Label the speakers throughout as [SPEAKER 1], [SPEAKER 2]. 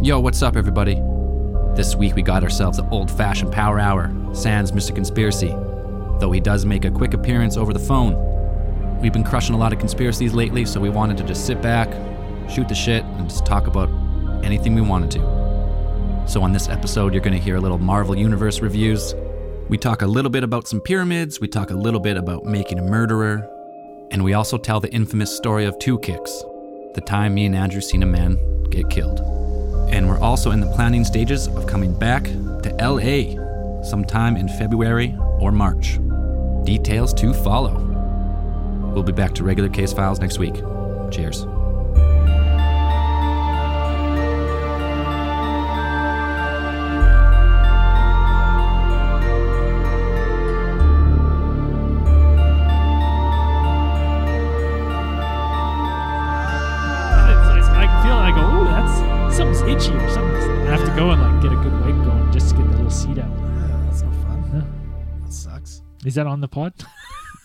[SPEAKER 1] Yo, what's up, everybody? This week we got ourselves an old fashioned power hour, sans Mr. Conspiracy, though he does make a quick appearance over the phone. We've been crushing a lot of conspiracies lately, so we wanted to just sit back, shoot the shit, and just talk about anything we wanted to. So, on this episode, you're going to hear a little Marvel Universe reviews. We talk a little bit about some pyramids, we talk a little bit about making a murderer, and we also tell the infamous story of Two Kicks, the time me and Andrew seen a man get killed. And we're also in the planning stages of coming back to LA sometime in February or March. Details to follow. We'll be back to regular case files next week. Cheers.
[SPEAKER 2] It's- it's- I can feel it. I go, ooh, that's something's itchy or something. I have to go and like get a good wipe going just to get the little seed out.
[SPEAKER 3] Yeah, that's no fun.
[SPEAKER 2] Huh.
[SPEAKER 3] That sucks.
[SPEAKER 2] Is that on the pod?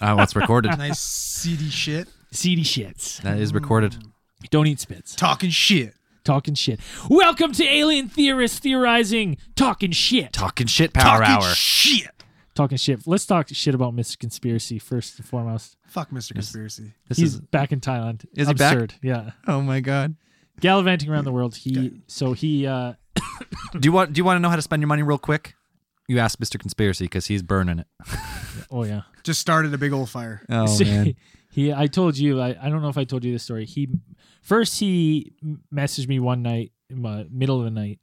[SPEAKER 1] Oh, it's recorded.
[SPEAKER 3] Nice seedy shit.
[SPEAKER 2] Seedy shits.
[SPEAKER 1] that is recorded.
[SPEAKER 2] Don't eat spits.
[SPEAKER 3] Talking shit.
[SPEAKER 2] Talking shit. Welcome to Alien Theorists Theorizing Talking Shit.
[SPEAKER 1] Talking shit power
[SPEAKER 3] Talking
[SPEAKER 1] hour.
[SPEAKER 3] shit.
[SPEAKER 2] Talking shit. Let's talk shit about Mr. Conspiracy first and foremost.
[SPEAKER 3] Fuck Mr. Conspiracy.
[SPEAKER 1] this
[SPEAKER 2] He's
[SPEAKER 1] is
[SPEAKER 2] back in Thailand.
[SPEAKER 1] Is he back?
[SPEAKER 2] Absurd. Yeah.
[SPEAKER 1] Oh my god.
[SPEAKER 2] Gallivanting around the world. He so he uh
[SPEAKER 1] Do you want do you want to know how to spend your money real quick? You ask Mr. Conspiracy cuz he's burning it.
[SPEAKER 2] oh yeah.
[SPEAKER 3] Just started a big old fire.
[SPEAKER 1] Oh
[SPEAKER 2] So he i told you I, I don't know if i told you this story he first he m- messaged me one night in my middle of the night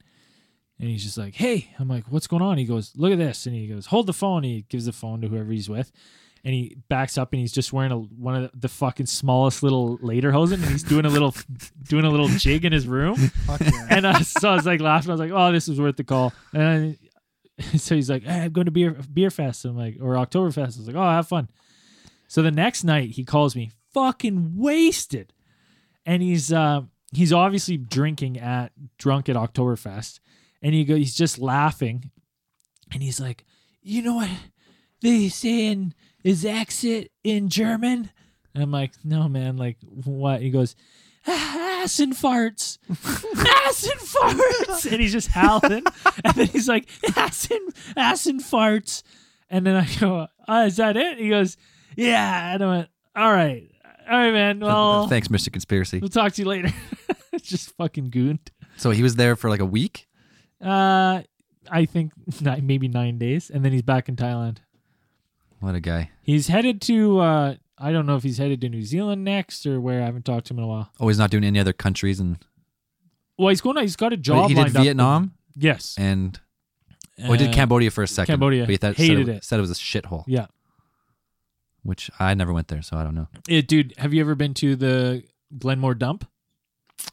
[SPEAKER 2] and he's just like hey i'm like what's going on he goes look at this and he goes hold the phone he gives the phone to whoever he's with and he backs up and he's just wearing a, one of the, the fucking smallest little lederhosen and he's doing a little doing a little jig in his room
[SPEAKER 3] Fuck yeah.
[SPEAKER 2] and I, so I was like laughing I was like oh this is worth the call and I, so he's like hey, I'm going to beer beer fest I'm like or Oktoberfest I was like oh have fun so the next night he calls me fucking wasted. And he's uh, he's obviously drinking at drunk at Oktoberfest. And he go he's just laughing. And he's like, you know what they saying is exit in German? And I'm like, no man, like what? He goes, "Ah, ass and farts. ass and farts. And he's just howling. and then he's like, ass and ass and farts. And then I go, oh, is that it? He goes, yeah. And I went, all right. All right, man. Well,
[SPEAKER 1] Thanks Mr. Conspiracy.
[SPEAKER 2] we'll talk to you later. Just fucking gooned.
[SPEAKER 1] So he was there for like a week?
[SPEAKER 2] Uh, I think ni- maybe nine days. And then he's back in Thailand.
[SPEAKER 1] What a guy.
[SPEAKER 2] He's headed to, uh, I don't know if he's headed to New Zealand next or where. I haven't talked to him in a while.
[SPEAKER 1] Oh, he's not doing any other countries and
[SPEAKER 2] Well, he's going to, he's got a
[SPEAKER 1] But
[SPEAKER 2] job
[SPEAKER 1] he did
[SPEAKER 2] lined up.
[SPEAKER 1] Vietnam
[SPEAKER 2] Yes.
[SPEAKER 1] and oh, he did
[SPEAKER 2] Uh,
[SPEAKER 1] Cambodia for a second.
[SPEAKER 2] Cambodia.
[SPEAKER 1] But he thought,
[SPEAKER 2] Hated
[SPEAKER 1] said,
[SPEAKER 2] it.
[SPEAKER 1] said it was a shithole,
[SPEAKER 2] Yeah.
[SPEAKER 1] which I never went there, so I don't know.
[SPEAKER 2] Eh, dude, have you ever been to the Glenmore dump?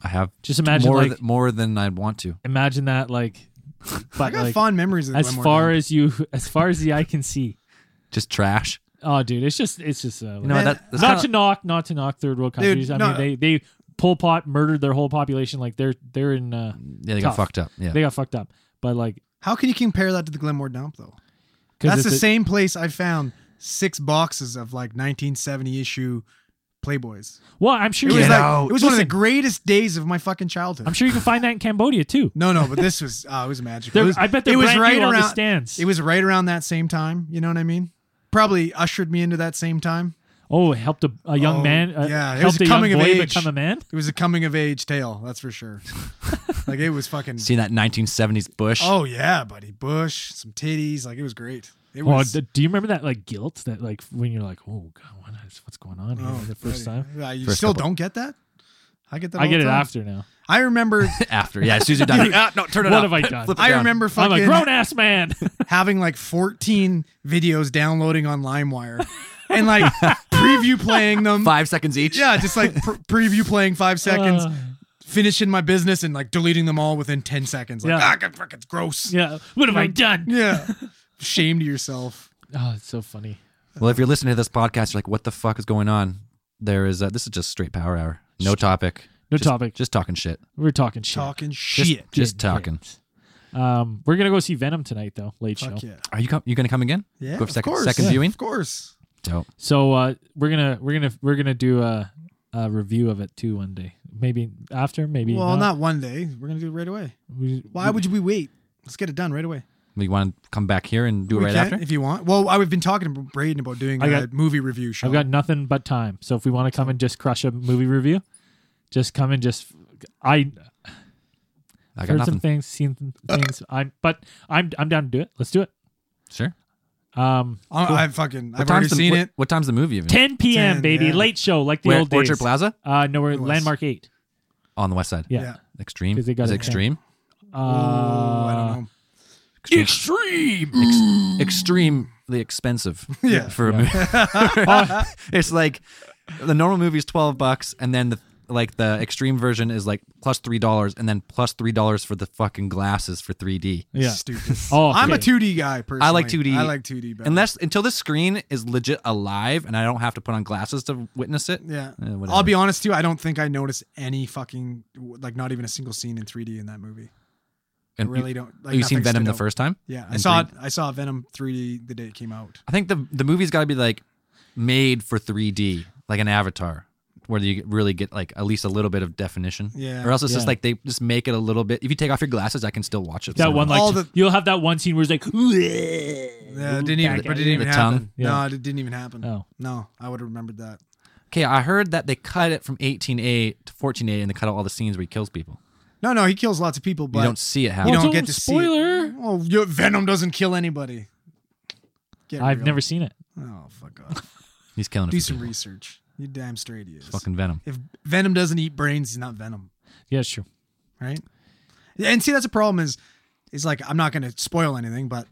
[SPEAKER 1] I have
[SPEAKER 2] Just imagine,
[SPEAKER 1] more
[SPEAKER 2] like,
[SPEAKER 1] th- more than I'd want to.
[SPEAKER 2] imagine that, like,
[SPEAKER 3] I
[SPEAKER 2] but
[SPEAKER 3] got
[SPEAKER 2] like,
[SPEAKER 3] fond memories of
[SPEAKER 2] as
[SPEAKER 3] Glenmore
[SPEAKER 2] far
[SPEAKER 3] Dome.
[SPEAKER 2] as you, as far as the eye can see.
[SPEAKER 1] Just trash.
[SPEAKER 2] Oh, dude, it's just, it's just, uh,
[SPEAKER 1] You know
[SPEAKER 3] Man,
[SPEAKER 1] that, that's
[SPEAKER 2] not
[SPEAKER 1] kinda-
[SPEAKER 2] to knock, not to knock third world countries. I
[SPEAKER 3] no.
[SPEAKER 2] mean, they they Pol Pot murdered their whole population. Like they're they're in uh,
[SPEAKER 1] yeah, they got
[SPEAKER 2] tough.
[SPEAKER 1] fucked up. Yeah,
[SPEAKER 2] they got fucked up. But like
[SPEAKER 3] How can you compare that to the Glenmore dump though?
[SPEAKER 2] 'cause
[SPEAKER 3] That's
[SPEAKER 2] it's
[SPEAKER 3] the
[SPEAKER 2] a-
[SPEAKER 3] same place I found six boxes of like 1970 issue Playboys.
[SPEAKER 2] Well, I'm sure
[SPEAKER 3] It
[SPEAKER 2] you
[SPEAKER 3] was
[SPEAKER 1] Get
[SPEAKER 3] like
[SPEAKER 1] out.
[SPEAKER 3] it was one of the
[SPEAKER 2] Listen.
[SPEAKER 3] greatest days of my fucking childhood.
[SPEAKER 2] I'm sure you can find that in Cambodia too.
[SPEAKER 3] no, no, but this was uh, it was magical.
[SPEAKER 2] They're-
[SPEAKER 3] It was,
[SPEAKER 2] I bet they're
[SPEAKER 3] it was
[SPEAKER 2] brand
[SPEAKER 3] right
[SPEAKER 2] new on the
[SPEAKER 3] around
[SPEAKER 2] stands.
[SPEAKER 3] It was right around that same time. You know what I mean? Probably ushered me into that same time.
[SPEAKER 2] oh, it helped a, a young
[SPEAKER 3] Oh,
[SPEAKER 2] man. Uh,
[SPEAKER 3] yeah, it was
[SPEAKER 2] helped a young
[SPEAKER 3] coming of
[SPEAKER 2] boy
[SPEAKER 3] age.
[SPEAKER 2] become a man.
[SPEAKER 3] It was a coming of age tale, that's for sure. like it was fucking.
[SPEAKER 1] seen that 1970s bush.
[SPEAKER 3] Oh yeah, buddy, Bush, some titties, like it was great. It
[SPEAKER 2] Oh,
[SPEAKER 3] was.
[SPEAKER 2] d- do you remember that like guilt that like when you're like, oh god, what is, what's going on here?
[SPEAKER 3] oh,
[SPEAKER 2] the first
[SPEAKER 3] buddy.
[SPEAKER 2] time.
[SPEAKER 3] Yeah, you
[SPEAKER 1] First
[SPEAKER 3] still
[SPEAKER 1] couple-
[SPEAKER 3] don't get that. I get that.
[SPEAKER 2] I
[SPEAKER 3] all
[SPEAKER 2] get
[SPEAKER 3] the
[SPEAKER 2] it
[SPEAKER 3] time.
[SPEAKER 2] after now.
[SPEAKER 3] I remember.
[SPEAKER 1] after yeah, as soon as you're done, you're like, ah, no, turn it
[SPEAKER 2] What
[SPEAKER 1] off.
[SPEAKER 2] have I done?
[SPEAKER 1] Flip it
[SPEAKER 3] I
[SPEAKER 1] down.
[SPEAKER 3] remember
[SPEAKER 2] I'm
[SPEAKER 3] fucking
[SPEAKER 2] a grown ass man.
[SPEAKER 3] having like 14 videos downloading on LimeWire, and like preview playing them.
[SPEAKER 1] five seconds each.
[SPEAKER 3] Yeah, just like pr- preview playing five seconds,
[SPEAKER 2] Uh,
[SPEAKER 3] finishing my business, and like deleting them all within 10 seconds. Like,
[SPEAKER 2] Yeah.
[SPEAKER 3] ah, God, fuck, it's gross.
[SPEAKER 2] yeah. What have I done?
[SPEAKER 3] Yeah. Shame to yourself.
[SPEAKER 2] Oh, it's so funny.
[SPEAKER 1] Well, if you're listening to this podcast, you're like, what the fuck is going on? There is uh, this is just straight power hour. No topic.
[SPEAKER 2] No
[SPEAKER 1] Just-
[SPEAKER 2] topic.
[SPEAKER 1] Just talking shit.
[SPEAKER 2] We're talking shit.
[SPEAKER 3] Talking
[SPEAKER 1] Just,
[SPEAKER 3] shit.
[SPEAKER 1] Just
[SPEAKER 2] Shit.
[SPEAKER 1] talking.
[SPEAKER 2] Um, we're gonna go see Venom tonight though, late show.
[SPEAKER 3] Fuck yeah.
[SPEAKER 1] Are you com- you gonna come again?
[SPEAKER 3] Yeah,
[SPEAKER 1] Go for
[SPEAKER 3] of
[SPEAKER 1] second
[SPEAKER 3] course.
[SPEAKER 1] second
[SPEAKER 3] Yeah,
[SPEAKER 1] viewing.
[SPEAKER 3] Of course.
[SPEAKER 1] Dope.
[SPEAKER 2] So uh, we're gonna we're gonna we're gonna do a a review of it too one day. Maybe after, maybe
[SPEAKER 3] well, not one day. We're gonna do it right away.
[SPEAKER 2] We-
[SPEAKER 3] Why would we wait? Let's get it done right away.
[SPEAKER 1] We want to come back here and do it
[SPEAKER 3] we
[SPEAKER 1] right
[SPEAKER 3] can,
[SPEAKER 1] after.
[SPEAKER 3] if you want. Well, I've been talking to Braden about doing
[SPEAKER 2] I
[SPEAKER 3] a
[SPEAKER 2] got-
[SPEAKER 3] movie review show.
[SPEAKER 2] I've got nothing but time. So if we want to come and just crush a movie review, just come and just I
[SPEAKER 1] I got
[SPEAKER 2] heard
[SPEAKER 1] nothing.
[SPEAKER 2] some things, seen some things. I'm but I'm I'm down to do it. Let's do it.
[SPEAKER 1] Sure.
[SPEAKER 2] Um,
[SPEAKER 3] I, I fucking. I've already
[SPEAKER 1] time's the,
[SPEAKER 3] seen
[SPEAKER 1] what,
[SPEAKER 3] it.
[SPEAKER 1] What time's the movie? Even?
[SPEAKER 2] 10 p.m.
[SPEAKER 3] 10,
[SPEAKER 2] baby,
[SPEAKER 3] yeah.
[SPEAKER 2] late show like the
[SPEAKER 1] Where,
[SPEAKER 2] old days.
[SPEAKER 1] Orchard Plaza
[SPEAKER 2] Uh, no, we're
[SPEAKER 3] It was.
[SPEAKER 2] landmark eight.
[SPEAKER 1] on the west side.
[SPEAKER 2] Yeah.
[SPEAKER 3] Yeah.
[SPEAKER 1] Extreme.
[SPEAKER 2] 'Cause they got
[SPEAKER 1] Is it
[SPEAKER 2] it.
[SPEAKER 1] extreme?
[SPEAKER 2] Uh,
[SPEAKER 3] Oh, I don't know.
[SPEAKER 1] Extreme. Ex- extremely expensive.
[SPEAKER 3] Yeah.
[SPEAKER 1] For a movie. it's like the normal movie is twelve bucks, and then the like the extreme version is like plus three dollars, and then plus three dollars for the fucking glasses for three D.
[SPEAKER 2] yeah.
[SPEAKER 3] Stupid.
[SPEAKER 2] Oh,
[SPEAKER 3] I'm a
[SPEAKER 2] okay.
[SPEAKER 3] 2D guy personally.
[SPEAKER 1] I like 2D.
[SPEAKER 3] I like 2D better.
[SPEAKER 1] Unless until the screen is legit alive, and I don't have to put on glasses to witness it.
[SPEAKER 3] yeah.
[SPEAKER 1] Eh, whatever.
[SPEAKER 3] I'll be honest too. I don't think I noticed any fucking like not even a single scene in 3D in that movie. I
[SPEAKER 1] And you-
[SPEAKER 3] really don't. Like,
[SPEAKER 1] you seen
[SPEAKER 3] nothing
[SPEAKER 1] Venom
[SPEAKER 3] stood
[SPEAKER 1] the
[SPEAKER 3] out.
[SPEAKER 1] first time?
[SPEAKER 3] Yeah, I
[SPEAKER 1] in
[SPEAKER 3] saw
[SPEAKER 1] 3D?
[SPEAKER 3] it. I saw Venom 3D the day it came out.
[SPEAKER 1] I think the the movie's got to be like made for 3D, like an Avatar, where you really get like at least a little bit of definition.
[SPEAKER 3] Yeah.
[SPEAKER 1] Or else it's just
[SPEAKER 2] Yeah.
[SPEAKER 1] like they just make it a little bit. If you take off your glasses, I can still watch it.
[SPEAKER 2] That one, like
[SPEAKER 3] All the-
[SPEAKER 2] you'll have that one scene where it's like,
[SPEAKER 3] Yeah,
[SPEAKER 2] yeah,
[SPEAKER 3] it didn't even. But it didn't
[SPEAKER 1] The
[SPEAKER 3] even happen.
[SPEAKER 1] tongue?
[SPEAKER 2] Yeah.
[SPEAKER 3] No, it didn't even happen.
[SPEAKER 2] Oh.
[SPEAKER 3] No, I would have remembered that.
[SPEAKER 1] Okay, I heard that they cut it from 18A to 14A, and they cut out all the scenes where he kills people.
[SPEAKER 3] No, no, he kills lots of people, but
[SPEAKER 1] you don't see it happen.
[SPEAKER 3] You
[SPEAKER 2] Well,
[SPEAKER 3] don't
[SPEAKER 2] don't
[SPEAKER 3] get to
[SPEAKER 2] spoiler.
[SPEAKER 3] see. it. Oh, your Venom doesn't kill anybody. Get
[SPEAKER 2] I've
[SPEAKER 3] real.
[SPEAKER 2] never seen it.
[SPEAKER 3] Oh, fuck off.
[SPEAKER 1] He's killing a
[SPEAKER 3] Do
[SPEAKER 1] few
[SPEAKER 3] some
[SPEAKER 1] people.
[SPEAKER 3] research. You damn straight he is.
[SPEAKER 1] fucking Venom.
[SPEAKER 3] If Venom doesn't eat brains, he's not Venom,
[SPEAKER 2] Yeah, it's true.
[SPEAKER 3] right? Yeah, and see, that's a problem. Is is like I'm not gonna spoil anything, but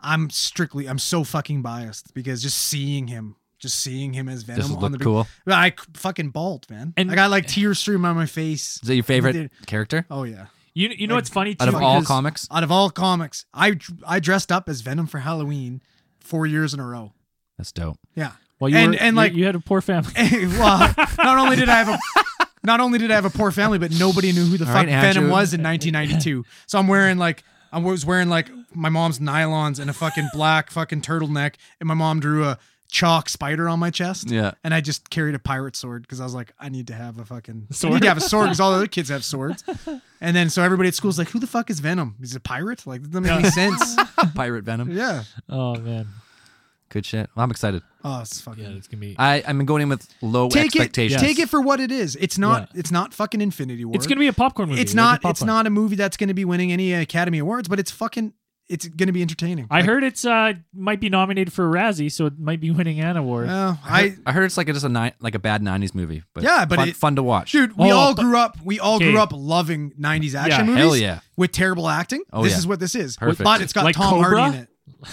[SPEAKER 3] I'm strictly I'm so fucking biased because just seeing him, just seeing him as Venom
[SPEAKER 1] Does it
[SPEAKER 3] on the
[SPEAKER 1] look
[SPEAKER 3] big-
[SPEAKER 1] cool?
[SPEAKER 3] Well, I c- fucking bald, man.
[SPEAKER 2] And-
[SPEAKER 3] I got like tears streaming on my face.
[SPEAKER 1] Is that your favorite
[SPEAKER 3] Dude.
[SPEAKER 1] character
[SPEAKER 3] Oh yeah.
[SPEAKER 2] You you know what's funny too?
[SPEAKER 1] out of all
[SPEAKER 3] because-
[SPEAKER 1] comics?
[SPEAKER 3] Out of all comics, I I dressed up as Venom for Halloween four years in a row.
[SPEAKER 1] That's dope.
[SPEAKER 3] Yeah.
[SPEAKER 2] well, you
[SPEAKER 3] and
[SPEAKER 2] were-
[SPEAKER 3] and
[SPEAKER 2] you-
[SPEAKER 3] like
[SPEAKER 2] you had a poor family.
[SPEAKER 3] well, not only did I have a not only did I have a poor family, but nobody knew who the
[SPEAKER 1] All
[SPEAKER 3] fuck
[SPEAKER 1] right,
[SPEAKER 3] Venom
[SPEAKER 1] Andrew.
[SPEAKER 3] was in 1992. So I'm wearing like I was wearing like my mom's nylons and a fucking black fucking turtleneck, and my mom drew a chalk spider on my chest.
[SPEAKER 1] Yeah.
[SPEAKER 3] And I just carried a pirate sword because I was like, I need to have a fucking I
[SPEAKER 2] Sword?
[SPEAKER 3] need to have a sword because all the other kids have swords. And then so everybody at school's like, who the fuck is Venom? He's a pirate? Like that doesn't make any sense.
[SPEAKER 1] Pirate Venom.
[SPEAKER 3] Yeah.
[SPEAKER 2] Oh man,
[SPEAKER 1] Good shit. Well, I'm excited.
[SPEAKER 3] Oh, it's fucking.
[SPEAKER 2] yeah, it's gonna be.
[SPEAKER 1] I, I'm going in with low
[SPEAKER 3] Take it,
[SPEAKER 1] expectations.
[SPEAKER 3] take it for what it is. It's not.
[SPEAKER 2] Yeah.
[SPEAKER 3] It's not fucking Infinity War.
[SPEAKER 2] it's gonna be a popcorn movie.
[SPEAKER 3] it's
[SPEAKER 2] like a
[SPEAKER 3] not it's
[SPEAKER 2] popcorn.
[SPEAKER 3] not a movie that's going to be winning any academy awards but it's fucking it's going to be entertaining
[SPEAKER 2] I heard it's uh might be nominated for a Razzie, so it might be winning an award.
[SPEAKER 3] Oh,
[SPEAKER 1] I
[SPEAKER 3] i
[SPEAKER 1] heard, I heard it's like a, just a ni- like a bad '90s movie, but
[SPEAKER 3] Yeah, but
[SPEAKER 1] fun,
[SPEAKER 3] it-
[SPEAKER 1] fun to watch.
[SPEAKER 3] dude we
[SPEAKER 2] Oh,
[SPEAKER 3] all
[SPEAKER 2] but-
[SPEAKER 3] grew up we all
[SPEAKER 2] Okay.
[SPEAKER 3] grew up loving 90s action
[SPEAKER 2] Yeah.
[SPEAKER 3] movies
[SPEAKER 1] Hell yeah.
[SPEAKER 3] with terrible acting
[SPEAKER 1] Oh,
[SPEAKER 3] this
[SPEAKER 1] yeah.
[SPEAKER 3] is what this is
[SPEAKER 1] Perfect.
[SPEAKER 3] but it's got
[SPEAKER 2] Like
[SPEAKER 3] tom
[SPEAKER 2] Cobra?
[SPEAKER 3] hardy in it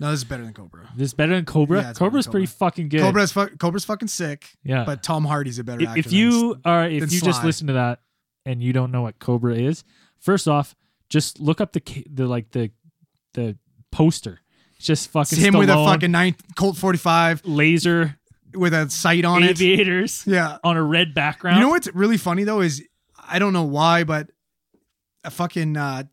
[SPEAKER 3] no this is better than cobra
[SPEAKER 2] This better than Cobra.
[SPEAKER 3] Yeah, it's better than
[SPEAKER 2] Cobra's pretty fucking good.
[SPEAKER 3] cobra's fu- cobra's fucking sick
[SPEAKER 2] Yeah.
[SPEAKER 3] but tom hardy's a better
[SPEAKER 2] if,
[SPEAKER 3] actor
[SPEAKER 2] if
[SPEAKER 3] than-
[SPEAKER 2] you are if
[SPEAKER 3] than
[SPEAKER 2] you just
[SPEAKER 3] Sly.
[SPEAKER 2] listen to that and you don't know what Cobra is, first off, just look up the ca- the like the the poster. It's just
[SPEAKER 3] it's
[SPEAKER 2] fucking
[SPEAKER 3] him with a
[SPEAKER 2] Stallone,
[SPEAKER 3] fucking nine colt 45
[SPEAKER 2] laser
[SPEAKER 3] with a sight on it
[SPEAKER 2] aviators
[SPEAKER 3] yeah
[SPEAKER 2] on a red background.
[SPEAKER 3] You know what's really funny though is I don't know why, but a fucking uh,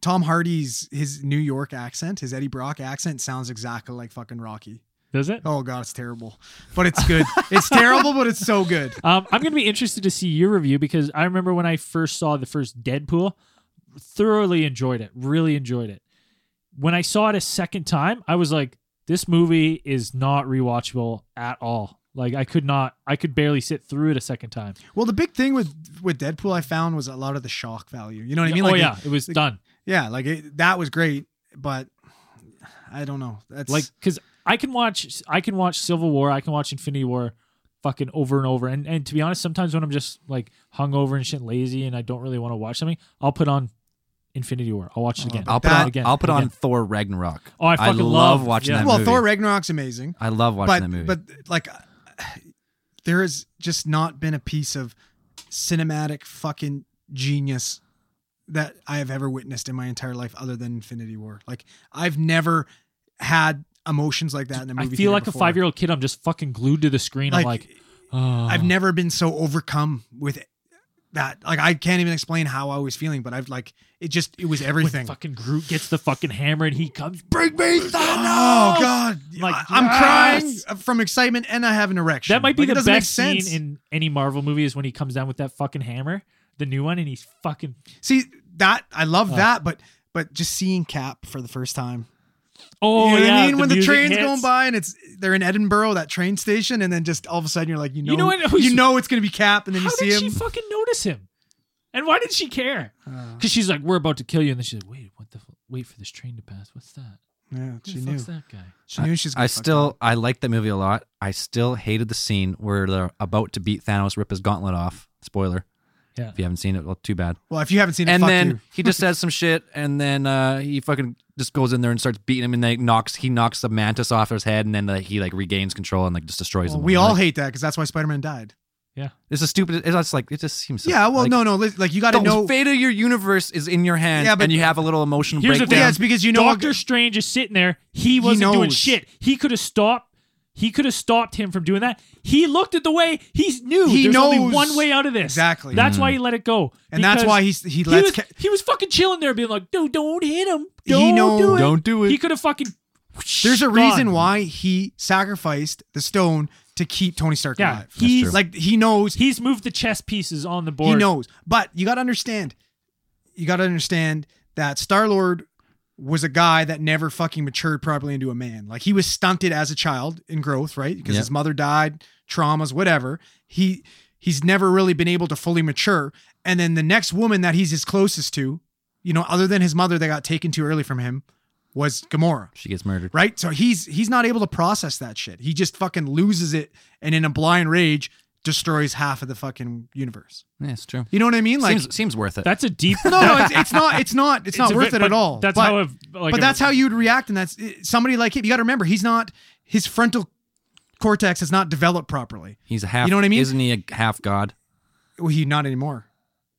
[SPEAKER 3] Tom Hardy's his New York accent, his Eddie Brock accent, sounds exactly like fucking Rocky.
[SPEAKER 2] Does it?
[SPEAKER 3] Oh god, it's terrible, but it's good. it's terrible, but it's so good.
[SPEAKER 2] Um, I'm gonna be interested to see your review because I remember when I first saw the first Deadpool, thoroughly enjoyed it, really enjoyed it. When I saw it a second time, I was like, this movie is not rewatchable at all. Like I could not, I could barely sit through it a second time.
[SPEAKER 3] Well, the big thing with with Deadpool I found was a lot of the shock value. You know what I mean?
[SPEAKER 2] oh
[SPEAKER 3] Like,
[SPEAKER 2] yeah,
[SPEAKER 3] it-
[SPEAKER 2] it was done.
[SPEAKER 3] yeah, like it, that was great, but I don't know. That's
[SPEAKER 2] Like because I can watch, I can watch Civil War, I can watch Infinity War, fucking over and over. And and to be honest, sometimes when I'm just like hungover and shit, lazy, and I don't really want to watch something, I'll put on Infinity War. I'll
[SPEAKER 3] Oh,
[SPEAKER 2] watch it again.
[SPEAKER 1] I'll put
[SPEAKER 3] That-
[SPEAKER 1] on
[SPEAKER 2] again,
[SPEAKER 1] I'll put on
[SPEAKER 2] again.
[SPEAKER 1] Thor Ragnarok.
[SPEAKER 2] Oh, I fucking
[SPEAKER 1] love
[SPEAKER 2] love-
[SPEAKER 1] watching
[SPEAKER 2] yeah.
[SPEAKER 1] that
[SPEAKER 3] well,
[SPEAKER 1] movie.
[SPEAKER 3] Thor Ragnarok's amazing.
[SPEAKER 1] I love watching
[SPEAKER 3] but,
[SPEAKER 1] that movie.
[SPEAKER 3] But like, there has just not been a piece of cinematic fucking genius that I have ever witnessed in my entire life, other than Infinity War. Like, I've never had emotions like that in a
[SPEAKER 2] I
[SPEAKER 3] movie.
[SPEAKER 2] feel like a five year old kid. I'm just fucking glued to the screen. I'm like, oh.
[SPEAKER 3] I've never been so overcome with that like I can't even explain how I was feeling, but I've like it just it was everything.
[SPEAKER 2] When fucking Groot gets the fucking hammer and he comes, bring me Thanos.
[SPEAKER 3] Oh God!
[SPEAKER 2] I'm like,
[SPEAKER 3] I- I'm
[SPEAKER 2] yes!
[SPEAKER 3] crying from excitement, and I have an erection.
[SPEAKER 2] That might be
[SPEAKER 3] Like, it
[SPEAKER 2] the
[SPEAKER 3] doesn't make
[SPEAKER 2] best scene
[SPEAKER 3] sense.
[SPEAKER 2] in any Marvel movie is when he comes down with that fucking hammer, the new one, and he's fucking.
[SPEAKER 3] See that I love
[SPEAKER 2] Oh.
[SPEAKER 3] that, but but just seeing Cap for the first time.
[SPEAKER 2] Oh
[SPEAKER 3] you know
[SPEAKER 2] yeah,
[SPEAKER 3] what I mean? when the
[SPEAKER 2] music
[SPEAKER 3] train's
[SPEAKER 2] hits.
[SPEAKER 3] going by and it's they're in Edinburgh, that train station, and then just all of a sudden you're like, you know,
[SPEAKER 2] You know what- who's-
[SPEAKER 3] you know it's gonna be Cap, and then
[SPEAKER 2] How
[SPEAKER 3] you see
[SPEAKER 2] did
[SPEAKER 3] him.
[SPEAKER 2] she fucking notice him? And why did she care?
[SPEAKER 3] Uh,
[SPEAKER 2] Because she's like, "We're about to kill you," and then she's like, "Wait, what the? F- wait for this train to pass. What's that?
[SPEAKER 3] yeah,
[SPEAKER 2] Who
[SPEAKER 3] she
[SPEAKER 2] the
[SPEAKER 3] knew.
[SPEAKER 2] fuck's that guy?"
[SPEAKER 3] She knew she's.
[SPEAKER 1] I still I liked that movie a lot. I still hated the scene where they're about to beat Thanos, rip his gauntlet off. Spoiler.
[SPEAKER 2] Yeah.
[SPEAKER 1] If you haven't seen it, well, too bad.
[SPEAKER 3] Well, if you haven't seen it,
[SPEAKER 1] and
[SPEAKER 3] fuck
[SPEAKER 1] then
[SPEAKER 3] you.
[SPEAKER 1] he just says some shit, and then uh, he fucking just goes in there and starts beating him, and then knocks he knocks the mantis off his head, and then like, he like regains control and like just destroys
[SPEAKER 3] Well,
[SPEAKER 1] him.
[SPEAKER 3] we
[SPEAKER 1] Like,
[SPEAKER 3] all hate that because that's why Spider-Man died.
[SPEAKER 1] It's a stupid. It's just like it just seems. so-
[SPEAKER 3] Yeah, well,
[SPEAKER 1] like,
[SPEAKER 3] no, no, li- like you got
[SPEAKER 1] The
[SPEAKER 3] to know.
[SPEAKER 1] fate of your universe is in your hands,
[SPEAKER 3] Yeah, but-
[SPEAKER 1] and you have a little emotional
[SPEAKER 2] Here's the
[SPEAKER 1] breakdown.
[SPEAKER 2] thing.
[SPEAKER 3] Yeah, it's because you know.
[SPEAKER 2] Doctor Strange is sitting there. He wasn't doing
[SPEAKER 3] knows.
[SPEAKER 2] shit. He could have stopped. He could have stopped him from doing that. He looked at the way he knew.
[SPEAKER 3] He
[SPEAKER 2] There's only
[SPEAKER 3] knows.
[SPEAKER 2] one way out of this.
[SPEAKER 3] Exactly. Mm.
[SPEAKER 2] That's why he let it go.
[SPEAKER 3] and that's
[SPEAKER 2] Because
[SPEAKER 3] why he's he
[SPEAKER 2] he
[SPEAKER 3] lets.
[SPEAKER 2] was,
[SPEAKER 3] Cap-
[SPEAKER 2] he was fucking chilling there, being like, "Dude, don't hit him.
[SPEAKER 3] He
[SPEAKER 2] Don't
[SPEAKER 3] knows-
[SPEAKER 2] do it.
[SPEAKER 1] Don't do it.
[SPEAKER 2] He could have fucking.
[SPEAKER 3] There's a reason
[SPEAKER 2] gone.
[SPEAKER 3] why he sacrificed the stone to keep Tony Stark
[SPEAKER 2] Yeah,
[SPEAKER 3] alive.
[SPEAKER 2] he's
[SPEAKER 1] true.
[SPEAKER 3] Like he knows, he,
[SPEAKER 2] he's moved the chess pieces on the board.
[SPEAKER 3] knows. But you got to understand, you got to understand that Star Lord was a guy that never fucking matured properly into a man. Like he was stunted as a child in growth, right? Because
[SPEAKER 1] Yeah.
[SPEAKER 3] his mother died, traumas, whatever. He he's never really been able to fully mature. And then the next woman that he's his closest to, you know, other than his mother that got taken too early from him, was Gamora
[SPEAKER 1] She gets murdered.
[SPEAKER 3] right? So he's he's not able to process that shit. He just fucking loses it and in a blind rage destroys half of the fucking universe.
[SPEAKER 1] Yeah, it's true.
[SPEAKER 3] You know what I mean? Like
[SPEAKER 1] seems seems worth it.
[SPEAKER 2] That's a deep.
[SPEAKER 3] no, no, it's, it's not it's not it's, not
[SPEAKER 2] a
[SPEAKER 3] worth
[SPEAKER 2] bit-
[SPEAKER 3] it at
[SPEAKER 2] but
[SPEAKER 3] all.
[SPEAKER 2] That's
[SPEAKER 3] but,
[SPEAKER 2] how. A, like
[SPEAKER 3] but
[SPEAKER 2] a-
[SPEAKER 3] that's how you'd react and that's somebody like him. You got to remember he's not his frontal cortex has not developed properly.
[SPEAKER 1] He's a half.
[SPEAKER 3] You know what I mean?
[SPEAKER 1] Isn't he a half god?
[SPEAKER 3] Well, he not anymore.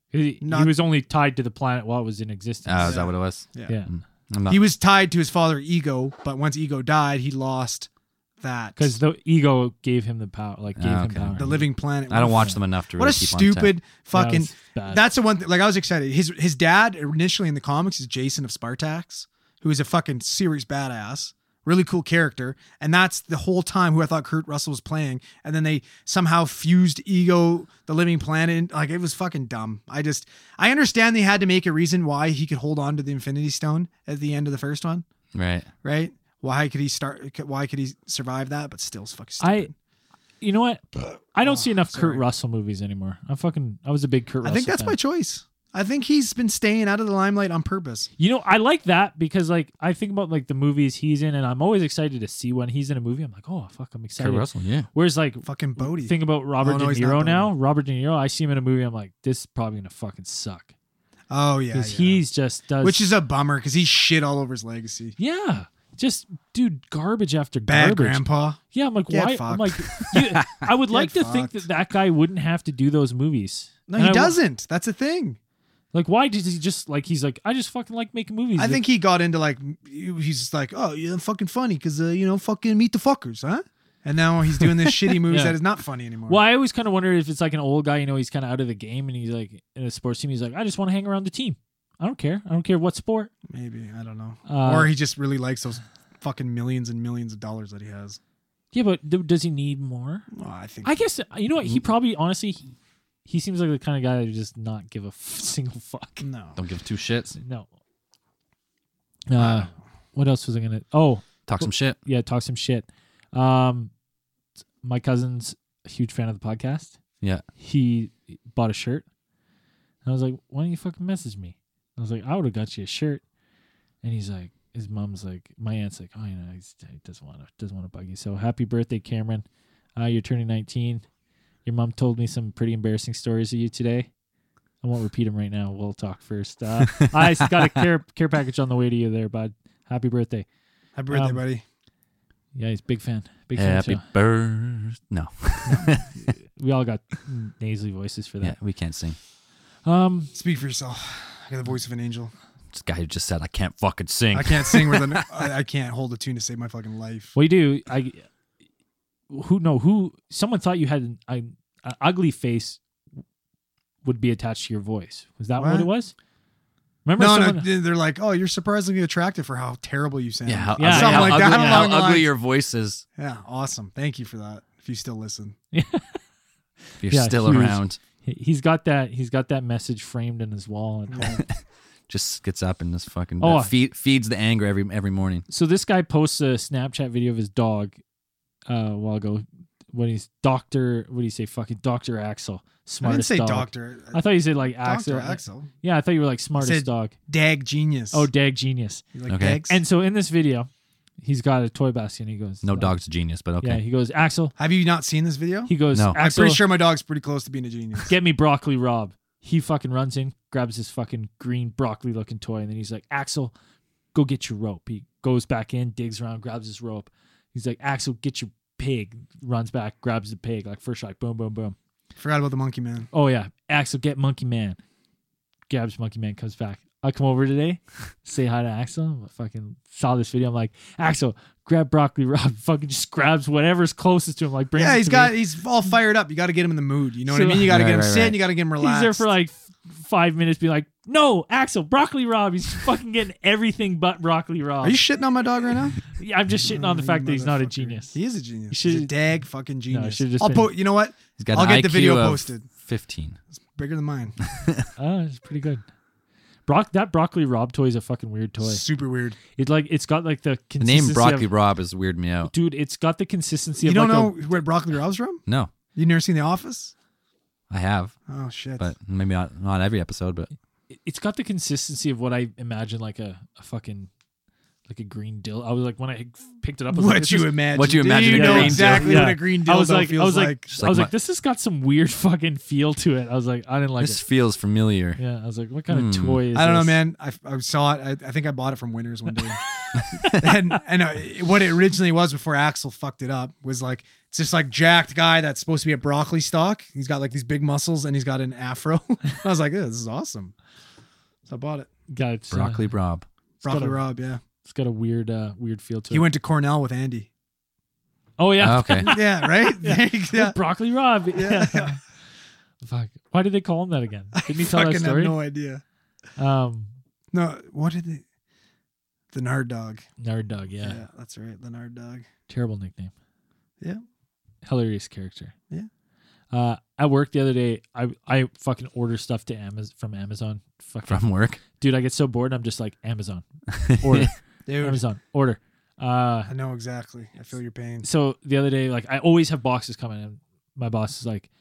[SPEAKER 2] he, he
[SPEAKER 3] not-
[SPEAKER 2] was only tied to the planet while it was in existence.
[SPEAKER 1] Oh, is that what it was?
[SPEAKER 2] yeah, Mm.
[SPEAKER 1] I'm not.
[SPEAKER 3] He was tied to his father ego, but once ego died, he lost that
[SPEAKER 2] because the ego gave him the power. Like gave
[SPEAKER 1] Ah,
[SPEAKER 2] him
[SPEAKER 1] okay.
[SPEAKER 2] power.
[SPEAKER 3] the living planet.
[SPEAKER 1] I don't watch them enough to.
[SPEAKER 3] What
[SPEAKER 1] really
[SPEAKER 3] a
[SPEAKER 1] keep on tap.
[SPEAKER 3] stupid
[SPEAKER 2] That
[SPEAKER 3] fucking
[SPEAKER 2] was bad.
[SPEAKER 3] That's the one. Thing, like I was excited. His his dad initially in the comics is Jason of Spartax, who is a fucking serious badass, really cool character, and that's the whole time who I thought Kurt Russell was playing. And then they somehow fused Ego, the Living Planet, in- like it was fucking dumb. I just I understand they had to make a reason why he could hold on to the Infinity Stone at the end of the first one,
[SPEAKER 1] Right.
[SPEAKER 3] right? Why could he start? Why could he survive that? But still, it's fucking
[SPEAKER 2] I,
[SPEAKER 3] stupid.
[SPEAKER 2] you know what? I don't
[SPEAKER 3] Oh,
[SPEAKER 2] see enough
[SPEAKER 3] sorry.
[SPEAKER 2] Kurt Russell movies anymore. I fucking I was a big Kurt.
[SPEAKER 3] I
[SPEAKER 2] Russell
[SPEAKER 3] think that's
[SPEAKER 2] fan.
[SPEAKER 3] by choice. I think he's been staying out of the limelight on purpose.
[SPEAKER 2] You know, I like that because like I think about like the movies he's in, and I'm always excited to see when he's in a movie. I'm like, oh fuck, I'm
[SPEAKER 1] Kurt
[SPEAKER 2] excited.
[SPEAKER 1] Russell. Yeah.
[SPEAKER 2] Whereas like
[SPEAKER 3] Fucking Bodie.
[SPEAKER 2] think about Robert
[SPEAKER 3] Oh, no,
[SPEAKER 2] De
[SPEAKER 3] he's not
[SPEAKER 2] Niro
[SPEAKER 3] Bodhi.
[SPEAKER 2] now. Robert De Niro, I see him in a movie. I'm like, this is probably gonna fucking suck
[SPEAKER 3] oh yeah,
[SPEAKER 2] because
[SPEAKER 3] yeah.
[SPEAKER 2] he's just does
[SPEAKER 3] which is a bummer because he's shit all over his legacy.
[SPEAKER 2] yeah, just dude, garbage after
[SPEAKER 3] Bad
[SPEAKER 2] garbage.
[SPEAKER 3] grandpa.
[SPEAKER 2] Yeah, I'm like,
[SPEAKER 3] Get
[SPEAKER 2] why? I'm
[SPEAKER 3] fucked.
[SPEAKER 2] like, you, I would like to
[SPEAKER 3] Get
[SPEAKER 2] think that
[SPEAKER 3] fucked.
[SPEAKER 2] that guy wouldn't have to do those movies.
[SPEAKER 3] No,
[SPEAKER 2] And
[SPEAKER 3] he
[SPEAKER 2] I w-
[SPEAKER 3] doesn't. That's the thing.
[SPEAKER 2] Like, why does he just like he's like I just fucking like making movies.
[SPEAKER 3] I
[SPEAKER 2] Like,
[SPEAKER 3] think he got into like he- he's just like, oh yeah, I'm fucking funny because uh, you know fucking meet the fuckers, huh? And now he's doing this shitty movies
[SPEAKER 2] Yeah.
[SPEAKER 3] that is not funny anymore.
[SPEAKER 2] Well, I always kind of wonder if it's like an old guy, you know, he's kind of out of the game and he's like in a sports team. He's like, I just want to hang around the team. I don't care. I don't care what sport.
[SPEAKER 3] Maybe I don't know.
[SPEAKER 2] Uh,
[SPEAKER 3] or he just really likes those fucking millions and millions of dollars that he has.
[SPEAKER 2] Yeah, but th- does he need more?
[SPEAKER 3] Well, I think
[SPEAKER 2] I guess, you know what? He probably, honestly, he, he seems like the kind of guy that would just not give a f- single fuck.
[SPEAKER 3] no.
[SPEAKER 1] Don't give two shits.
[SPEAKER 2] No. Uh, what else was I going to? Oh,
[SPEAKER 1] Talk some shit.
[SPEAKER 2] yeah, talk some shit. Um, my cousin's a huge fan of the podcast.
[SPEAKER 1] Yeah.
[SPEAKER 2] He bought a shirt. And I was like, why don't you fucking message me? I was like, I would have got you a shirt. And he's like, his mom's like, my aunt's like, oh, you know, he's, he doesn't want to doesn't want to bug you. So happy birthday, Cameron. Uh, you're turning 19. Your mom told me some pretty embarrassing stories of you today. I won't repeat them right now. We'll talk first. Uh, I got a care care package on the way to you there, bud. Happy birthday.
[SPEAKER 3] Happy birthday,
[SPEAKER 2] um,
[SPEAKER 3] buddy.
[SPEAKER 2] Yeah, he's a big fan. Big fan.
[SPEAKER 1] Happy
[SPEAKER 2] too.
[SPEAKER 1] birthday. No.
[SPEAKER 2] We all got nasally voices for
[SPEAKER 1] Yeah,
[SPEAKER 2] that.
[SPEAKER 1] we can't sing.
[SPEAKER 2] Um,
[SPEAKER 3] Speak for yourself. I got the voice of an angel.
[SPEAKER 1] This guy who just said I can't fucking sing.
[SPEAKER 3] I can't sing with an. I, I can't hold a tune to save my fucking life.
[SPEAKER 2] Well, you do. I who no who someone thought you had an, an, an ugly face would be attached to your voice. Was that what,
[SPEAKER 3] What?
[SPEAKER 2] it was? Remember
[SPEAKER 3] No, no,
[SPEAKER 2] someone?
[SPEAKER 3] they're like, oh, you're surprisingly attractive for how terrible you sound.
[SPEAKER 1] Yeah, how,
[SPEAKER 2] Yeah,
[SPEAKER 1] ugly,
[SPEAKER 2] something
[SPEAKER 1] how
[SPEAKER 2] like
[SPEAKER 1] ugly,
[SPEAKER 2] that
[SPEAKER 1] how
[SPEAKER 3] along the
[SPEAKER 1] ugly
[SPEAKER 3] lines.
[SPEAKER 1] your voice is.
[SPEAKER 3] Yeah, awesome. Thank you for that. If you still listen,
[SPEAKER 1] If you're
[SPEAKER 2] Yeah,
[SPEAKER 1] still
[SPEAKER 2] huge.
[SPEAKER 1] around,
[SPEAKER 2] He- He's got that. He's got that message framed in his wall. at home.
[SPEAKER 1] just gets up and just fucking
[SPEAKER 2] Oh.
[SPEAKER 1] that feed, feeds the anger every every morning.
[SPEAKER 2] so this guy posts a Snapchat video of his dog uh, a while ago. When he's Doctor, what do you say? Fucking Doctor Axel,
[SPEAKER 3] I didn't
[SPEAKER 2] smartest
[SPEAKER 3] say
[SPEAKER 2] dog.
[SPEAKER 3] doctor.
[SPEAKER 2] I thought you said like
[SPEAKER 3] Doctor
[SPEAKER 2] Axel.
[SPEAKER 3] Axel.
[SPEAKER 2] Yeah, I thought you were like smartest
[SPEAKER 3] Said-
[SPEAKER 2] dog.
[SPEAKER 3] Dag genius.
[SPEAKER 2] Oh, dag genius.
[SPEAKER 3] You like
[SPEAKER 1] Okay.
[SPEAKER 3] Dags?
[SPEAKER 2] And so in this video, he's got a toy basket and he goes,
[SPEAKER 1] No
[SPEAKER 2] uh,
[SPEAKER 1] dog's a genius, but
[SPEAKER 2] Yeah,
[SPEAKER 1] okay.
[SPEAKER 2] he goes, Axel.
[SPEAKER 3] have you not seen this video?
[SPEAKER 2] He goes,
[SPEAKER 1] No. I'm
[SPEAKER 3] I'm
[SPEAKER 2] Axel,
[SPEAKER 3] pretty sure my dog's pretty close to being a genius.
[SPEAKER 2] get me broccoli, Rob. He fucking runs in, grabs his fucking green broccoli looking toy, and then he's like, Axel, go get your rope. He goes back in, digs around, grabs his rope. He's like, Axel, get your pig. Runs back, grabs the pig, like first shot, boom, boom, boom.
[SPEAKER 3] Forgot about the monkey man.
[SPEAKER 2] Oh yeah, Axel, get Monkey Man. Grabs Monkey Man, comes back. I come over today, say hi to Axel. I fucking saw this video. I'm like, Axel, grab broccoli. Rob fucking just grabs whatever's closest to him. Like, brings
[SPEAKER 3] Yeah,
[SPEAKER 2] it
[SPEAKER 3] he's
[SPEAKER 2] to
[SPEAKER 3] got
[SPEAKER 2] me.
[SPEAKER 3] he's all fired up. You got to get him in the mood. You know
[SPEAKER 2] So-
[SPEAKER 3] what I mean? You got to
[SPEAKER 1] Right,
[SPEAKER 3] get him
[SPEAKER 1] right,
[SPEAKER 3] sitting.
[SPEAKER 1] right.
[SPEAKER 3] You got to get him
[SPEAKER 2] He's
[SPEAKER 3] relaxed.
[SPEAKER 2] there for like f- five minutes, being like, no, Axel, broccoli. Rob. He's fucking getting everything but broccoli. Rob.
[SPEAKER 3] Are you shitting on my dog right now?
[SPEAKER 2] Yeah, I'm just shitting on the
[SPEAKER 3] Oh,
[SPEAKER 2] fact
[SPEAKER 3] you
[SPEAKER 2] that he's not a
[SPEAKER 3] motherfucker.
[SPEAKER 2] genius.
[SPEAKER 3] He is a genius.
[SPEAKER 2] You
[SPEAKER 3] he's a
[SPEAKER 2] should-
[SPEAKER 3] dag fucking
[SPEAKER 2] it
[SPEAKER 3] genius.
[SPEAKER 2] should've just
[SPEAKER 3] I'll
[SPEAKER 2] been-
[SPEAKER 3] put. You know what?
[SPEAKER 1] He's got
[SPEAKER 3] I'll
[SPEAKER 1] an
[SPEAKER 3] get the
[SPEAKER 1] IQ
[SPEAKER 3] video
[SPEAKER 1] of
[SPEAKER 3] posted.
[SPEAKER 1] Fifteen.
[SPEAKER 3] Bigger than mine.
[SPEAKER 2] Oh, it's pretty good. Brock, that broccoli Rob toy is a fucking weird toy.
[SPEAKER 3] Super weird.
[SPEAKER 2] It's like it's got like the
[SPEAKER 1] The name
[SPEAKER 2] consistency
[SPEAKER 1] Broccoli
[SPEAKER 2] of,
[SPEAKER 1] Rob has weirded me out.
[SPEAKER 2] dude. It's got the consistency
[SPEAKER 3] You
[SPEAKER 2] of
[SPEAKER 3] don't
[SPEAKER 2] like a-
[SPEAKER 3] know where broccoli Rob's from?
[SPEAKER 1] No,
[SPEAKER 3] You never seen The Office?
[SPEAKER 1] I have,
[SPEAKER 3] Oh shit.
[SPEAKER 1] but maybe not, not every episode. But
[SPEAKER 2] it- it's got the consistency of what I imagine like a, a fucking like a green dill. I was like when I picked it up, I was like,
[SPEAKER 3] what
[SPEAKER 2] this
[SPEAKER 3] you
[SPEAKER 2] is-
[SPEAKER 3] imagine?
[SPEAKER 1] what you
[SPEAKER 3] Do
[SPEAKER 1] imagine a
[SPEAKER 3] You know
[SPEAKER 1] green
[SPEAKER 3] exactly
[SPEAKER 2] dildo-
[SPEAKER 3] what
[SPEAKER 2] Yeah.
[SPEAKER 3] a green
[SPEAKER 2] I
[SPEAKER 3] dildo
[SPEAKER 2] was like,
[SPEAKER 3] feels
[SPEAKER 2] I was like,
[SPEAKER 1] Just
[SPEAKER 2] I was
[SPEAKER 1] like my-
[SPEAKER 2] like, this has got some weird fucking feel to it. I was like, I didn't like
[SPEAKER 1] this
[SPEAKER 2] it.
[SPEAKER 1] feels familiar.
[SPEAKER 2] Yeah, I was like, what kind of
[SPEAKER 1] Hmm.
[SPEAKER 2] toy is
[SPEAKER 3] I don't know,
[SPEAKER 2] this?
[SPEAKER 3] man. I, I saw it. I, I think I bought it from Winners one day. and and uh, what it originally was before Axel fucked it up was like it's just like jacked guy that's supposed to be a broccoli stock. He's got like these big muscles and he's got an afro. I was like, "Yeah, this is awesome. So I bought it.
[SPEAKER 2] God, it's, uh,
[SPEAKER 1] Broccoli Rob.
[SPEAKER 2] got
[SPEAKER 3] Broccoli
[SPEAKER 2] a-
[SPEAKER 3] Rob, yeah.
[SPEAKER 2] it's got a weird, uh, weird feel to
[SPEAKER 3] He
[SPEAKER 2] it.
[SPEAKER 3] went to Cornell with Andy.
[SPEAKER 2] oh yeah,
[SPEAKER 1] Oh, okay.
[SPEAKER 3] Yeah, right? yeah. yeah.
[SPEAKER 2] broccoli Rob.
[SPEAKER 3] Yeah.
[SPEAKER 2] Yeah. Fuck. Why did they call him that again? Didn't he tell that
[SPEAKER 3] Fucking have
[SPEAKER 2] story?
[SPEAKER 3] no idea.
[SPEAKER 2] um,
[SPEAKER 3] No, what did they? The Nard Dog.
[SPEAKER 2] Nerd Dog. Yeah.
[SPEAKER 3] that's right. The Nard Dog.
[SPEAKER 2] terrible nickname.
[SPEAKER 3] Yeah.
[SPEAKER 2] hilarious character.
[SPEAKER 3] Yeah.
[SPEAKER 2] Uh, at work the other day, I I fucking order stuff to Amazon from Amazon. Fucking
[SPEAKER 1] From work.
[SPEAKER 2] dude, I get so bored. I'm just like Amazon, order,
[SPEAKER 3] Dude,
[SPEAKER 2] Amazon, order. Uh,
[SPEAKER 3] I know exactly. I feel your pain.
[SPEAKER 2] so the other day, like I always have boxes coming, and my boss is like,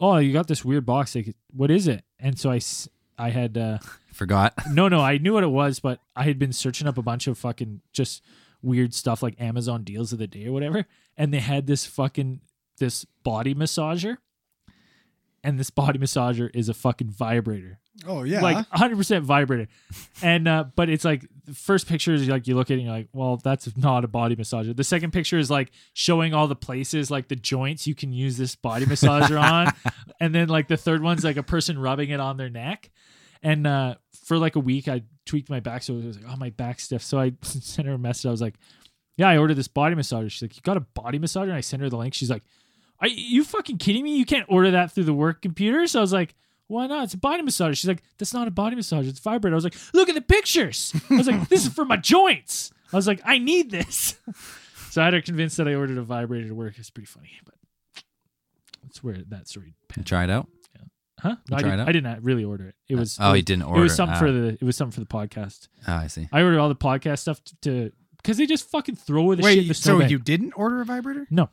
[SPEAKER 2] "Oh, you got this weird box. Like, what is it?" And so I s- I had uh,
[SPEAKER 1] Forgot.
[SPEAKER 2] no, no, I knew what it was, but I had been searching up a bunch of fucking just weird stuff like Amazon deals of the day or whatever, and they had this fucking this body massager, and this body massager is a fucking vibrator,
[SPEAKER 3] Oh yeah.
[SPEAKER 2] like 100 percent vibrator, and uh, but it's like the first picture is like you look at it and you're like, well, that's not a body massager. The second picture is like showing all the places like the joints you can use this body massager on, and then like the third one's like a person rubbing it on their neck. And uh, for like a week, I tweaked my back. So it was like, oh, my back stiff. So I sent her a message. I was like, yeah, I ordered this body massager. She's like, you got a body massager? And I sent her the link. She's like, are you fucking kidding me? You can't order that through the work computer. So I was like, why not? It's a body massager. She's like, that's not a body massager. It's vibrator. I was like, look at the pictures. I was like, this is for my joints. I was like, I need this. so I had her convinced that I ordered a vibrator to work. It's pretty funny, but that's where that story.
[SPEAKER 1] You try it out.
[SPEAKER 2] Huh? No, I,
[SPEAKER 1] tried
[SPEAKER 2] didn't,
[SPEAKER 1] it?
[SPEAKER 2] I didn't really order it. It was
[SPEAKER 1] oh,
[SPEAKER 2] it
[SPEAKER 1] he
[SPEAKER 2] was-
[SPEAKER 1] didn't order.
[SPEAKER 2] it was something
[SPEAKER 1] Ah.
[SPEAKER 2] for the it was something for the podcast.
[SPEAKER 1] Ah, I see.
[SPEAKER 2] I ordered all the podcast stuff t- to because they just fucking throw the shit. in
[SPEAKER 3] Wait,
[SPEAKER 2] the
[SPEAKER 3] so
[SPEAKER 2] snowbank.
[SPEAKER 3] you didn't order a vibrator?
[SPEAKER 2] No.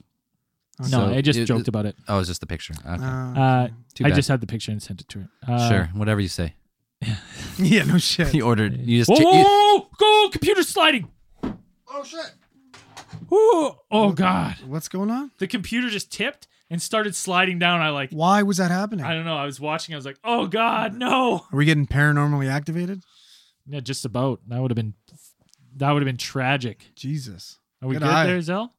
[SPEAKER 2] no,
[SPEAKER 3] Okay.
[SPEAKER 1] So
[SPEAKER 2] I just
[SPEAKER 1] it-
[SPEAKER 2] joked about it.
[SPEAKER 1] Oh, it's just the picture. Okay.
[SPEAKER 3] Uh,
[SPEAKER 1] Too
[SPEAKER 2] I
[SPEAKER 1] bad.
[SPEAKER 2] just had the picture and sent it to her. Uh,
[SPEAKER 1] sure. Whatever you say.
[SPEAKER 3] yeah, no shit.
[SPEAKER 1] You ordered. You just.
[SPEAKER 2] Whoa,
[SPEAKER 1] cha-
[SPEAKER 2] whoa,
[SPEAKER 1] you-
[SPEAKER 2] whoa, whoa, go! Computer sliding.
[SPEAKER 3] Oh shit!
[SPEAKER 2] Ooh, oh god,
[SPEAKER 3] What's going on?
[SPEAKER 2] the computer just tipped and started sliding down. I like,
[SPEAKER 3] Why was that happening?
[SPEAKER 2] I don't know. I was watching. I was like, oh god, no.
[SPEAKER 3] Are we getting paranormally activated?
[SPEAKER 2] Yeah, just about. That would have been, that would have been tragic.
[SPEAKER 3] Jesus.
[SPEAKER 2] Are we
[SPEAKER 3] Good
[SPEAKER 2] good,
[SPEAKER 3] eye.
[SPEAKER 2] there, Zell?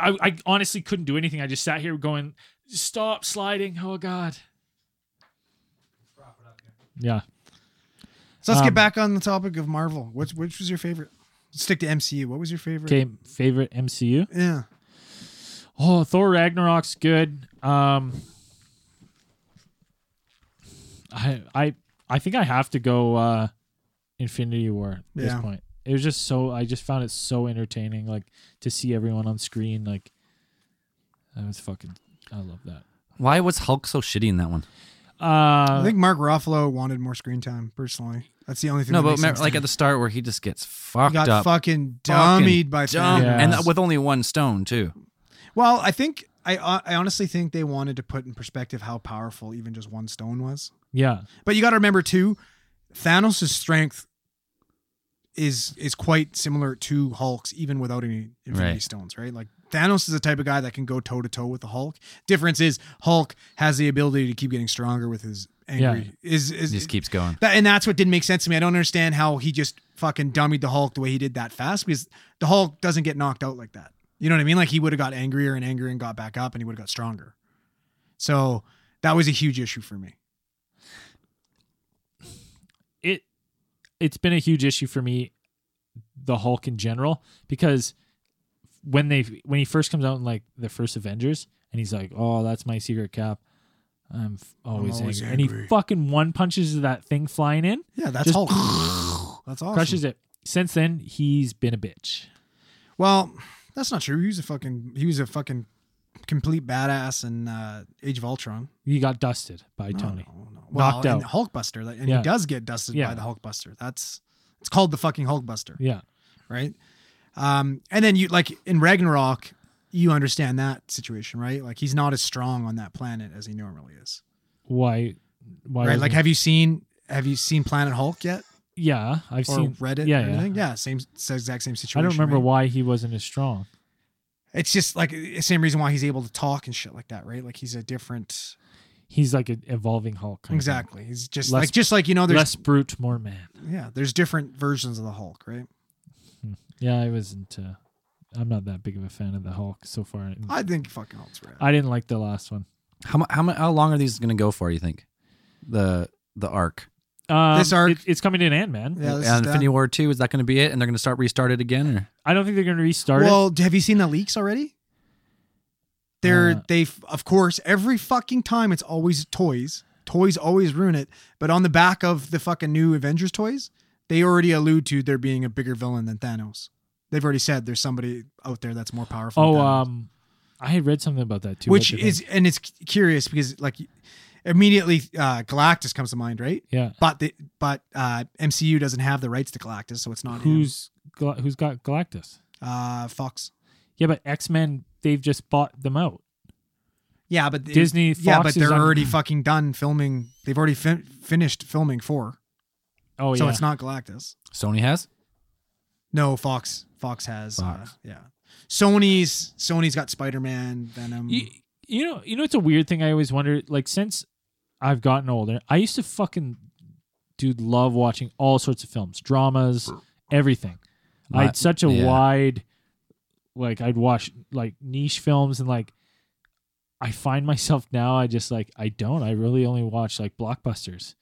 [SPEAKER 2] I, I honestly couldn't do anything. I just sat here going, stop sliding. Oh, God. Yeah.
[SPEAKER 3] So let's
[SPEAKER 2] Um,
[SPEAKER 3] get back on the topic of Marvel. Which which was your favorite? Stick to MCU. What was your favorite?
[SPEAKER 2] Okay. Favorite MCU?
[SPEAKER 3] Yeah.
[SPEAKER 2] Oh, Thor Ragnarok's good. Um, I I I think I have to go uh Infinity War at this
[SPEAKER 3] Yeah.
[SPEAKER 2] point. It was just so I just found it so entertaining, like to see everyone on screen, like that was fucking I love that.
[SPEAKER 1] Why was Hulk so shitty in that one?
[SPEAKER 2] Uh
[SPEAKER 3] I think Mark Ruffalo wanted more screen time personally. That's the only thing.
[SPEAKER 1] No,
[SPEAKER 3] that
[SPEAKER 1] but
[SPEAKER 3] makes
[SPEAKER 1] remember,
[SPEAKER 3] sense to
[SPEAKER 1] like
[SPEAKER 3] me.
[SPEAKER 1] at the start where he just gets fucked
[SPEAKER 3] He got
[SPEAKER 1] up,
[SPEAKER 3] fucking
[SPEAKER 1] Fucking
[SPEAKER 3] dummied by
[SPEAKER 1] dumb,
[SPEAKER 3] Thanos.
[SPEAKER 2] Yeah.
[SPEAKER 1] and that- with only one stone too.
[SPEAKER 3] Well, I think I uh, I honestly think they wanted to put in perspective how powerful even just one stone was.
[SPEAKER 2] yeah.
[SPEAKER 3] But you got to remember too, Thanos' strength is is quite similar to Hulk's, even without any Infinity
[SPEAKER 1] Right.
[SPEAKER 3] Stones, right? Like Thanos is the type of guy that can go toe to toe with the Hulk. Difference is Hulk has the ability to keep getting stronger with his angry. Is
[SPEAKER 1] He
[SPEAKER 3] is
[SPEAKER 1] just keeps going.
[SPEAKER 3] that, and that's what didn't make sense to me. I don't understand how he just fucking dummied the Hulk the way he did that fast because the Hulk doesn't get knocked out like that. You know what I mean? Like he would have got angrier and angrier and got back up and he would have got stronger. So that was a huge issue for me.
[SPEAKER 2] it it's been a huge issue for me the hulk in general because when they when he first comes out in like the first avengers and he's like oh that's my secret cap i'm f- always,
[SPEAKER 3] always
[SPEAKER 2] angry. and he
[SPEAKER 3] angry.
[SPEAKER 2] fucking one punches that thing flying in
[SPEAKER 3] Yeah, that's
[SPEAKER 2] Just-
[SPEAKER 3] Hulk. that's awesome.
[SPEAKER 2] crushes it since then he's been a bitch
[SPEAKER 3] Well, that's not true. He was a fucking he was a fucking complete badass in uh, Age of Ultron.
[SPEAKER 2] he got dusted by
[SPEAKER 3] No,
[SPEAKER 2] tony
[SPEAKER 3] no, no. Well,
[SPEAKER 2] Knocked
[SPEAKER 3] and
[SPEAKER 2] out.
[SPEAKER 3] Hulkbuster, like, and
[SPEAKER 2] Yeah.
[SPEAKER 3] he does get dusted
[SPEAKER 2] Yeah.
[SPEAKER 3] by the Hulkbuster. That's it's called the fucking Hulkbuster.
[SPEAKER 2] yeah
[SPEAKER 3] right? Um, and then you like in Ragnarok, you understand that situation, right? Like he's not as strong on that planet as he normally is,
[SPEAKER 2] why why
[SPEAKER 3] right?
[SPEAKER 2] wasn't-
[SPEAKER 3] Like, have you seen have you seen Planet Hulk yet,
[SPEAKER 2] yeah i've
[SPEAKER 3] or
[SPEAKER 2] seen
[SPEAKER 3] read it?
[SPEAKER 2] yeah,
[SPEAKER 3] or
[SPEAKER 2] yeah.
[SPEAKER 3] anything? yeah, same it's the exact same situation.
[SPEAKER 2] i don't remember
[SPEAKER 3] right?
[SPEAKER 2] why he wasn't as strong
[SPEAKER 3] It's just like the same reason why he's able to talk and shit like that, right? Like he's a different,
[SPEAKER 2] he's like an evolving hulk kind of thing.
[SPEAKER 3] exactly. He's just
[SPEAKER 2] Less-
[SPEAKER 3] like just like you know, there's
[SPEAKER 2] less brute more man
[SPEAKER 3] yeah, there's different versions of the Hulk, right?
[SPEAKER 2] Yeah, I wasn't. Uh, I'm not that big of a fan of the Hulk so far. And
[SPEAKER 3] I think fucking Hulk's right.
[SPEAKER 2] I didn't like the last one.
[SPEAKER 1] How mu- how mu- how long are these going to go for? You think the the arc
[SPEAKER 2] Um,
[SPEAKER 3] This arc-
[SPEAKER 2] it, it's coming in Ant Man.
[SPEAKER 3] yeah, this is
[SPEAKER 1] and Infinity
[SPEAKER 3] bad.
[SPEAKER 1] War two is that going to be it? And they're going to start restart it again? Or?
[SPEAKER 2] I don't think they're going to restart it.
[SPEAKER 3] Well, d- have you seen the leaks already? They're
[SPEAKER 2] Uh,
[SPEAKER 3] they f- of course every fucking time it's always toys. Toys always ruin it. But on the back of the fucking new Avengers toys, they already allude to there being a bigger villain than Thanos. They've already said there's somebody out there that's more powerful.
[SPEAKER 2] Oh,
[SPEAKER 3] than Thanos.
[SPEAKER 2] um, I had read something about that too. what
[SPEAKER 3] which
[SPEAKER 2] do you
[SPEAKER 3] is
[SPEAKER 2] think?
[SPEAKER 3] and it's c- curious because like immediately uh, Galactus comes to mind, right?
[SPEAKER 2] yeah.
[SPEAKER 3] But the but uh, MCU doesn't have the rights to Galactus, so it's not him.
[SPEAKER 2] Who's Gal- who's got Galactus?
[SPEAKER 3] uh, Fox.
[SPEAKER 2] Yeah, but X Men they've just bought them out.
[SPEAKER 3] Yeah, but it-
[SPEAKER 2] Disney,
[SPEAKER 3] yeah,
[SPEAKER 2] Fox
[SPEAKER 3] but
[SPEAKER 2] is
[SPEAKER 3] they're
[SPEAKER 2] on-
[SPEAKER 3] already fucking done filming. They've already fin- finished filming four,
[SPEAKER 2] Oh
[SPEAKER 3] so
[SPEAKER 2] yeah.
[SPEAKER 3] it's not Galactus.
[SPEAKER 1] Sony has.
[SPEAKER 3] No, Fox. Fox has. Uh,
[SPEAKER 1] Fox.
[SPEAKER 3] yeah, Sony's. Sony's got Spider Man, Venom.
[SPEAKER 2] you, you know, you know, it's a weird thing. I always wonder. Like since I've gotten older, I used to fucking dude love watching all sorts of films, dramas, everything. I
[SPEAKER 1] My-
[SPEAKER 2] had such a
[SPEAKER 1] yeah.
[SPEAKER 2] wide, like I'd watch like niche films and like. I find myself now. I just like I don't. I really only watch like blockbusters,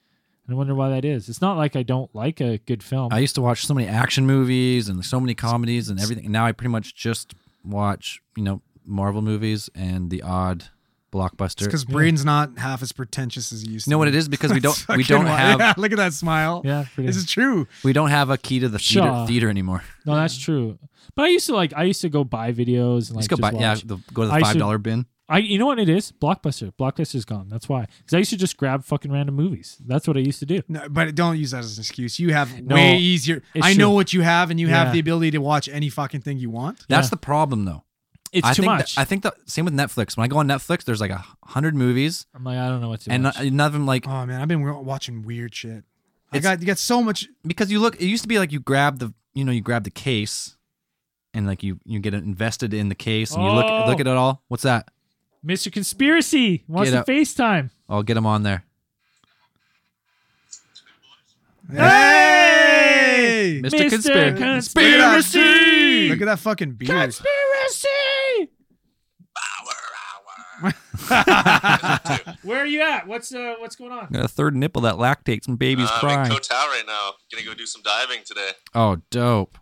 [SPEAKER 2] and I wonder why that is. It's not like I don't like a good film.
[SPEAKER 1] I used to watch so many action movies and so many comedies and everything. Now I pretty much just watch, you know, Marvel movies and the odd
[SPEAKER 3] it's
[SPEAKER 1] blockbuster.
[SPEAKER 3] because Braden's not half as pretentious as he used to.
[SPEAKER 1] You know what
[SPEAKER 3] be.
[SPEAKER 1] it is because we don't we
[SPEAKER 3] Fucking
[SPEAKER 1] don't
[SPEAKER 3] why-
[SPEAKER 1] have
[SPEAKER 3] Yeah, look at that smile.
[SPEAKER 2] yeah, pretty.
[SPEAKER 3] This is true.
[SPEAKER 1] we don't have a key to the theater,
[SPEAKER 2] Shaw.
[SPEAKER 1] theater anymore.
[SPEAKER 2] no, that's true. But I used to like. I used to go buy videos and
[SPEAKER 1] Let's
[SPEAKER 2] like
[SPEAKER 1] go buy
[SPEAKER 2] watch.
[SPEAKER 1] yeah, the, go to the
[SPEAKER 2] I used to-
[SPEAKER 1] five dollar bin.
[SPEAKER 2] I you know what it is? Blockbuster. Blockbuster's gone. That's why. Because I used to just grab fucking random movies. That's what I used to do.
[SPEAKER 3] No, but don't use that as an excuse. You have
[SPEAKER 2] No,
[SPEAKER 3] way easier.
[SPEAKER 2] it's
[SPEAKER 3] I know
[SPEAKER 2] true.
[SPEAKER 3] what you have, and you
[SPEAKER 2] Yeah.
[SPEAKER 3] have the ability to watch any fucking thing you want.
[SPEAKER 1] That's
[SPEAKER 2] Yeah.
[SPEAKER 1] the problem though.
[SPEAKER 2] It's
[SPEAKER 1] I
[SPEAKER 2] too
[SPEAKER 1] think that-
[SPEAKER 2] much.
[SPEAKER 1] I think the same with Netflix. When I go on Netflix, there's like a hundred movies
[SPEAKER 2] I'm like, I don't know what to
[SPEAKER 1] and
[SPEAKER 2] watch.
[SPEAKER 1] not- none of them like
[SPEAKER 3] Oh man, I've been wa- watching weird shit. I
[SPEAKER 1] It's-
[SPEAKER 3] got you got so much
[SPEAKER 1] because you look it used to be like you grab the you know, you grab the case and like you you get invested in the case and you
[SPEAKER 2] Oh.
[SPEAKER 1] look look at it all. What's that?
[SPEAKER 2] Mr. Conspiracy wants
[SPEAKER 1] Get
[SPEAKER 2] to
[SPEAKER 1] out.
[SPEAKER 2] FaceTime.
[SPEAKER 1] I'll Oh, get him on there.
[SPEAKER 3] Hey!
[SPEAKER 1] Mr. Conspir-
[SPEAKER 2] Conspiracy!
[SPEAKER 3] Look at that fucking beard.
[SPEAKER 2] Conspiracy! Where are you at? What's uh what's going on?
[SPEAKER 1] Got a third nipple that lactates and babies
[SPEAKER 4] Uh, I'm
[SPEAKER 1] crying.
[SPEAKER 4] in Kotao right now. Gonna go do some diving today. Uh,
[SPEAKER 1] oh, dope.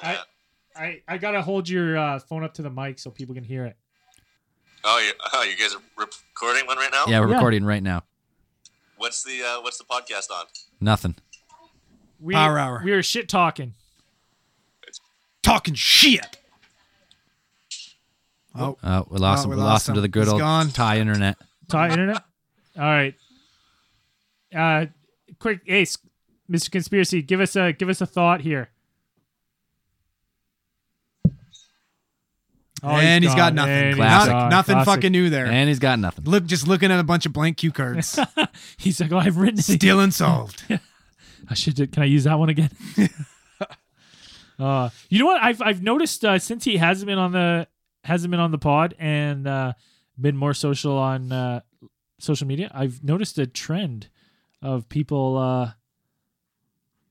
[SPEAKER 2] I I, I gotta hold your uh, phone up to the mic so people can hear it.
[SPEAKER 4] Oh, you, oh, you guys are recording one right now?
[SPEAKER 1] Yeah, we're
[SPEAKER 2] Yeah.
[SPEAKER 1] recording right now.
[SPEAKER 4] What's the uh, What's the podcast on?
[SPEAKER 1] Nothing.
[SPEAKER 2] We,
[SPEAKER 3] Power hour.
[SPEAKER 2] We were shit talking.
[SPEAKER 3] Talking shit. Oh,
[SPEAKER 1] Uh, we lost
[SPEAKER 3] Oh,
[SPEAKER 1] him.
[SPEAKER 3] we
[SPEAKER 1] We,
[SPEAKER 3] lost
[SPEAKER 1] lost him to
[SPEAKER 3] him.
[SPEAKER 1] the good
[SPEAKER 3] He's
[SPEAKER 1] old
[SPEAKER 3] gone.
[SPEAKER 1] Thai internet.
[SPEAKER 2] Tie internet. All right. Uh, quick, Ace, Mr. Conspiracy, give us a give us a thought here. Oh,
[SPEAKER 3] and he's
[SPEAKER 2] gone.
[SPEAKER 3] got nothing.
[SPEAKER 2] And he's
[SPEAKER 1] Classic.
[SPEAKER 2] gone.
[SPEAKER 3] Not- nothing
[SPEAKER 2] Classic.
[SPEAKER 3] fucking new there.
[SPEAKER 1] And he's got nothing.
[SPEAKER 3] Look, just looking at a bunch of blank cue cards.
[SPEAKER 2] He's like, oh, I've written. it.
[SPEAKER 3] Still unsolved.
[SPEAKER 2] I should. do- Can I use that one again? uh, you know what? I've I've noticed uh, since he hasn't been on the hasn't been on the pod and uh, been more social on uh, social media. I've noticed a trend of people uh,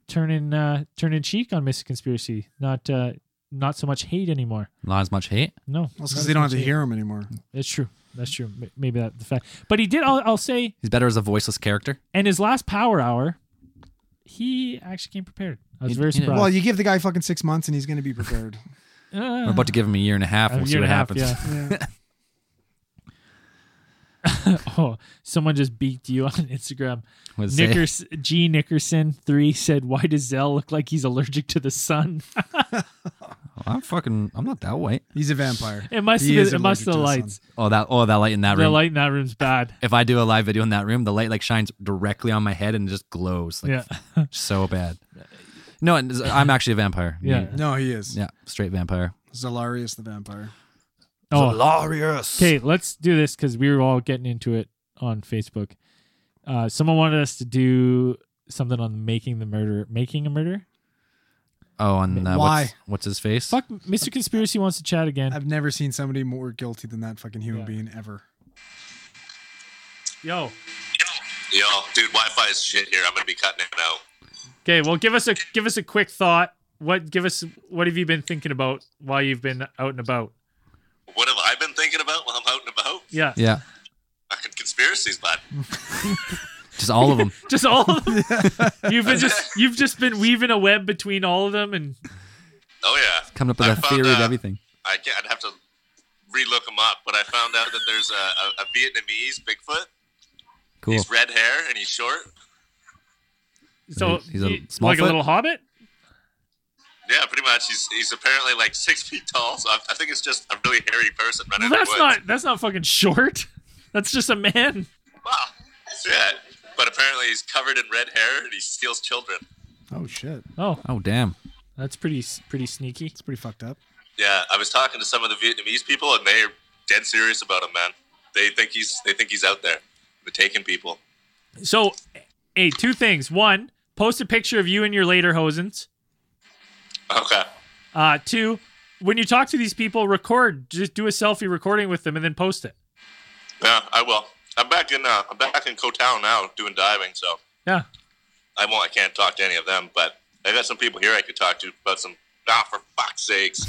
[SPEAKER 2] turning uh, turning cheek on Mr. Conspiracy. Not uh, not so much hate anymore.
[SPEAKER 1] Not as much hate.
[SPEAKER 2] No,
[SPEAKER 3] Well,
[SPEAKER 2] not
[SPEAKER 3] because
[SPEAKER 2] as
[SPEAKER 3] they don't
[SPEAKER 2] much
[SPEAKER 3] have to
[SPEAKER 2] hate.
[SPEAKER 3] hear him anymore.
[SPEAKER 2] That's true. That's true. M- Maybe that's the fact. But he did. I'll, I'll say.
[SPEAKER 1] He's better as a voiceless character.
[SPEAKER 2] And his last power hour, he actually came prepared. I was
[SPEAKER 1] He-
[SPEAKER 2] very
[SPEAKER 1] he did.
[SPEAKER 2] surprised.
[SPEAKER 3] Well, you give the guy fucking six months and he's going to be prepared.
[SPEAKER 2] Uh,
[SPEAKER 1] We're about to give him a year and a half,
[SPEAKER 2] a
[SPEAKER 1] and we'll see
[SPEAKER 2] year
[SPEAKER 1] what
[SPEAKER 2] and a half,
[SPEAKER 1] happens.
[SPEAKER 3] Yeah.
[SPEAKER 2] yeah. oh, someone just beaked you on Instagram.
[SPEAKER 1] What's it say?
[SPEAKER 2] Nickers, G. Nickerson three said, "Why does Zell look like he's allergic to the sun?"
[SPEAKER 1] Oh, I'm fucking. I'm not that white.
[SPEAKER 3] He's a vampire.
[SPEAKER 2] It must
[SPEAKER 3] He
[SPEAKER 2] have
[SPEAKER 3] is
[SPEAKER 2] been, it must have
[SPEAKER 3] allergic
[SPEAKER 2] the
[SPEAKER 3] to the sun.
[SPEAKER 2] lights.
[SPEAKER 1] Oh that. Oh that light in that
[SPEAKER 2] The
[SPEAKER 1] room.
[SPEAKER 2] light in that room's bad.
[SPEAKER 1] If I do a live video in that room, the light like shines directly on my head and just glows. Like,
[SPEAKER 2] yeah,
[SPEAKER 1] So bad. No, and I'm actually a vampire.
[SPEAKER 2] yeah.
[SPEAKER 3] No, he is.
[SPEAKER 1] Yeah. Straight vampire.
[SPEAKER 3] Zalarius the vampire.
[SPEAKER 2] Oh,
[SPEAKER 1] Glorious.
[SPEAKER 2] okay. Let's do this because we were all getting into it on Facebook. Uh, someone wanted us to do something on making the murder, making a murder.
[SPEAKER 1] Oh, and uh,
[SPEAKER 3] Why?
[SPEAKER 1] What's, what's his face?
[SPEAKER 2] Fuck, Mr. Conspiracy wants to chat again.
[SPEAKER 3] I've never seen somebody more guilty than that fucking human
[SPEAKER 2] Yeah.
[SPEAKER 3] being ever.
[SPEAKER 2] Yo,
[SPEAKER 4] Yo, dude, Wi-Fi is shit here. I'm gonna be cutting it out.
[SPEAKER 2] Okay, well, give us a give us a quick thought. What give us what have you been thinking about while you've been out and about?
[SPEAKER 4] What have I been thinking about while I'm out and about?
[SPEAKER 2] Yeah,
[SPEAKER 1] Yeah.
[SPEAKER 4] Fucking conspiracies, bud.
[SPEAKER 1] Just all of them.
[SPEAKER 2] just all of them. you've been just you've just been weaving a web between all of them, and
[SPEAKER 4] Oh yeah.
[SPEAKER 1] Coming up with
[SPEAKER 4] I
[SPEAKER 1] a
[SPEAKER 4] found,
[SPEAKER 1] theory of
[SPEAKER 4] uh,
[SPEAKER 1] everything.
[SPEAKER 4] I can't. I'd have to relook them up, but I found out that there's a, a, a Vietnamese Bigfoot.
[SPEAKER 1] Cool.
[SPEAKER 4] He's red hair and he's short.
[SPEAKER 2] so
[SPEAKER 1] He's- he's a
[SPEAKER 2] you-
[SPEAKER 1] small
[SPEAKER 2] like a
[SPEAKER 1] foot?
[SPEAKER 2] little hobbit.
[SPEAKER 4] Yeah, pretty much. He's he's apparently like six feet tall. So I, I think it's just a really hairy person running.
[SPEAKER 2] Well,
[SPEAKER 4] in the
[SPEAKER 2] that's
[SPEAKER 4] woods.
[SPEAKER 2] not that's not fucking short. That's just a man.
[SPEAKER 4] Wow. Yeah. But apparently he's covered in red hair and he steals children.
[SPEAKER 3] Oh, shit.
[SPEAKER 2] Oh,
[SPEAKER 1] Oh damn.
[SPEAKER 2] that's pretty s- pretty sneaky.
[SPEAKER 3] It's pretty fucked up.
[SPEAKER 4] Yeah, I was talking to some of the Vietnamese people and they're dead serious about him, man. They think he's they think he's out there. They're taking people.
[SPEAKER 2] So, hey, two things. One, post a picture of you and your later hosens.
[SPEAKER 4] Okay.
[SPEAKER 2] Uh, two, when you talk to these people, record. Just do a selfie recording with them and then post it.
[SPEAKER 4] Yeah, I will. I'm back in uh, I'm back in Koh Tao now doing diving, so
[SPEAKER 2] Yeah.
[SPEAKER 4] I won't I can't talk to any of them, but I got some people here I could talk to about some ah for fuck's sakes.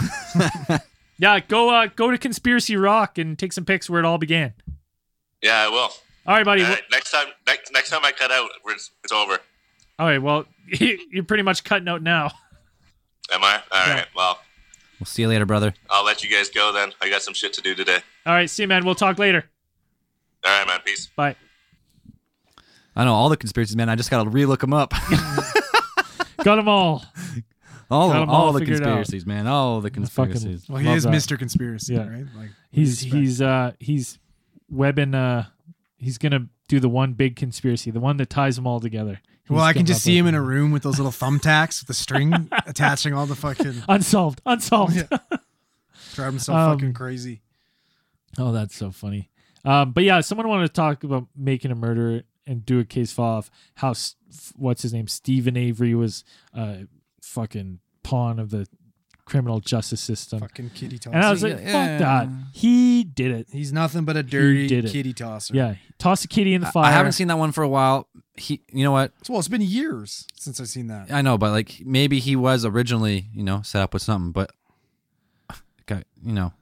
[SPEAKER 2] Yeah, go uh, go to Conspiracy Rock and take some pics where it all began.
[SPEAKER 4] yeah, I will.
[SPEAKER 2] All right, buddy.
[SPEAKER 4] All right, next time next next time I cut out we're- it's over.
[SPEAKER 2] All right, well, you're pretty much cutting out now.
[SPEAKER 4] Am I? All right.
[SPEAKER 2] Yeah.
[SPEAKER 4] Well,
[SPEAKER 1] We'll see you later, brother.
[SPEAKER 4] I'll let you guys go then. I got some shit to do today.
[SPEAKER 2] All right, see you, man. We'll talk later.
[SPEAKER 4] All right, man. Peace.
[SPEAKER 2] Bye.
[SPEAKER 1] I know all the conspiracies, man. I just gotta relook them up.
[SPEAKER 2] Got them all.
[SPEAKER 1] all,
[SPEAKER 2] Got
[SPEAKER 1] all,
[SPEAKER 2] 'em all
[SPEAKER 1] the
[SPEAKER 2] figured out.
[SPEAKER 1] conspiracies, man. All the
[SPEAKER 2] fucking-
[SPEAKER 1] conspiracies.
[SPEAKER 3] Well, he
[SPEAKER 2] Love
[SPEAKER 3] is
[SPEAKER 2] that.
[SPEAKER 3] Mr. Conspiracy,
[SPEAKER 2] Yeah.
[SPEAKER 3] right? Like,
[SPEAKER 2] He's he's uh he's webbing uh he's gonna do the one big conspiracy, the one that ties them all together.
[SPEAKER 3] well,
[SPEAKER 2] He's
[SPEAKER 3] I can
[SPEAKER 2] come
[SPEAKER 3] just
[SPEAKER 2] up
[SPEAKER 3] see
[SPEAKER 2] with-
[SPEAKER 3] him in a room with those little thumbtacks with the string attaching all the fucking,
[SPEAKER 2] unsolved, unsolved.
[SPEAKER 3] Yeah. driving so
[SPEAKER 2] Um,
[SPEAKER 3] fucking crazy.
[SPEAKER 2] Oh, that's so funny. Um, but yeah, someone wanted to talk about making a murder and do a case file of how s- f- what's his name Stephen Avery was uh, fucking pawn of the criminal justice system.
[SPEAKER 3] Fucking kitty tosser.
[SPEAKER 2] And I was like,
[SPEAKER 1] Yeah.
[SPEAKER 2] fuck that. He did it.
[SPEAKER 3] He's nothing but a dirty
[SPEAKER 2] did it.
[SPEAKER 3] kitty tosser.
[SPEAKER 2] Yeah, toss a kitty in the
[SPEAKER 1] I-
[SPEAKER 2] fire.
[SPEAKER 1] I haven't seen that one for a while. He, you know what?
[SPEAKER 3] Well, it's been years since I've seen that.
[SPEAKER 1] I know, but like maybe he was originally, you know, set up with something, but okay, you know,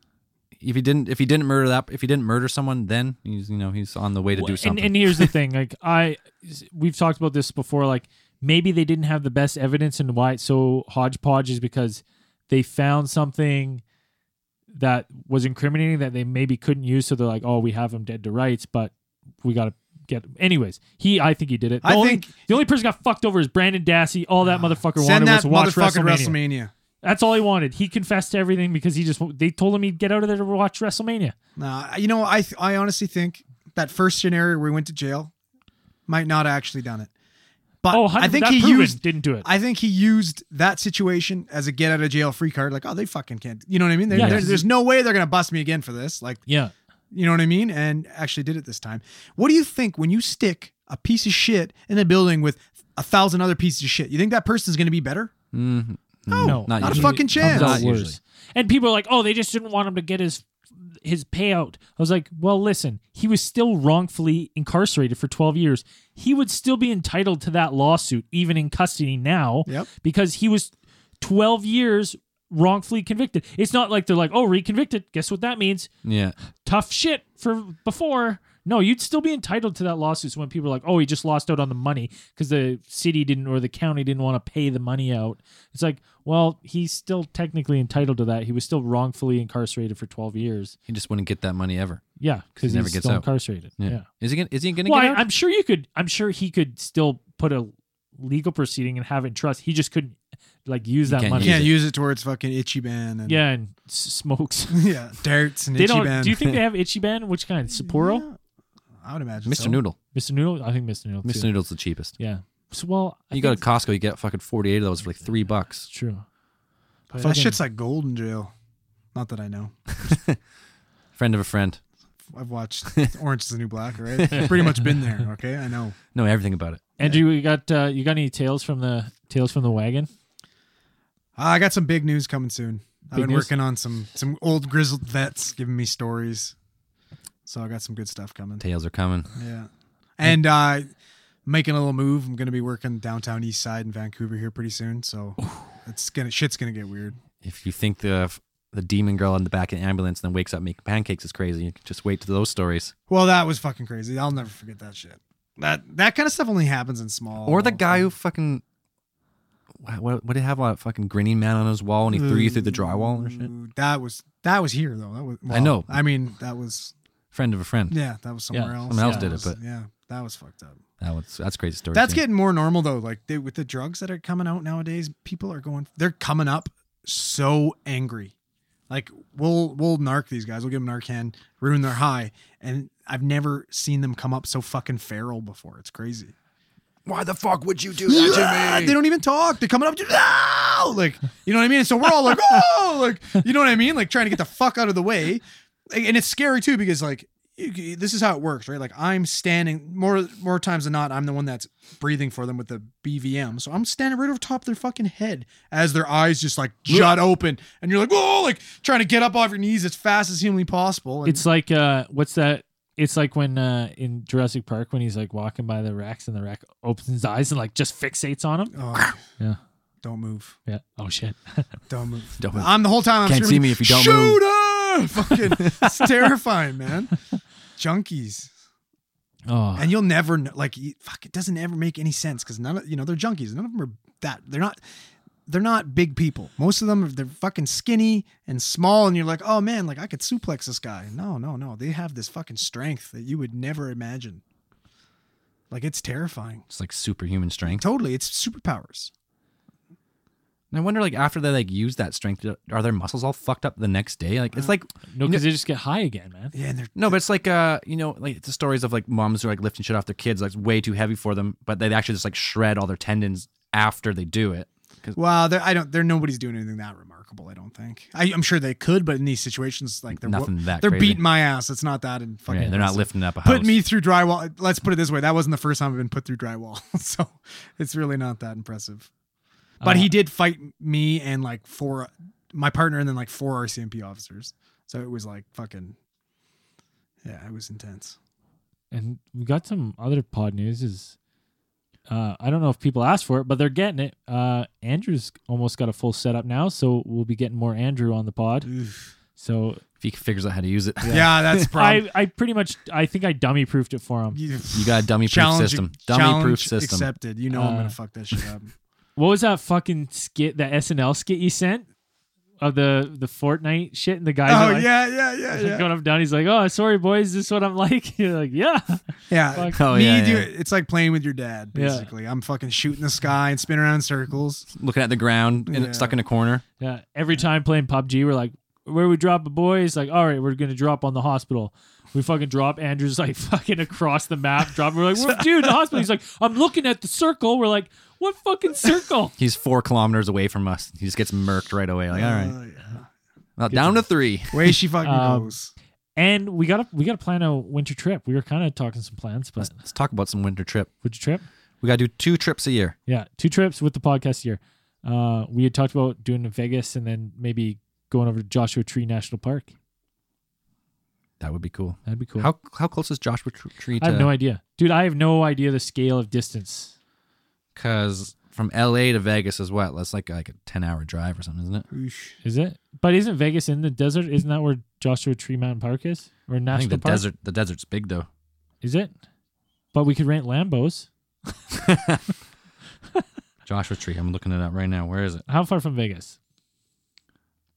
[SPEAKER 1] if he didn't, if he didn't murder that, if he didn't murder someone, then he's, you know, he's on the way to do
[SPEAKER 2] And-
[SPEAKER 1] something.
[SPEAKER 2] And, here's the thing, like I, we've talked about this before. Like maybe they didn't have the best evidence, and why it's so hodgepodge is because they found something that was incriminating that they maybe couldn't use. So they're like, oh, we have him dead to rights, but we got to get. Anyways, he I think he did it. The
[SPEAKER 3] I
[SPEAKER 2] only,
[SPEAKER 3] think-
[SPEAKER 2] the only person got fucked over is Brandon Dassey. All that motherfucker wanted
[SPEAKER 3] Send that
[SPEAKER 2] was to watch
[SPEAKER 3] motherfucker
[SPEAKER 2] WrestleMania.
[SPEAKER 3] WrestleMania.
[SPEAKER 2] That's all he wanted. He confessed to everything because he just they told him he'd get out of there to watch WrestleMania.
[SPEAKER 3] Nah, you know, I I honestly think that first scenario where he went to jail might not have actually done it. But
[SPEAKER 2] Oh,
[SPEAKER 3] I think
[SPEAKER 2] that
[SPEAKER 3] he
[SPEAKER 2] proven
[SPEAKER 3] used
[SPEAKER 2] didn't do it.
[SPEAKER 3] I think he used that situation as a get out of jail free card. Like, oh, they fucking can't. You know what I mean? There-
[SPEAKER 2] Yeah.
[SPEAKER 3] there- there's no way they're gonna bust me again for this. Like,
[SPEAKER 2] yeah,
[SPEAKER 3] you know what I mean? And actually did it this time. What do you think when you stick a piece of shit in a building with a thousand other pieces of shit? You think that person's gonna be better?
[SPEAKER 1] Mm,
[SPEAKER 3] No,
[SPEAKER 2] no,
[SPEAKER 1] not
[SPEAKER 3] not a
[SPEAKER 1] usually.
[SPEAKER 3] fucking
[SPEAKER 1] Comes
[SPEAKER 3] chance.
[SPEAKER 1] out
[SPEAKER 2] It's
[SPEAKER 1] usually.
[SPEAKER 2] worse. And people are like, "Oh, they just didn't want him to get his his payout." I was like, "Well, listen, he was still wrongfully incarcerated for 12 years. He would still be entitled to that lawsuit even in custody now
[SPEAKER 3] Yep.
[SPEAKER 2] because he was 12 years wrongfully convicted. It's not like they're like, "Oh, reconvicted. Guess what that means?
[SPEAKER 1] yeah.
[SPEAKER 2] Tough shit for before." No, you'd still be entitled to that lawsuit. So when people are like, "Oh, he just lost out on the money because the city didn't or the county didn't want to pay the money out," It's like, well, he's still technically entitled to that. He was still wrongfully incarcerated for 12 years.
[SPEAKER 1] He just wouldn't get that money ever.
[SPEAKER 2] Yeah, because
[SPEAKER 1] He never
[SPEAKER 2] he's
[SPEAKER 1] gets
[SPEAKER 2] still
[SPEAKER 1] out.
[SPEAKER 2] incarcerated.
[SPEAKER 1] Yeah.
[SPEAKER 2] Yeah.
[SPEAKER 1] Is he gonna? Is he gonna
[SPEAKER 2] Well,
[SPEAKER 1] get out?
[SPEAKER 2] I, am sure you could. I'm sure he could still put a legal proceeding and have it in trust. He just couldn't like use that
[SPEAKER 1] can't
[SPEAKER 2] money.
[SPEAKER 3] You can't use it towards fucking itchy ban and
[SPEAKER 2] yeah, and s- smokes.
[SPEAKER 3] yeah, darts and
[SPEAKER 2] they
[SPEAKER 3] itchy
[SPEAKER 2] don't.
[SPEAKER 3] ban.
[SPEAKER 2] Do you think they have itchy ban? Which kind? Sapporo,
[SPEAKER 3] Yeah, I would imagine.
[SPEAKER 1] Mr.
[SPEAKER 3] so.
[SPEAKER 1] Noodle.
[SPEAKER 2] Mr. Noodle. I think Mr. Noodle.
[SPEAKER 1] Mr.
[SPEAKER 2] too.
[SPEAKER 1] Noodle's the cheapest.
[SPEAKER 2] Yeah. So, well, I
[SPEAKER 1] You
[SPEAKER 2] think
[SPEAKER 1] go to
[SPEAKER 2] it's-
[SPEAKER 1] Costco, you get fucking forty-eight of those for like three bucks.
[SPEAKER 2] It's true. But
[SPEAKER 3] Oh, That
[SPEAKER 2] fucking-
[SPEAKER 3] shit's like gold in jail. Not that I know.
[SPEAKER 1] Friend of a friend.
[SPEAKER 3] I've watched Orange is the New Black, all right? I've pretty much been there, okay? I know.
[SPEAKER 1] Know everything about it.
[SPEAKER 2] Andrew, you got uh, you got any tales from the tales from the wagon?
[SPEAKER 3] Uh, I got some big news coming soon. I've
[SPEAKER 2] Big
[SPEAKER 3] been
[SPEAKER 2] news?
[SPEAKER 3] working on some some old grizzled vets giving me stories. So I got some good stuff coming.
[SPEAKER 1] Tales are coming.
[SPEAKER 3] Yeah. And uh making a little move. I'm gonna be working downtown east side in Vancouver here pretty soon. So it's gonna shit's gonna get weird.
[SPEAKER 1] If you think the the demon girl in the back of the ambulance then wakes up making pancakes is crazy, you can just wait till those stories.
[SPEAKER 3] Well, that was fucking crazy. I'll never forget that shit. That that kind of stuff only happens in small
[SPEAKER 1] Or the guy who fucking what what, what did he have a fucking grinning man on his wall and he threw you through the
[SPEAKER 3] Mm.
[SPEAKER 1] drywall or shit.
[SPEAKER 3] Ooh, That was that was here though. That was
[SPEAKER 1] I know.
[SPEAKER 3] I mean, that was
[SPEAKER 1] Friend of a friend.
[SPEAKER 3] yeah, that was somewhere else.
[SPEAKER 1] someone else
[SPEAKER 3] That
[SPEAKER 1] did it,
[SPEAKER 3] was-
[SPEAKER 1] but-
[SPEAKER 3] yeah, that was fucked up.
[SPEAKER 1] That was that's a crazy story.
[SPEAKER 3] That's
[SPEAKER 1] too.
[SPEAKER 3] getting more normal though. Like they, with the drugs that are coming out nowadays, people are going. They're coming up so angry. Like we'll we'll narc these guys. We'll give them Narcan, ruin their high, and I've never seen them come up so fucking feral before. It's crazy.
[SPEAKER 1] Why the fuck would you do
[SPEAKER 3] Ah, They don't even talk. They're coming up to ah! like you know what I mean. So we're all like, oh, like you know what I mean, like trying to get the fuck out of the way, Like, and it's scary too because like you- this is how it works, right? Like I'm standing more more times than not, I'm the one that's breathing for them with the BVM. So I'm standing right over top of their fucking head as their eyes just like jut open, and you're like, whoa, like trying to get up off your knees as fast as humanly possible. And
[SPEAKER 2] It's like uh, what's that? It's like when uh, in Jurassic Park when he's like walking by the Rex and the Rex opens his eyes and like just fixates on him.
[SPEAKER 3] oh,
[SPEAKER 2] Yeah.
[SPEAKER 3] don't move.
[SPEAKER 2] Yeah. Oh shit.
[SPEAKER 3] Don't move.
[SPEAKER 1] Don't move.
[SPEAKER 3] I'm the whole time. I'm
[SPEAKER 1] Can't see
[SPEAKER 3] screaming,
[SPEAKER 1] me if you don't
[SPEAKER 3] Shoot
[SPEAKER 1] move."
[SPEAKER 3] her! Fucking, it's terrifying, man. Junkies,
[SPEAKER 2] Oh.
[SPEAKER 3] and you'll never know. Like, you- fuck, it doesn't ever make any sense because none of you know they're junkies. None of them are that. They're not. They're not big people. Most of them are they're fucking skinny and small, and you're like, oh man, like I could suplex this guy. No, no, no. They have this fucking strength that you would never imagine. Like it's terrifying.
[SPEAKER 1] It's like superhuman strength.
[SPEAKER 3] Totally, it's superpowers.
[SPEAKER 1] And I wonder, like, after they like use that strength, are their muscles all fucked up the next day? Like, it's
[SPEAKER 3] Uh,
[SPEAKER 1] like
[SPEAKER 2] no, because they just get high again, man.
[SPEAKER 3] Yeah, and they're
[SPEAKER 1] no, but it's like uh, you know, like it's the stories of like moms who are like lifting shit off their kids, like it's way too heavy for them, but they actually just like shred all their tendons after they do it.
[SPEAKER 3] Well, they're, I don't. They're nobody's doing anything that remarkable. I don't think. I, I'm sure they could, but in these situations, like they're
[SPEAKER 1] Nothing that
[SPEAKER 3] they're
[SPEAKER 1] crazy.
[SPEAKER 3] beating my ass. It's not that. And fucking
[SPEAKER 1] Yeah, they're not lifting up a house.
[SPEAKER 3] Put me through drywall. Let's put it this way: that wasn't the first time I've been put through drywall, so it's really not that impressive. But
[SPEAKER 2] Uh,
[SPEAKER 3] he did fight me and like four, my partner, and then like four RCMP officers. So it was like fucking, yeah, it was intense.
[SPEAKER 2] And we got some other pod news. Is uh, I don't know if people asked for it, but they're getting it. Uh, Andrew's almost got a full setup now, so we'll be getting more Andrew on the pod.
[SPEAKER 3] Oof.
[SPEAKER 2] So
[SPEAKER 1] If he figures out how to use it,
[SPEAKER 3] Yeah, that's probably.
[SPEAKER 2] I, I pretty much I think I dummy proofed it for him.
[SPEAKER 1] you got a dummy proof
[SPEAKER 3] challenge,
[SPEAKER 1] system. Dummy proof
[SPEAKER 3] challenge
[SPEAKER 1] system.
[SPEAKER 3] accepted. You know I'm
[SPEAKER 2] Uh,
[SPEAKER 3] gonna fuck that shit up.
[SPEAKER 2] What was that fucking skit, that SNL skit you sent? of the the Fortnite shit, and the guys
[SPEAKER 3] oh
[SPEAKER 2] are like,
[SPEAKER 3] yeah, yeah, yeah, yeah.
[SPEAKER 2] going up down. He's like, "Oh, sorry, boys, is this is what I'm like." You're like, "Yeah,
[SPEAKER 3] Yeah.
[SPEAKER 2] Fuck.
[SPEAKER 1] Oh,
[SPEAKER 3] me
[SPEAKER 1] yeah,
[SPEAKER 3] do
[SPEAKER 1] yeah.
[SPEAKER 3] it. It's like playing with your dad,
[SPEAKER 2] Yeah.
[SPEAKER 3] basically. I'm fucking shooting the sky and spinning around in circles.
[SPEAKER 1] Looking at the ground, in,
[SPEAKER 3] Yeah.
[SPEAKER 1] stuck in a corner.
[SPEAKER 2] yeah." Every time playing PUBG, we're like, "Where we drop a boy?" It's like, "All right, we're gonna drop on the hospital." We fucking drop. Andrew's like fucking across the map. Drop. We're like, "Well, "Dude, the hospital." He's like, "I'm looking at the circle." We're like, "What fucking circle?"
[SPEAKER 1] He's four kilometers away from us. He just gets murked right away. Like, all right,
[SPEAKER 3] Uh, yeah.
[SPEAKER 1] well, down to three.
[SPEAKER 3] Way she fucking
[SPEAKER 2] Um,
[SPEAKER 3] goes.
[SPEAKER 2] And we gotta we gotta plan a winter trip. We were kind of talking some plans, but
[SPEAKER 1] Let's talk about some winter trip.
[SPEAKER 2] winter trip.
[SPEAKER 1] We gotta do two trips a year.
[SPEAKER 2] Yeah, two trips with the podcast here. Uh, we had talked about doing Vegas and then maybe going over to Joshua Tree National Park.
[SPEAKER 1] That would be cool.
[SPEAKER 2] That'd be cool.
[SPEAKER 1] How how close is Joshua Tr- Tree
[SPEAKER 2] I
[SPEAKER 1] to?
[SPEAKER 2] have no idea, dude. I have no idea the scale of distance.
[SPEAKER 1] Because from L.A. to Vegas is what? That's like like a ten hour drive or something, isn't it?
[SPEAKER 3] Oosh.
[SPEAKER 2] Is it? But isn't Vegas in the desert? Isn't that where Joshua Tree Mountain Park is
[SPEAKER 1] I
[SPEAKER 2] or
[SPEAKER 1] think
[SPEAKER 2] National
[SPEAKER 1] the
[SPEAKER 2] Park?
[SPEAKER 1] desert the desert's big though.
[SPEAKER 2] Is it? But we could rent Lambos.
[SPEAKER 1] Joshua Tree. I'm looking it up right now. Where is it?
[SPEAKER 2] How far from Vegas?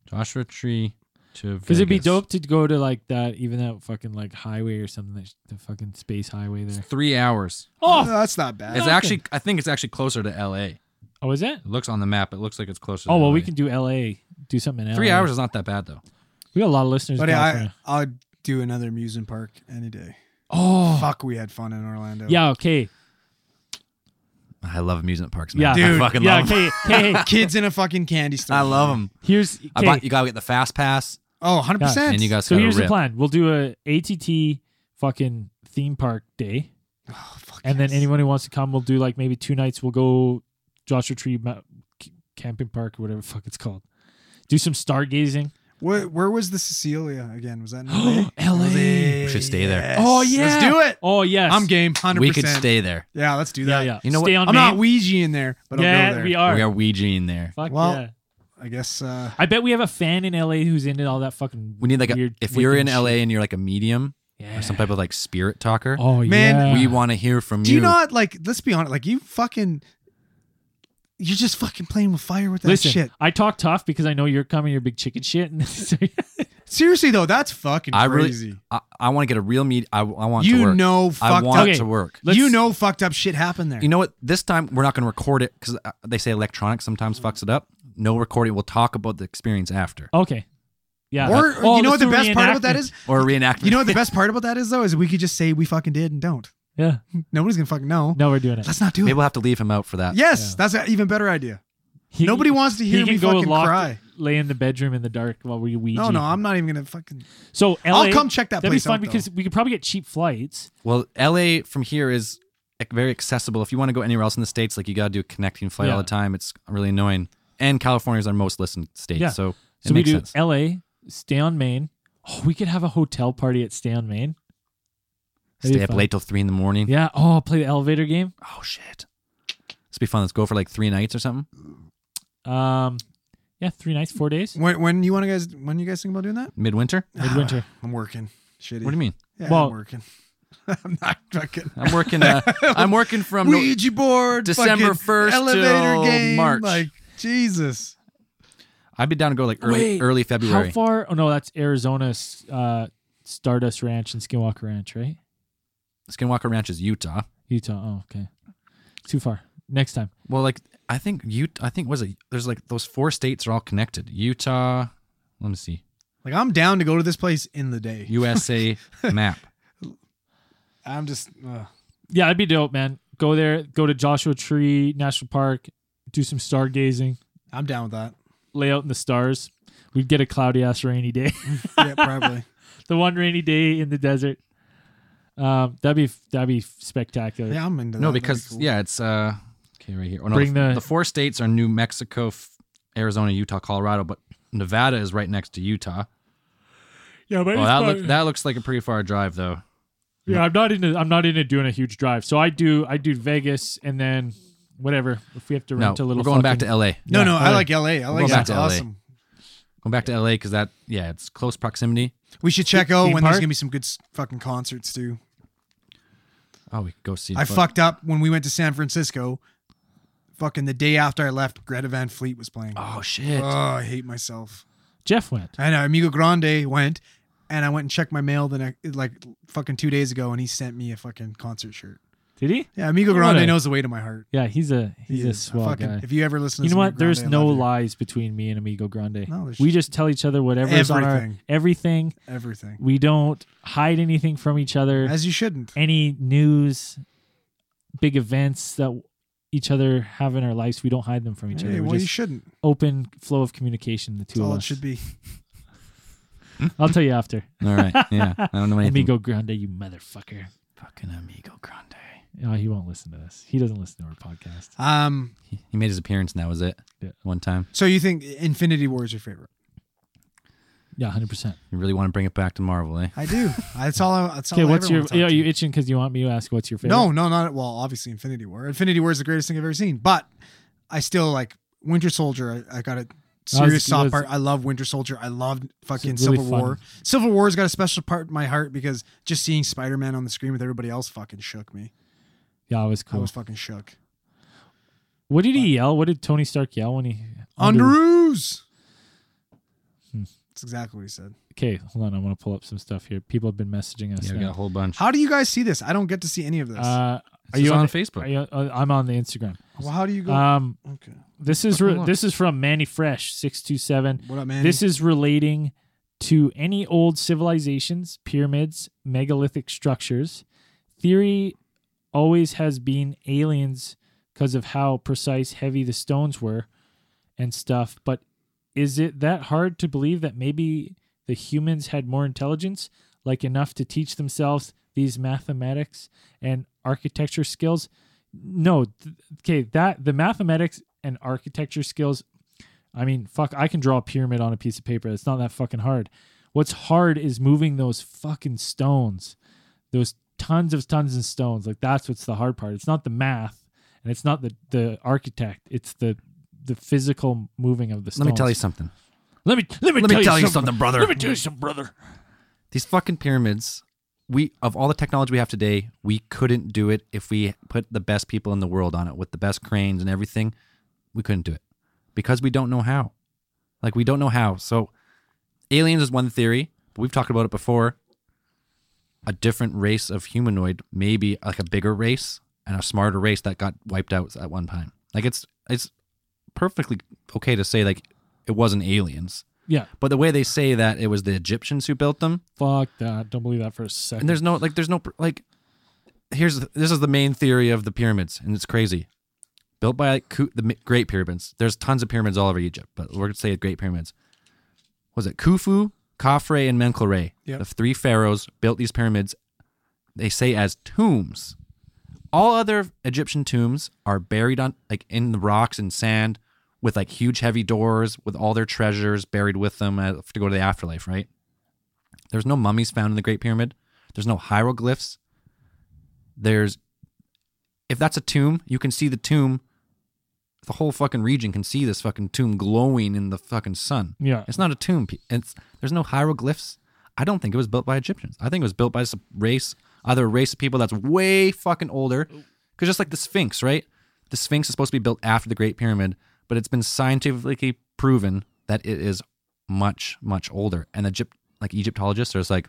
[SPEAKER 1] Joshua Tree to.
[SPEAKER 2] Because it'd be
[SPEAKER 1] Vegas.
[SPEAKER 2] dope to go to like that, even that fucking like highway or something. That sh- the fucking space highway
[SPEAKER 1] It's
[SPEAKER 2] there.
[SPEAKER 1] three hours.
[SPEAKER 3] No,
[SPEAKER 2] Oh,
[SPEAKER 3] that's not bad.
[SPEAKER 1] It's actually. I think it's actually closer to L.A.
[SPEAKER 2] oh, is it?
[SPEAKER 1] It looks on the map. It looks like it's closer.
[SPEAKER 2] Oh
[SPEAKER 1] to
[SPEAKER 2] well,
[SPEAKER 1] LA.
[SPEAKER 2] we can do L.A. Do something in L.A.
[SPEAKER 1] Three hours is not that bad though.
[SPEAKER 2] We got a lot of listeners. in
[SPEAKER 3] But I,
[SPEAKER 2] California.
[SPEAKER 3] I'll do another amusement park any day.
[SPEAKER 2] oh,
[SPEAKER 3] Fuck, we had fun in Orlando.
[SPEAKER 2] yeah. Okay.
[SPEAKER 1] I love amusement parks.
[SPEAKER 2] Yeah.
[SPEAKER 1] Man.
[SPEAKER 3] Dude,
[SPEAKER 1] I fucking
[SPEAKER 2] yeah.
[SPEAKER 1] love 'em.
[SPEAKER 2] Okay. Hey, hey,
[SPEAKER 3] Kids in a fucking candy store.
[SPEAKER 1] I love them.
[SPEAKER 2] here's.
[SPEAKER 1] I
[SPEAKER 2] okay,
[SPEAKER 1] bought, you gotta get the fast pass,
[SPEAKER 3] Oh, 100%.
[SPEAKER 1] and you guys
[SPEAKER 2] so
[SPEAKER 1] gotta
[SPEAKER 2] here's the
[SPEAKER 1] rip.
[SPEAKER 2] plan. We'll do a ATT fucking theme park day,
[SPEAKER 3] Oh, fuck
[SPEAKER 2] and
[SPEAKER 3] yes.
[SPEAKER 2] then anyone who wants to come, we'll do like maybe two nights. We'll go Joshua Tree Ma- c- Camping Park or whatever the fuck it's called. Do some stargazing.
[SPEAKER 3] Where, where was the Cecilia again? Was that in LA?
[SPEAKER 2] L.A.
[SPEAKER 1] We should stay there.
[SPEAKER 2] Oh,
[SPEAKER 3] Let's
[SPEAKER 2] yeah.
[SPEAKER 3] do it.
[SPEAKER 2] Oh yes.
[SPEAKER 3] I'm game. 100%.
[SPEAKER 1] We could stay there.
[SPEAKER 3] Yeah, let's do
[SPEAKER 2] Yeah,
[SPEAKER 3] that.
[SPEAKER 2] yeah.
[SPEAKER 1] You know
[SPEAKER 2] Stay
[SPEAKER 1] what?
[SPEAKER 2] on
[SPEAKER 3] I'm not
[SPEAKER 2] Main.
[SPEAKER 3] Ouija in there, but I'll go
[SPEAKER 2] yeah,
[SPEAKER 3] there.
[SPEAKER 2] we are.
[SPEAKER 1] We are Ouijaing there.
[SPEAKER 2] Fuck
[SPEAKER 3] Well-
[SPEAKER 2] yeah.
[SPEAKER 3] I guess uh,
[SPEAKER 2] I bet we have a fan in LA who's into all that fucking.
[SPEAKER 1] We need like a,
[SPEAKER 2] weird
[SPEAKER 1] if you're in
[SPEAKER 2] Wiccan
[SPEAKER 1] LA
[SPEAKER 2] shit.
[SPEAKER 1] and you're like a medium
[SPEAKER 2] yeah.
[SPEAKER 1] or some type of like spirit talker,
[SPEAKER 2] Oh
[SPEAKER 3] Man,
[SPEAKER 2] yeah.
[SPEAKER 1] we want to hear from
[SPEAKER 3] Do
[SPEAKER 1] you.
[SPEAKER 3] you not like? Let's be honest. Like you fucking, you're just fucking playing with fire with that
[SPEAKER 2] Listen,
[SPEAKER 3] shit.
[SPEAKER 2] I talk tough because I know you're coming. You're big chicken shit. And so-
[SPEAKER 3] Seriously though, that's fucking
[SPEAKER 1] I really-
[SPEAKER 3] crazy.
[SPEAKER 1] I, I want to get a real meet. I, I want to
[SPEAKER 3] you
[SPEAKER 1] work.
[SPEAKER 3] know,
[SPEAKER 1] I
[SPEAKER 3] fucked
[SPEAKER 1] want
[SPEAKER 3] up.
[SPEAKER 2] Okay.
[SPEAKER 1] to work.
[SPEAKER 2] Let's-
[SPEAKER 3] You know, fucked up shit happened there.
[SPEAKER 1] You know what? This time we're not going to record it because they say electronics sometimes fucks it up. No recording. We'll talk about the experience after
[SPEAKER 2] okay, yeah.
[SPEAKER 3] or
[SPEAKER 2] That-
[SPEAKER 3] or
[SPEAKER 2] oh,
[SPEAKER 3] you know
[SPEAKER 2] let's
[SPEAKER 3] what the
[SPEAKER 2] do a
[SPEAKER 3] best part about that
[SPEAKER 2] reenactment.
[SPEAKER 3] is?
[SPEAKER 1] or a reenactment.
[SPEAKER 3] You know what the best part about that is though is we could just say we fucking did and don't.
[SPEAKER 2] Yeah.
[SPEAKER 3] Nobody's gonna fucking know.
[SPEAKER 2] No, we're doing it.
[SPEAKER 3] Let's not do
[SPEAKER 1] Maybe
[SPEAKER 3] it.
[SPEAKER 1] we'll have to leave him out for that.
[SPEAKER 3] Yes,
[SPEAKER 2] Yeah.
[SPEAKER 3] that's an even better idea.
[SPEAKER 2] He-
[SPEAKER 3] Nobody wants to
[SPEAKER 2] he
[SPEAKER 3] hear
[SPEAKER 2] can
[SPEAKER 3] me
[SPEAKER 2] go
[SPEAKER 3] fucking
[SPEAKER 2] locked-
[SPEAKER 3] cry.
[SPEAKER 2] Lay in the bedroom in the dark while we Ouija.
[SPEAKER 3] No, no, I'm not even gonna fucking.
[SPEAKER 2] so LA,
[SPEAKER 3] I'll come check that
[SPEAKER 2] That'd be
[SPEAKER 3] place
[SPEAKER 2] fun
[SPEAKER 3] out, though.
[SPEAKER 2] because we could probably get cheap flights.
[SPEAKER 1] Well, LA from here is like, very accessible. If you want to go anywhere else in the states, like you got to do a connecting flight all
[SPEAKER 2] Yeah.
[SPEAKER 1] the time. It's really annoying. And California is our most listened state,
[SPEAKER 2] Yeah.
[SPEAKER 1] so it
[SPEAKER 2] So we
[SPEAKER 1] makes
[SPEAKER 2] do
[SPEAKER 1] sense.
[SPEAKER 2] LA, stay on Main. Oh, we could have a hotel party at Stay on Main. That'd be
[SPEAKER 1] Stay up
[SPEAKER 2] fun.
[SPEAKER 1] late till three in the morning.
[SPEAKER 2] Yeah. Oh, play the elevator game.
[SPEAKER 1] Oh shit, this be fun. Let's go for like three nights or something.
[SPEAKER 2] Um, yeah, three nights, four days.
[SPEAKER 3] When when you want to guys when you guys think about doing that?
[SPEAKER 1] Midwinter.
[SPEAKER 2] Midwinter.
[SPEAKER 3] I'm working. Shitty.
[SPEAKER 1] What do you mean?
[SPEAKER 3] Yeah,
[SPEAKER 2] Well-
[SPEAKER 3] I'm working. I'm not fucking.
[SPEAKER 1] I'm working. Uh, I'm working from. no-
[SPEAKER 3] Ouija board,
[SPEAKER 1] December
[SPEAKER 3] fucking
[SPEAKER 1] 1st
[SPEAKER 3] elevator
[SPEAKER 1] till
[SPEAKER 3] game,
[SPEAKER 1] March.
[SPEAKER 3] Like Jesus,
[SPEAKER 1] I'd be down to go like early,
[SPEAKER 2] Wait,
[SPEAKER 1] early
[SPEAKER 2] How
[SPEAKER 1] February.
[SPEAKER 2] far? Oh no, that's Arizona's uh, Stardust Ranch and Skinwalker Ranch, right?
[SPEAKER 1] Skinwalker Ranch is Utah.
[SPEAKER 2] Utah. Oh, okay. Too far. Next time.
[SPEAKER 1] Well, like I think you, I think was it? There's like those four states are all connected. Utah. Let me see.
[SPEAKER 3] like I'm down to go to this place in the day.
[SPEAKER 1] USA map.
[SPEAKER 3] I'm just uh,
[SPEAKER 2] Yeah, that'd be dope, man. Go there. Go to Joshua Tree National Park. Do some stargazing.
[SPEAKER 3] I'm down with that.
[SPEAKER 2] Lay out in the stars. We'd get a cloudy ass rainy day.
[SPEAKER 3] Yeah, probably.
[SPEAKER 2] the one rainy day in the desert. Um, that'd be that'd be spectacular.
[SPEAKER 3] yeah, I'm into that.
[SPEAKER 1] No,
[SPEAKER 3] That'd be
[SPEAKER 1] because
[SPEAKER 3] cool.
[SPEAKER 1] yeah, it's uh okay right here. Oh, no,
[SPEAKER 2] Bring
[SPEAKER 1] the,
[SPEAKER 2] the-
[SPEAKER 1] the four states are New Mexico, F- Arizona, Utah, Colorado, but Nevada is right next to Utah.
[SPEAKER 2] Yeah, but
[SPEAKER 1] Oh, that look, that looks like a pretty far drive though.
[SPEAKER 2] Yeah, I'm not into I'm not into doing a huge drive. So I do I do Vegas and then whatever if we have to
[SPEAKER 1] No,
[SPEAKER 2] rent a
[SPEAKER 1] we're
[SPEAKER 2] little.
[SPEAKER 1] going back to
[SPEAKER 2] fucking-
[SPEAKER 1] LA.
[SPEAKER 3] no,
[SPEAKER 2] Yeah,
[SPEAKER 3] no, I
[SPEAKER 2] alright.
[SPEAKER 3] like LA. I like
[SPEAKER 1] going back
[SPEAKER 3] that's
[SPEAKER 1] to LA.
[SPEAKER 3] awesome.
[SPEAKER 1] Going back to LA because that yeah, it's close proximity.
[SPEAKER 3] We should check out
[SPEAKER 2] Theme
[SPEAKER 3] when there's
[SPEAKER 2] park?
[SPEAKER 3] gonna be some good s- fucking concerts too.
[SPEAKER 1] Oh, we could go see.
[SPEAKER 3] I
[SPEAKER 1] but-
[SPEAKER 3] fucked up when we went to San Francisco. Fucking the day after I left, Greta Van Fleet was playing.
[SPEAKER 1] Oh shit.
[SPEAKER 3] Oh, I hate myself.
[SPEAKER 2] Jeff went.
[SPEAKER 3] I know Amigo Grande went, and I went and checked my mail the next, like fucking two days ago, and he sent me a fucking concert shirt.
[SPEAKER 2] Did he?
[SPEAKER 3] Yeah, Amigo
[SPEAKER 2] What
[SPEAKER 3] Grande
[SPEAKER 2] a-
[SPEAKER 3] knows the way to my heart.
[SPEAKER 2] Yeah, he's a
[SPEAKER 3] He
[SPEAKER 2] he's a
[SPEAKER 3] is
[SPEAKER 2] swell
[SPEAKER 3] fucking-
[SPEAKER 2] guy.
[SPEAKER 3] If you ever listen, to
[SPEAKER 2] You know what?
[SPEAKER 3] Amigo
[SPEAKER 2] There's
[SPEAKER 3] Grande, I
[SPEAKER 2] no
[SPEAKER 3] love you.
[SPEAKER 2] lies between me and Amigo Grande.
[SPEAKER 3] No, there's
[SPEAKER 2] we just tell each other whatever's on our
[SPEAKER 3] Everything.
[SPEAKER 2] everything.
[SPEAKER 3] everything,
[SPEAKER 2] We don't hide anything from each other.
[SPEAKER 3] as you shouldn't.
[SPEAKER 2] any news, big events that each other have in our lives, we don't hide them from each
[SPEAKER 3] Hey,
[SPEAKER 2] other.
[SPEAKER 3] well,
[SPEAKER 2] We're
[SPEAKER 3] you
[SPEAKER 2] just
[SPEAKER 3] shouldn't.
[SPEAKER 2] open flow of communication, the two
[SPEAKER 3] That's all
[SPEAKER 2] of
[SPEAKER 3] it
[SPEAKER 2] us.
[SPEAKER 3] should be.
[SPEAKER 2] I'll tell you after.
[SPEAKER 1] All right. Yeah. I don't know anything.
[SPEAKER 2] Amigo Grande, you motherfucker.
[SPEAKER 1] Fucking Amigo Grande.
[SPEAKER 2] No, he won't listen to this. He doesn't listen to our podcast.
[SPEAKER 3] Um.
[SPEAKER 1] He, he made his appearance, and that was it.
[SPEAKER 2] Yeah.
[SPEAKER 1] One time.
[SPEAKER 3] So you think Infinity War is your favorite?
[SPEAKER 2] Yeah, hundred percent.
[SPEAKER 1] You really want to bring it back to Marvel, eh?
[SPEAKER 3] I do. That's all. I, that's all.
[SPEAKER 2] Okay,
[SPEAKER 3] I
[SPEAKER 2] what's
[SPEAKER 3] ever
[SPEAKER 2] your?
[SPEAKER 3] wanna talk
[SPEAKER 2] Yeah,
[SPEAKER 3] to
[SPEAKER 2] you
[SPEAKER 3] you.
[SPEAKER 2] itching because you want me to ask what's your favorite?
[SPEAKER 3] No, no, not well. Obviously, Infinity War. Infinity War is the greatest thing I've ever seen. But I still like Winter Soldier. I, I got a serious
[SPEAKER 2] it
[SPEAKER 3] soft
[SPEAKER 2] was-
[SPEAKER 3] part. I love Winter Soldier. I loved fucking
[SPEAKER 2] really
[SPEAKER 3] Civil
[SPEAKER 2] fun.
[SPEAKER 3] War. Civil War's got a special part in my heart because just seeing Spider Man on the screen with everybody else fucking shook me.
[SPEAKER 2] Yeah, it was
[SPEAKER 3] I
[SPEAKER 2] cool.
[SPEAKER 3] was fucking shook.
[SPEAKER 2] what did he yell? What did Tony Stark yell when he?
[SPEAKER 3] Underoos.
[SPEAKER 2] Hmm.
[SPEAKER 3] That's exactly what he said.
[SPEAKER 2] Okay, hold on. I want to pull up some stuff here. People have been messaging us.
[SPEAKER 1] Yeah, we got a
[SPEAKER 2] now.
[SPEAKER 1] whole bunch.
[SPEAKER 3] How do you guys see this? I don't get to see any of this.
[SPEAKER 2] Uh,
[SPEAKER 1] This
[SPEAKER 2] are
[SPEAKER 1] is
[SPEAKER 2] you on,
[SPEAKER 1] on
[SPEAKER 2] the-
[SPEAKER 1] Facebook?
[SPEAKER 2] Are you, uh, I'm on the Instagram.
[SPEAKER 3] well, how do you go?
[SPEAKER 2] Um,
[SPEAKER 3] okay.
[SPEAKER 2] this is
[SPEAKER 1] Hold
[SPEAKER 2] re-
[SPEAKER 1] on.
[SPEAKER 2] this is from Manny Fresh six two seven.
[SPEAKER 3] What up, man?
[SPEAKER 2] This is relating to any old civilizations, pyramids, megalithic structures. Theory always has been aliens because of how precise, heavy the stones were and stuff. But is it that hard to believe that maybe the humans had more intelligence, like enough to teach themselves these mathematics and architecture skills? No, th- okay, that the mathematics and architecture skills I mean, fuck, I can draw a pyramid on a piece of paper. It's not that fucking hard. What's hard is moving those fucking stones, those tons of tons of stones. Like that's what's the hard part. It's not the math, and it's not the the architect. It's the the physical moving of the stones.
[SPEAKER 1] Let me tell you something.
[SPEAKER 2] Let me let me,
[SPEAKER 1] Let
[SPEAKER 2] tell,
[SPEAKER 1] me tell you
[SPEAKER 2] something.
[SPEAKER 1] something, brother.
[SPEAKER 2] Let me tell you something, brother.
[SPEAKER 1] These fucking pyramids. We of all the technology we have today, we couldn't do it if we put the best people in the world on it with the best cranes and everything. We couldn't do it because we don't know how. Like we don't know how. So aliens is one theory. But we've talked about it before. A different race of humanoid, maybe like a bigger race and a smarter race that got wiped out at one time. Like it's it's perfectly okay to say like it wasn't aliens.
[SPEAKER 2] Yeah,
[SPEAKER 1] But the way they say that it was the Egyptians who built them,
[SPEAKER 2] fuck that. Don't believe that for a second.
[SPEAKER 1] and there's no like there's no pr- like here's the- this is the main theory of the pyramids and it's crazy built by like, Ku- the mi- great pyramids there's tons of pyramids all over egypt but we're going to say great pyramids was it khufu khafre and menkaure
[SPEAKER 3] Yep.
[SPEAKER 1] the three pharaohs built these pyramids they say as tombs all other egyptian tombs are buried on like in the rocks and sand with like huge heavy doors with all their treasures buried with them uh, to go to the afterlife right there's no mummies found in the Great Pyramid. There's no hieroglyphs. There's if that's a tomb, you can see the tomb. The whole fucking region can see this fucking tomb glowing in the fucking sun.
[SPEAKER 2] yeah.
[SPEAKER 1] It's not a tomb. pe- It's there's no hieroglyphs. I don't think it was built by Egyptians. I think it was built by some race, either a race of people that's way fucking older. Because just like the Sphinx, right? The Sphinx is supposed to be built after the Great Pyramid, but it's been scientifically proven that it is much, much older. And Egypt, like Egyptologists, are just like,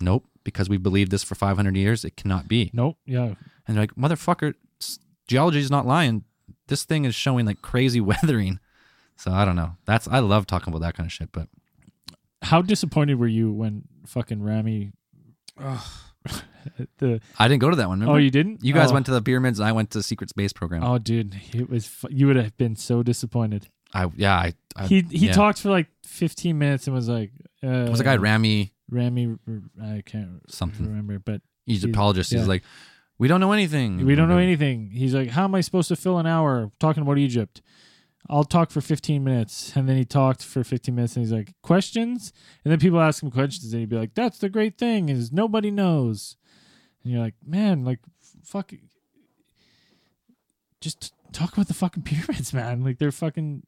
[SPEAKER 1] nope, because we believed this for 500 years, it cannot be.
[SPEAKER 2] Nope. Yeah.
[SPEAKER 1] And they're like, motherfucker, s- geology's not lying. This thing is showing like crazy weathering. So I don't know. That's I love talking about that kind of shit, but
[SPEAKER 2] How disappointed were you when fucking Rami uh,
[SPEAKER 3] Ugh.
[SPEAKER 2] the?
[SPEAKER 1] I didn't go to that one. Remember?
[SPEAKER 2] Oh, you didn't.
[SPEAKER 1] You guys
[SPEAKER 2] Oh.
[SPEAKER 1] went to the pyramids, and I went to the secret space program.
[SPEAKER 2] Oh, dude, it was. Fu- you would have been so disappointed.
[SPEAKER 1] I yeah, I, I
[SPEAKER 2] he he
[SPEAKER 1] yeah.
[SPEAKER 2] talked for like 15 minutes and was like, uh,
[SPEAKER 1] It was a guy Rami
[SPEAKER 2] Rami? R- I can't
[SPEAKER 1] Something.
[SPEAKER 2] remember, but
[SPEAKER 1] Egyptologist. He's
[SPEAKER 2] yeah.
[SPEAKER 1] like, we don't know anything.
[SPEAKER 2] we don't know anything. He's like, how am I supposed to fill an hour talking about Egypt? I'll talk for 15 minutes, and then he talked for 15 minutes, and he's like, questions, and then people ask him questions, and he'd be like, that's the great thing is nobody knows, and you're like, man, like, fuck, just talk about the fucking pyramids, man, like they're fucking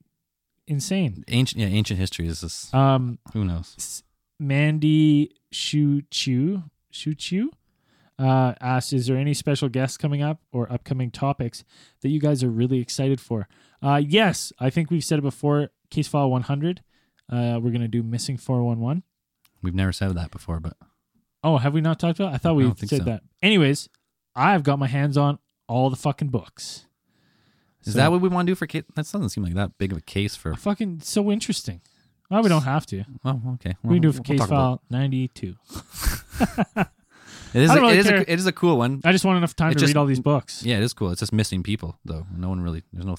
[SPEAKER 2] insane.
[SPEAKER 1] Ancient yeah, ancient history is this.
[SPEAKER 2] Um,
[SPEAKER 1] Who knows?
[SPEAKER 2] S- Mandy Shu Chu Shu Chu uh, asked, "Is there any special guests coming up or upcoming topics that you guys are really excited for?" Uh, yes, I think we've said it before. Case file 100. Uh, we're gonna do missing four one one.
[SPEAKER 1] We've never said that before, but
[SPEAKER 2] Oh, have we not talked about? It? I thought
[SPEAKER 1] I
[SPEAKER 2] we
[SPEAKER 1] don't think
[SPEAKER 2] said
[SPEAKER 1] so.
[SPEAKER 2] that. Anyways, I've got my hands on all the fucking books.
[SPEAKER 1] is
[SPEAKER 2] So-
[SPEAKER 1] that what we want to do for Kate? That doesn't seem like that big of a case for.
[SPEAKER 2] Fucking so interesting. Well, we don't have to.
[SPEAKER 1] Well, okay.
[SPEAKER 2] We can do it for
[SPEAKER 1] We'll
[SPEAKER 2] case
[SPEAKER 1] talk about
[SPEAKER 2] file ninety two.
[SPEAKER 1] It It is.
[SPEAKER 2] I
[SPEAKER 1] A,
[SPEAKER 2] don't really
[SPEAKER 1] it is.
[SPEAKER 2] care.
[SPEAKER 1] A, it is a cool one.
[SPEAKER 2] I just want enough time
[SPEAKER 1] It
[SPEAKER 2] to
[SPEAKER 1] just-
[SPEAKER 2] read all these books.
[SPEAKER 1] Yeah, it is cool. It's just missing people though. No one really. There's no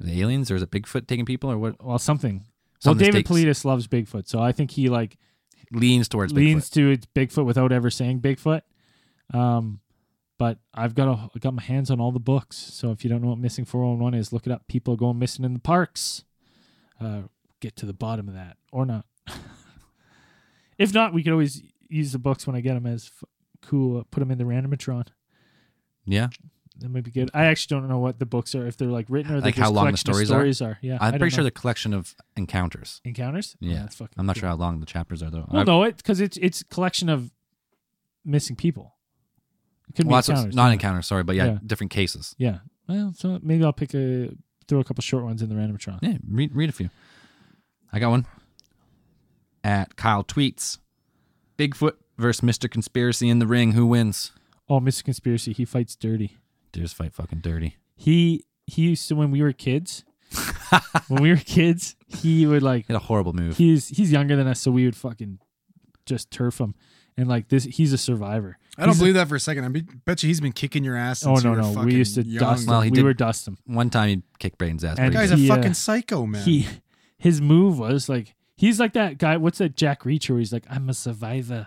[SPEAKER 1] the aliens or is it Bigfoot taking people or what?
[SPEAKER 2] Well, something.
[SPEAKER 1] Some
[SPEAKER 2] well, David
[SPEAKER 1] mistakes.
[SPEAKER 2] Politis loves Bigfoot, so I think he like
[SPEAKER 1] leans towards
[SPEAKER 2] leans
[SPEAKER 1] Bigfoot.
[SPEAKER 2] to it's Bigfoot without ever saying Bigfoot. Um, but I've got a, I got my hands on all the books. So if you don't know what missing four oh one one is, look it up. People going missing in the parks. Uh, get to the bottom of that or not. if not, we could always use the books when I get them as f- cool. uh, Put them in the randomatron.
[SPEAKER 1] Yeah,
[SPEAKER 2] That might be good. I actually don't know what the books are if they're like written or
[SPEAKER 1] Like
[SPEAKER 2] they're
[SPEAKER 1] how
[SPEAKER 2] just
[SPEAKER 1] long the
[SPEAKER 2] collection of
[SPEAKER 1] stories are?
[SPEAKER 2] stories are. Yeah,
[SPEAKER 1] I'm
[SPEAKER 2] I don't
[SPEAKER 1] pretty sure
[SPEAKER 2] know.
[SPEAKER 1] the collection of encounters.
[SPEAKER 2] encounters. Oh,
[SPEAKER 1] Yeah.
[SPEAKER 2] that's fucking.
[SPEAKER 1] I'm not
[SPEAKER 2] cool.
[SPEAKER 1] sure how long the chapters are though.
[SPEAKER 2] Well,
[SPEAKER 1] I've-
[SPEAKER 2] no, it because it's it's a collection of missing people. It could
[SPEAKER 1] well,
[SPEAKER 2] be
[SPEAKER 1] that's what's-
[SPEAKER 2] encounters.
[SPEAKER 1] not
[SPEAKER 2] yeah.
[SPEAKER 1] encounters. Sorry, but yeah,
[SPEAKER 2] Yeah.
[SPEAKER 1] different cases.
[SPEAKER 2] Yeah. Well, so maybe I'll pick a throw a couple short ones in the randomatron.
[SPEAKER 1] Yeah, read read a few. I got one. At Kyle tweets, Bigfoot versus Mister Conspiracy in the ring. Who wins?
[SPEAKER 2] Oh, Mr. Conspiracy, he fights dirty.
[SPEAKER 1] Deers fight fucking dirty.
[SPEAKER 2] He he used to when we were kids. when we were kids, he would like
[SPEAKER 1] He had a horrible move.
[SPEAKER 2] he's he's younger than us, so we would fucking just turf him. And like this, he's a survivor.
[SPEAKER 3] I don't
[SPEAKER 2] He's a-
[SPEAKER 3] believe that for a second. I be, bet you he's been kicking your ass.
[SPEAKER 2] Oh
[SPEAKER 3] Since
[SPEAKER 2] no
[SPEAKER 3] you were
[SPEAKER 2] no, we
[SPEAKER 3] fucking
[SPEAKER 2] used to
[SPEAKER 3] young.
[SPEAKER 2] dust him.
[SPEAKER 1] Well, he
[SPEAKER 2] we
[SPEAKER 1] did-
[SPEAKER 2] would dust him.
[SPEAKER 1] One time he kicked brains ass.
[SPEAKER 2] And
[SPEAKER 1] pretty
[SPEAKER 3] Guy's
[SPEAKER 1] good.
[SPEAKER 3] a
[SPEAKER 2] He, uh,
[SPEAKER 3] fucking psycho, man.
[SPEAKER 2] he his move was like he's like that guy what's that jack reacher where he's like i'm a survivor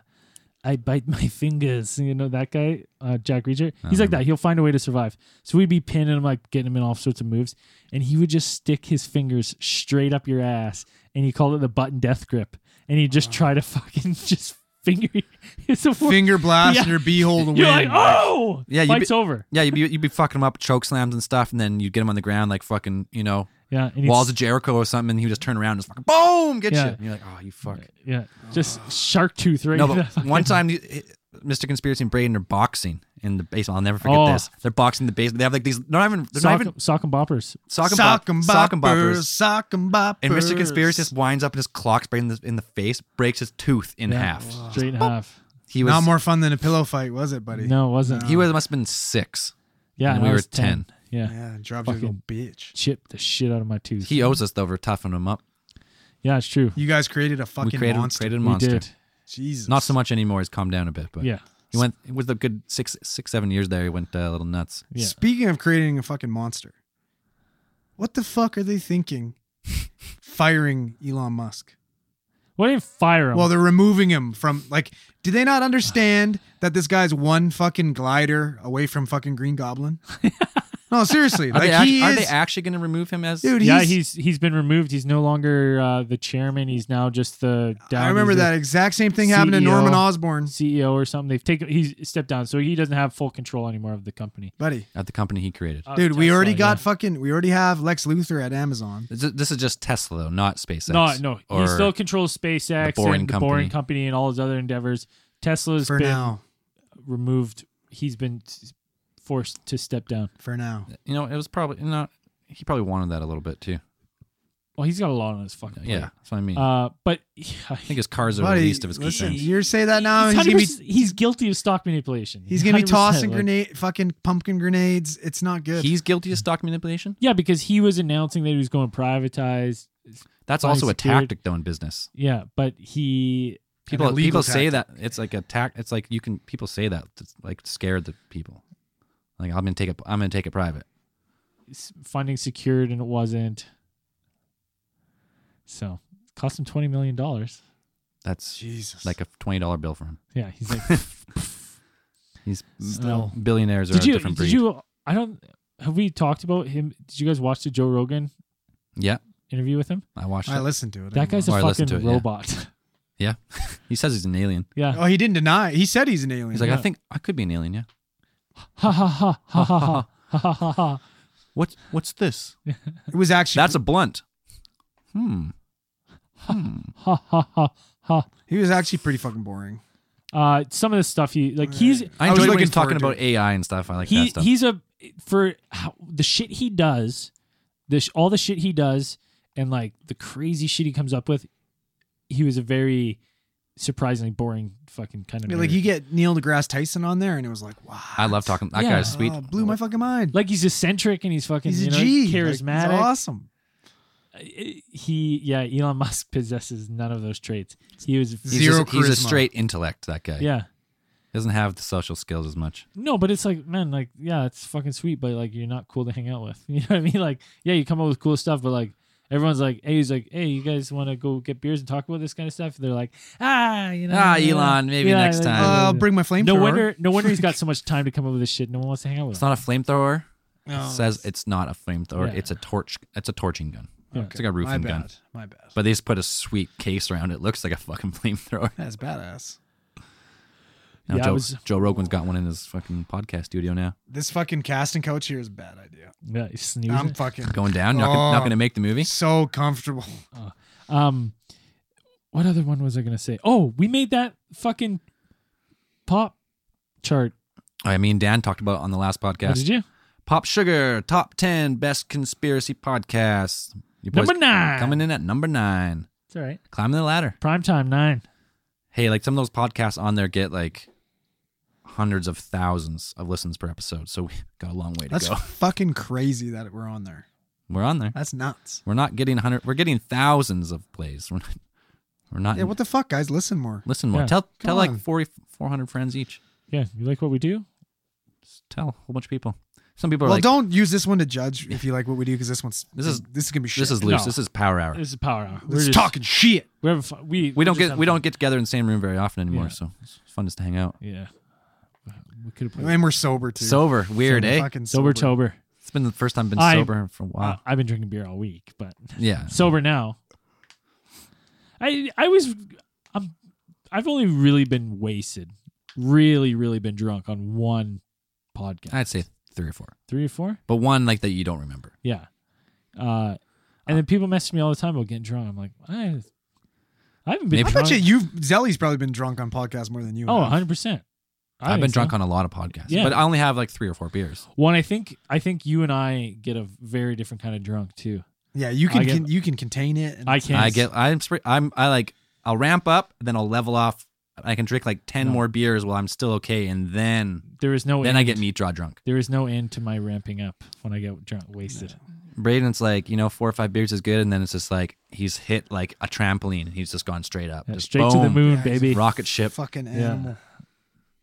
[SPEAKER 2] i bite my fingers you know that guy uh, jack reacher he's like that he'll find a way to survive so we'd be pinning him like getting him in all sorts of moves and he would just stick his fingers straight up your ass and he called it the button death grip and he'd just try to fucking just finger you. it's a
[SPEAKER 3] Finger blast
[SPEAKER 2] Yeah.
[SPEAKER 3] in your beehole to win.
[SPEAKER 2] you're like oh
[SPEAKER 1] Yeah,
[SPEAKER 2] yeah
[SPEAKER 1] you'd
[SPEAKER 2] fight's
[SPEAKER 1] be-
[SPEAKER 2] over
[SPEAKER 1] Yeah, you'd be you'd be fucking him up, choke slams and stuff, and then you'd get him on the ground like fucking, you know,
[SPEAKER 2] yeah and he'd
[SPEAKER 1] walls of Jericho or something, and he would just turn around and just fucking boom, get
[SPEAKER 2] Yeah.
[SPEAKER 1] you. And you're like, oh, you fuck.
[SPEAKER 2] yeah just shark tooth right
[SPEAKER 1] No,
[SPEAKER 2] into that
[SPEAKER 1] but
[SPEAKER 2] fucking-
[SPEAKER 1] one time, he- he- Mr. Conspiracy and Braden are boxing in the basement. I'll never forget
[SPEAKER 2] Oh.
[SPEAKER 1] this. They're boxing in the basement. They have like these. They're not even. They're
[SPEAKER 2] sock,
[SPEAKER 1] not even
[SPEAKER 2] sock and boppers
[SPEAKER 1] sock and,
[SPEAKER 3] sock
[SPEAKER 1] bop-
[SPEAKER 3] and
[SPEAKER 1] sock and
[SPEAKER 3] boppers, sock and boppers.
[SPEAKER 1] And Mr. Conspiracy just winds up and just clocks Braden in the, in the face, breaks his tooth in
[SPEAKER 2] Yeah.
[SPEAKER 1] half.
[SPEAKER 2] straight in half
[SPEAKER 1] He was
[SPEAKER 3] not more fun than a pillow fight, was it, buddy?
[SPEAKER 2] No, it wasn't.
[SPEAKER 1] he was must have been six.
[SPEAKER 2] yeah,
[SPEAKER 1] and
[SPEAKER 2] and
[SPEAKER 1] we
[SPEAKER 2] I
[SPEAKER 1] were
[SPEAKER 2] was 10. Yeah.
[SPEAKER 3] Yeah, dropped you a little bitch.
[SPEAKER 2] Chipped the shit out of my tooth.
[SPEAKER 1] He owes us though for toughing him up.
[SPEAKER 2] yeah, it's true.
[SPEAKER 3] You guys created a
[SPEAKER 1] We
[SPEAKER 3] fucking
[SPEAKER 1] created
[SPEAKER 3] monster.
[SPEAKER 1] created a
[SPEAKER 2] We
[SPEAKER 1] monster.
[SPEAKER 2] did.
[SPEAKER 3] Jesus.
[SPEAKER 1] Not so much anymore. He's calmed down a bit, but
[SPEAKER 2] Yeah.
[SPEAKER 1] He went with a good six, six, seven years there. He went uh, a little nuts.
[SPEAKER 2] Yeah.
[SPEAKER 3] Speaking of creating a fucking monster, what the fuck are they thinking? Firing Elon Musk.
[SPEAKER 2] Well, I didn't fire him.
[SPEAKER 3] Well, they're removing him from like. Do they not understand that this guy's one fucking glider away from fucking Green Goblin? no, seriously.
[SPEAKER 1] Are,
[SPEAKER 3] like
[SPEAKER 1] they, act-
[SPEAKER 3] he
[SPEAKER 1] are
[SPEAKER 3] is,
[SPEAKER 1] they actually going to remove him as?
[SPEAKER 3] dude.
[SPEAKER 2] yeah, he's
[SPEAKER 3] he's,
[SPEAKER 2] he's been removed. He's no longer uh, the chairman. He's now just the down.
[SPEAKER 3] I remember
[SPEAKER 2] he's
[SPEAKER 3] that
[SPEAKER 2] the
[SPEAKER 3] exact same thing happened to
[SPEAKER 2] CEO.
[SPEAKER 3] Norman Osborn,
[SPEAKER 2] CEO or something. They've taken he's stepped down, so he doesn't have full control anymore of the company.
[SPEAKER 3] buddy.
[SPEAKER 1] at the company he created.
[SPEAKER 2] Uh,
[SPEAKER 3] Dude, we
[SPEAKER 2] Tesla,
[SPEAKER 3] already got
[SPEAKER 2] yeah.
[SPEAKER 3] fucking. We already have Lex Luthor at Amazon.
[SPEAKER 1] This is- this is just Tesla, though, not SpaceX.
[SPEAKER 2] No, no,
[SPEAKER 1] Or
[SPEAKER 2] he still controls SpaceX
[SPEAKER 1] Boring
[SPEAKER 2] and the
[SPEAKER 1] Company.
[SPEAKER 2] Boring Company and all his other endeavors. Tesla's
[SPEAKER 3] For
[SPEAKER 2] been
[SPEAKER 3] now,
[SPEAKER 2] removed. He's been s- forced to step down.
[SPEAKER 3] for now.
[SPEAKER 1] you know, it was probably you know, He probably wanted that a little bit too.
[SPEAKER 2] Well, he's got a lot on his fucking plate.
[SPEAKER 1] Yeah, that's what I mean.
[SPEAKER 2] Uh, but
[SPEAKER 1] I think his cars are
[SPEAKER 3] Buddy,
[SPEAKER 1] the least of his
[SPEAKER 3] listen,
[SPEAKER 1] concerns.
[SPEAKER 3] you say that now, and
[SPEAKER 2] he's,
[SPEAKER 3] he's gonna be
[SPEAKER 2] guilty of stock manipulation.
[SPEAKER 3] He's gonna be
[SPEAKER 2] 100%,
[SPEAKER 3] tossing
[SPEAKER 2] like-
[SPEAKER 3] grenade, fucking pumpkin grenades. It's not good.
[SPEAKER 1] He's guilty of stock manipulation.
[SPEAKER 2] Yeah, because he was announcing that he was going privatized.
[SPEAKER 1] That's
[SPEAKER 2] Buying
[SPEAKER 1] also a
[SPEAKER 2] security-
[SPEAKER 1] tactic, though, in business.
[SPEAKER 2] Yeah, but he
[SPEAKER 1] People,
[SPEAKER 3] illegal
[SPEAKER 1] people say that it's like a tact. It's like you can people say that to, like scare the people. Like I'm gonna take it. I'm gonna take it private.
[SPEAKER 2] s- funding secured and it wasn't. So cost him twenty million dollars.
[SPEAKER 1] That's
[SPEAKER 3] Jesus.
[SPEAKER 1] like a twenty dollar bill for him.
[SPEAKER 2] Yeah, he's like,
[SPEAKER 1] He's
[SPEAKER 3] Still.
[SPEAKER 1] billionaires are
[SPEAKER 2] did
[SPEAKER 1] a
[SPEAKER 2] you?
[SPEAKER 1] different
[SPEAKER 2] Did
[SPEAKER 1] breed.
[SPEAKER 2] you? I don't. Have we talked about him? Did you guys watch the Joe Rogan
[SPEAKER 1] yeah,
[SPEAKER 2] interview with him?
[SPEAKER 1] I watched
[SPEAKER 3] I
[SPEAKER 1] it.
[SPEAKER 3] listened to it.
[SPEAKER 2] That guy's a
[SPEAKER 1] Or I listened
[SPEAKER 2] fucking
[SPEAKER 1] to it, yeah.
[SPEAKER 2] robot.
[SPEAKER 1] Yeah, he says he's an alien.
[SPEAKER 2] Yeah.
[SPEAKER 3] Oh, he didn't deny. it. He said he's an alien.
[SPEAKER 1] He's like, I
[SPEAKER 2] Yeah.
[SPEAKER 1] think I could be an alien. Yeah.
[SPEAKER 2] Ha ha ha ha ha ha ha ha ha.
[SPEAKER 1] What's what's this?
[SPEAKER 3] it was actually.
[SPEAKER 1] That's a blunt. Hmm.
[SPEAKER 2] ha ha ha ha.
[SPEAKER 3] he was actually pretty fucking boring.
[SPEAKER 2] Uh, some of the stuff he like, he's
[SPEAKER 1] I
[SPEAKER 3] I was
[SPEAKER 1] enjoy when
[SPEAKER 3] looking
[SPEAKER 1] he's talking
[SPEAKER 3] forward
[SPEAKER 1] about AI and stuff. I like that
[SPEAKER 2] he
[SPEAKER 1] stuff.
[SPEAKER 2] he's a for how, the shit he does, the sh- all the shit he does, and like the crazy shit he comes up with. he was a very surprisingly boring fucking kind of
[SPEAKER 3] Yeah, like
[SPEAKER 2] nerd.
[SPEAKER 3] you get Neil deGrasse Tyson on there, and it was like, wow.
[SPEAKER 1] I love talking. That
[SPEAKER 2] Yeah.
[SPEAKER 1] guy's sweet.
[SPEAKER 3] Oh, blew my fucking mind.
[SPEAKER 2] like he's eccentric and he's fucking
[SPEAKER 3] he's a
[SPEAKER 2] you know,
[SPEAKER 3] G. Like, he's
[SPEAKER 2] charismatic. Uh,
[SPEAKER 3] awesome.
[SPEAKER 2] He yeah, Elon Musk possesses none of those traits. He was
[SPEAKER 1] He's
[SPEAKER 3] Zero
[SPEAKER 1] just- He's a
[SPEAKER 3] charisma.
[SPEAKER 1] straight intellect. That guy.
[SPEAKER 2] yeah.
[SPEAKER 1] Doesn't have the social skills as much.
[SPEAKER 2] No, but it's like, man, like, yeah, it's fucking sweet, but like, you're not cool to hang out with. You know what I mean? Like, yeah, you come up with cool stuff, but like, everyone's like, hey, he's like, hey, you guys want to go get beers and talk about this kind of stuff? they're like, ah, you know,
[SPEAKER 1] Ah,
[SPEAKER 2] yeah.
[SPEAKER 1] Elon, maybe
[SPEAKER 2] Yeah,
[SPEAKER 1] next
[SPEAKER 2] yeah,
[SPEAKER 1] time.
[SPEAKER 2] yeah, yeah.
[SPEAKER 3] Uh, I'll bring my flamethrower.
[SPEAKER 2] no wonder, no wonder he's got so much time to come up with this shit. No one wants to hang out with
[SPEAKER 1] It's
[SPEAKER 2] him.
[SPEAKER 1] not a flamethrower.
[SPEAKER 3] Oh,
[SPEAKER 1] it says it's not a flamethrower.
[SPEAKER 2] Yeah.
[SPEAKER 1] It's a torch. It's a torching gun.
[SPEAKER 2] Yeah.
[SPEAKER 1] It's like a
[SPEAKER 3] my
[SPEAKER 1] roofing
[SPEAKER 3] bad.
[SPEAKER 1] gun.
[SPEAKER 3] My bad.
[SPEAKER 1] But they just put a sweet case around it. It Looks like a fucking flamethrower.
[SPEAKER 3] That's badass.
[SPEAKER 1] Now
[SPEAKER 2] Yeah, I
[SPEAKER 1] Joe,
[SPEAKER 2] was-
[SPEAKER 1] Joe Rogan's got one in his fucking podcast studio now.
[SPEAKER 3] This fucking casting coach here is a bad idea.
[SPEAKER 2] Yeah, he's sneezing.
[SPEAKER 1] Um,
[SPEAKER 3] I'm fucking
[SPEAKER 1] Going down. Not, gonna, not
[SPEAKER 3] Oh.
[SPEAKER 1] gonna make the movie.
[SPEAKER 3] so comfortable.
[SPEAKER 2] Um, what other one was I gonna say? Oh, we made that fucking pop chart.
[SPEAKER 1] I mean, Dan talked about it on the last
[SPEAKER 2] Oh,
[SPEAKER 1] podcast.
[SPEAKER 2] did you?
[SPEAKER 1] Pop Sugar top ten best conspiracy podcasts. You boys
[SPEAKER 2] Number nine.
[SPEAKER 1] coming in at number nine.
[SPEAKER 2] It's all right.
[SPEAKER 1] Climbing the ladder.
[SPEAKER 2] Prime time nine.
[SPEAKER 1] hey, like some of those podcasts on there get like hundreds of thousands of listens per episode. So we got a long way to
[SPEAKER 3] That's
[SPEAKER 1] go.
[SPEAKER 3] fucking crazy that we're on there.
[SPEAKER 1] We're on there.
[SPEAKER 3] That's nuts.
[SPEAKER 1] We're not getting hundred. We're getting thousands of plays. We're not. We're not.
[SPEAKER 3] Yeah, what the fuck, guys? Listen more.
[SPEAKER 1] listen more.
[SPEAKER 2] Yeah.
[SPEAKER 1] Tell tell
[SPEAKER 3] on.
[SPEAKER 1] like 40, 400 friends each.
[SPEAKER 2] Yeah, you like what we do?
[SPEAKER 1] Just tell a whole bunch of people. Some people are
[SPEAKER 3] Well,
[SPEAKER 1] like,
[SPEAKER 3] don't use this one to judge if you like what we do because this one's
[SPEAKER 1] This is-
[SPEAKER 3] this is gonna be shit.
[SPEAKER 1] this is loose.
[SPEAKER 2] No.
[SPEAKER 1] This is power hour.
[SPEAKER 2] This is power hour.
[SPEAKER 3] This is talking shit.
[SPEAKER 2] We're having fun. We
[SPEAKER 1] we
[SPEAKER 2] we're
[SPEAKER 1] don't
[SPEAKER 2] just
[SPEAKER 1] get
[SPEAKER 2] having
[SPEAKER 1] we
[SPEAKER 2] fun.
[SPEAKER 1] don't get together in the same room very often anymore.
[SPEAKER 2] Yeah.
[SPEAKER 1] So it's fun just to hang out.
[SPEAKER 2] Yeah, we could have played
[SPEAKER 3] And we're sober too.
[SPEAKER 1] Sober, weird, eh?
[SPEAKER 3] Fucking
[SPEAKER 2] sober tober.
[SPEAKER 1] It's been the first time I've been
[SPEAKER 2] I- Ah.
[SPEAKER 1] sober for a while.
[SPEAKER 2] Uh, I've been drinking beer all week, but
[SPEAKER 1] yeah,
[SPEAKER 2] sober now. I I was I'm I've only really been wasted, really really been drunk on one podcast.
[SPEAKER 1] I'd say three or four,
[SPEAKER 2] three or four.
[SPEAKER 1] but one like that you don't remember.
[SPEAKER 2] Yeah. Uh, and then people message me all the time about getting drunk. I'm like, I, I haven't been
[SPEAKER 1] Maybe-
[SPEAKER 3] I
[SPEAKER 2] drunk.
[SPEAKER 3] bet you you've Zelly's probably been drunk on podcasts more than you.
[SPEAKER 2] oh,
[SPEAKER 3] have.
[SPEAKER 2] 100 percent.
[SPEAKER 1] I've been drunk on a lot of podcasts,
[SPEAKER 2] Yeah.
[SPEAKER 1] but I only have like three or four beers.
[SPEAKER 2] one. I think I think you and I get a very different kind of drunk too.
[SPEAKER 3] yeah, you can,
[SPEAKER 2] I get-
[SPEAKER 3] can you can contain it. And
[SPEAKER 2] I can't.
[SPEAKER 1] I get, I'm, spr- I'm, I like, I'll ramp up, then I'll level off. I can drink like ten
[SPEAKER 2] No.
[SPEAKER 1] more beers while I'm still okay, and then,
[SPEAKER 2] There is no.
[SPEAKER 1] then
[SPEAKER 2] end.
[SPEAKER 1] I get meat draw drunk.
[SPEAKER 2] There is no end to my ramping up when I get drunk, wasted.
[SPEAKER 1] Braden's like, you know, four or five beers is good, and then it's just like he's hit like a trampoline, and he's just gone straight up,
[SPEAKER 2] Yeah,
[SPEAKER 1] just
[SPEAKER 2] straight to the
[SPEAKER 1] boom.
[SPEAKER 2] moon,
[SPEAKER 3] Yeah, he's a
[SPEAKER 2] baby.
[SPEAKER 1] rocket ship.
[SPEAKER 3] fucking
[SPEAKER 2] Yeah.
[SPEAKER 3] animal.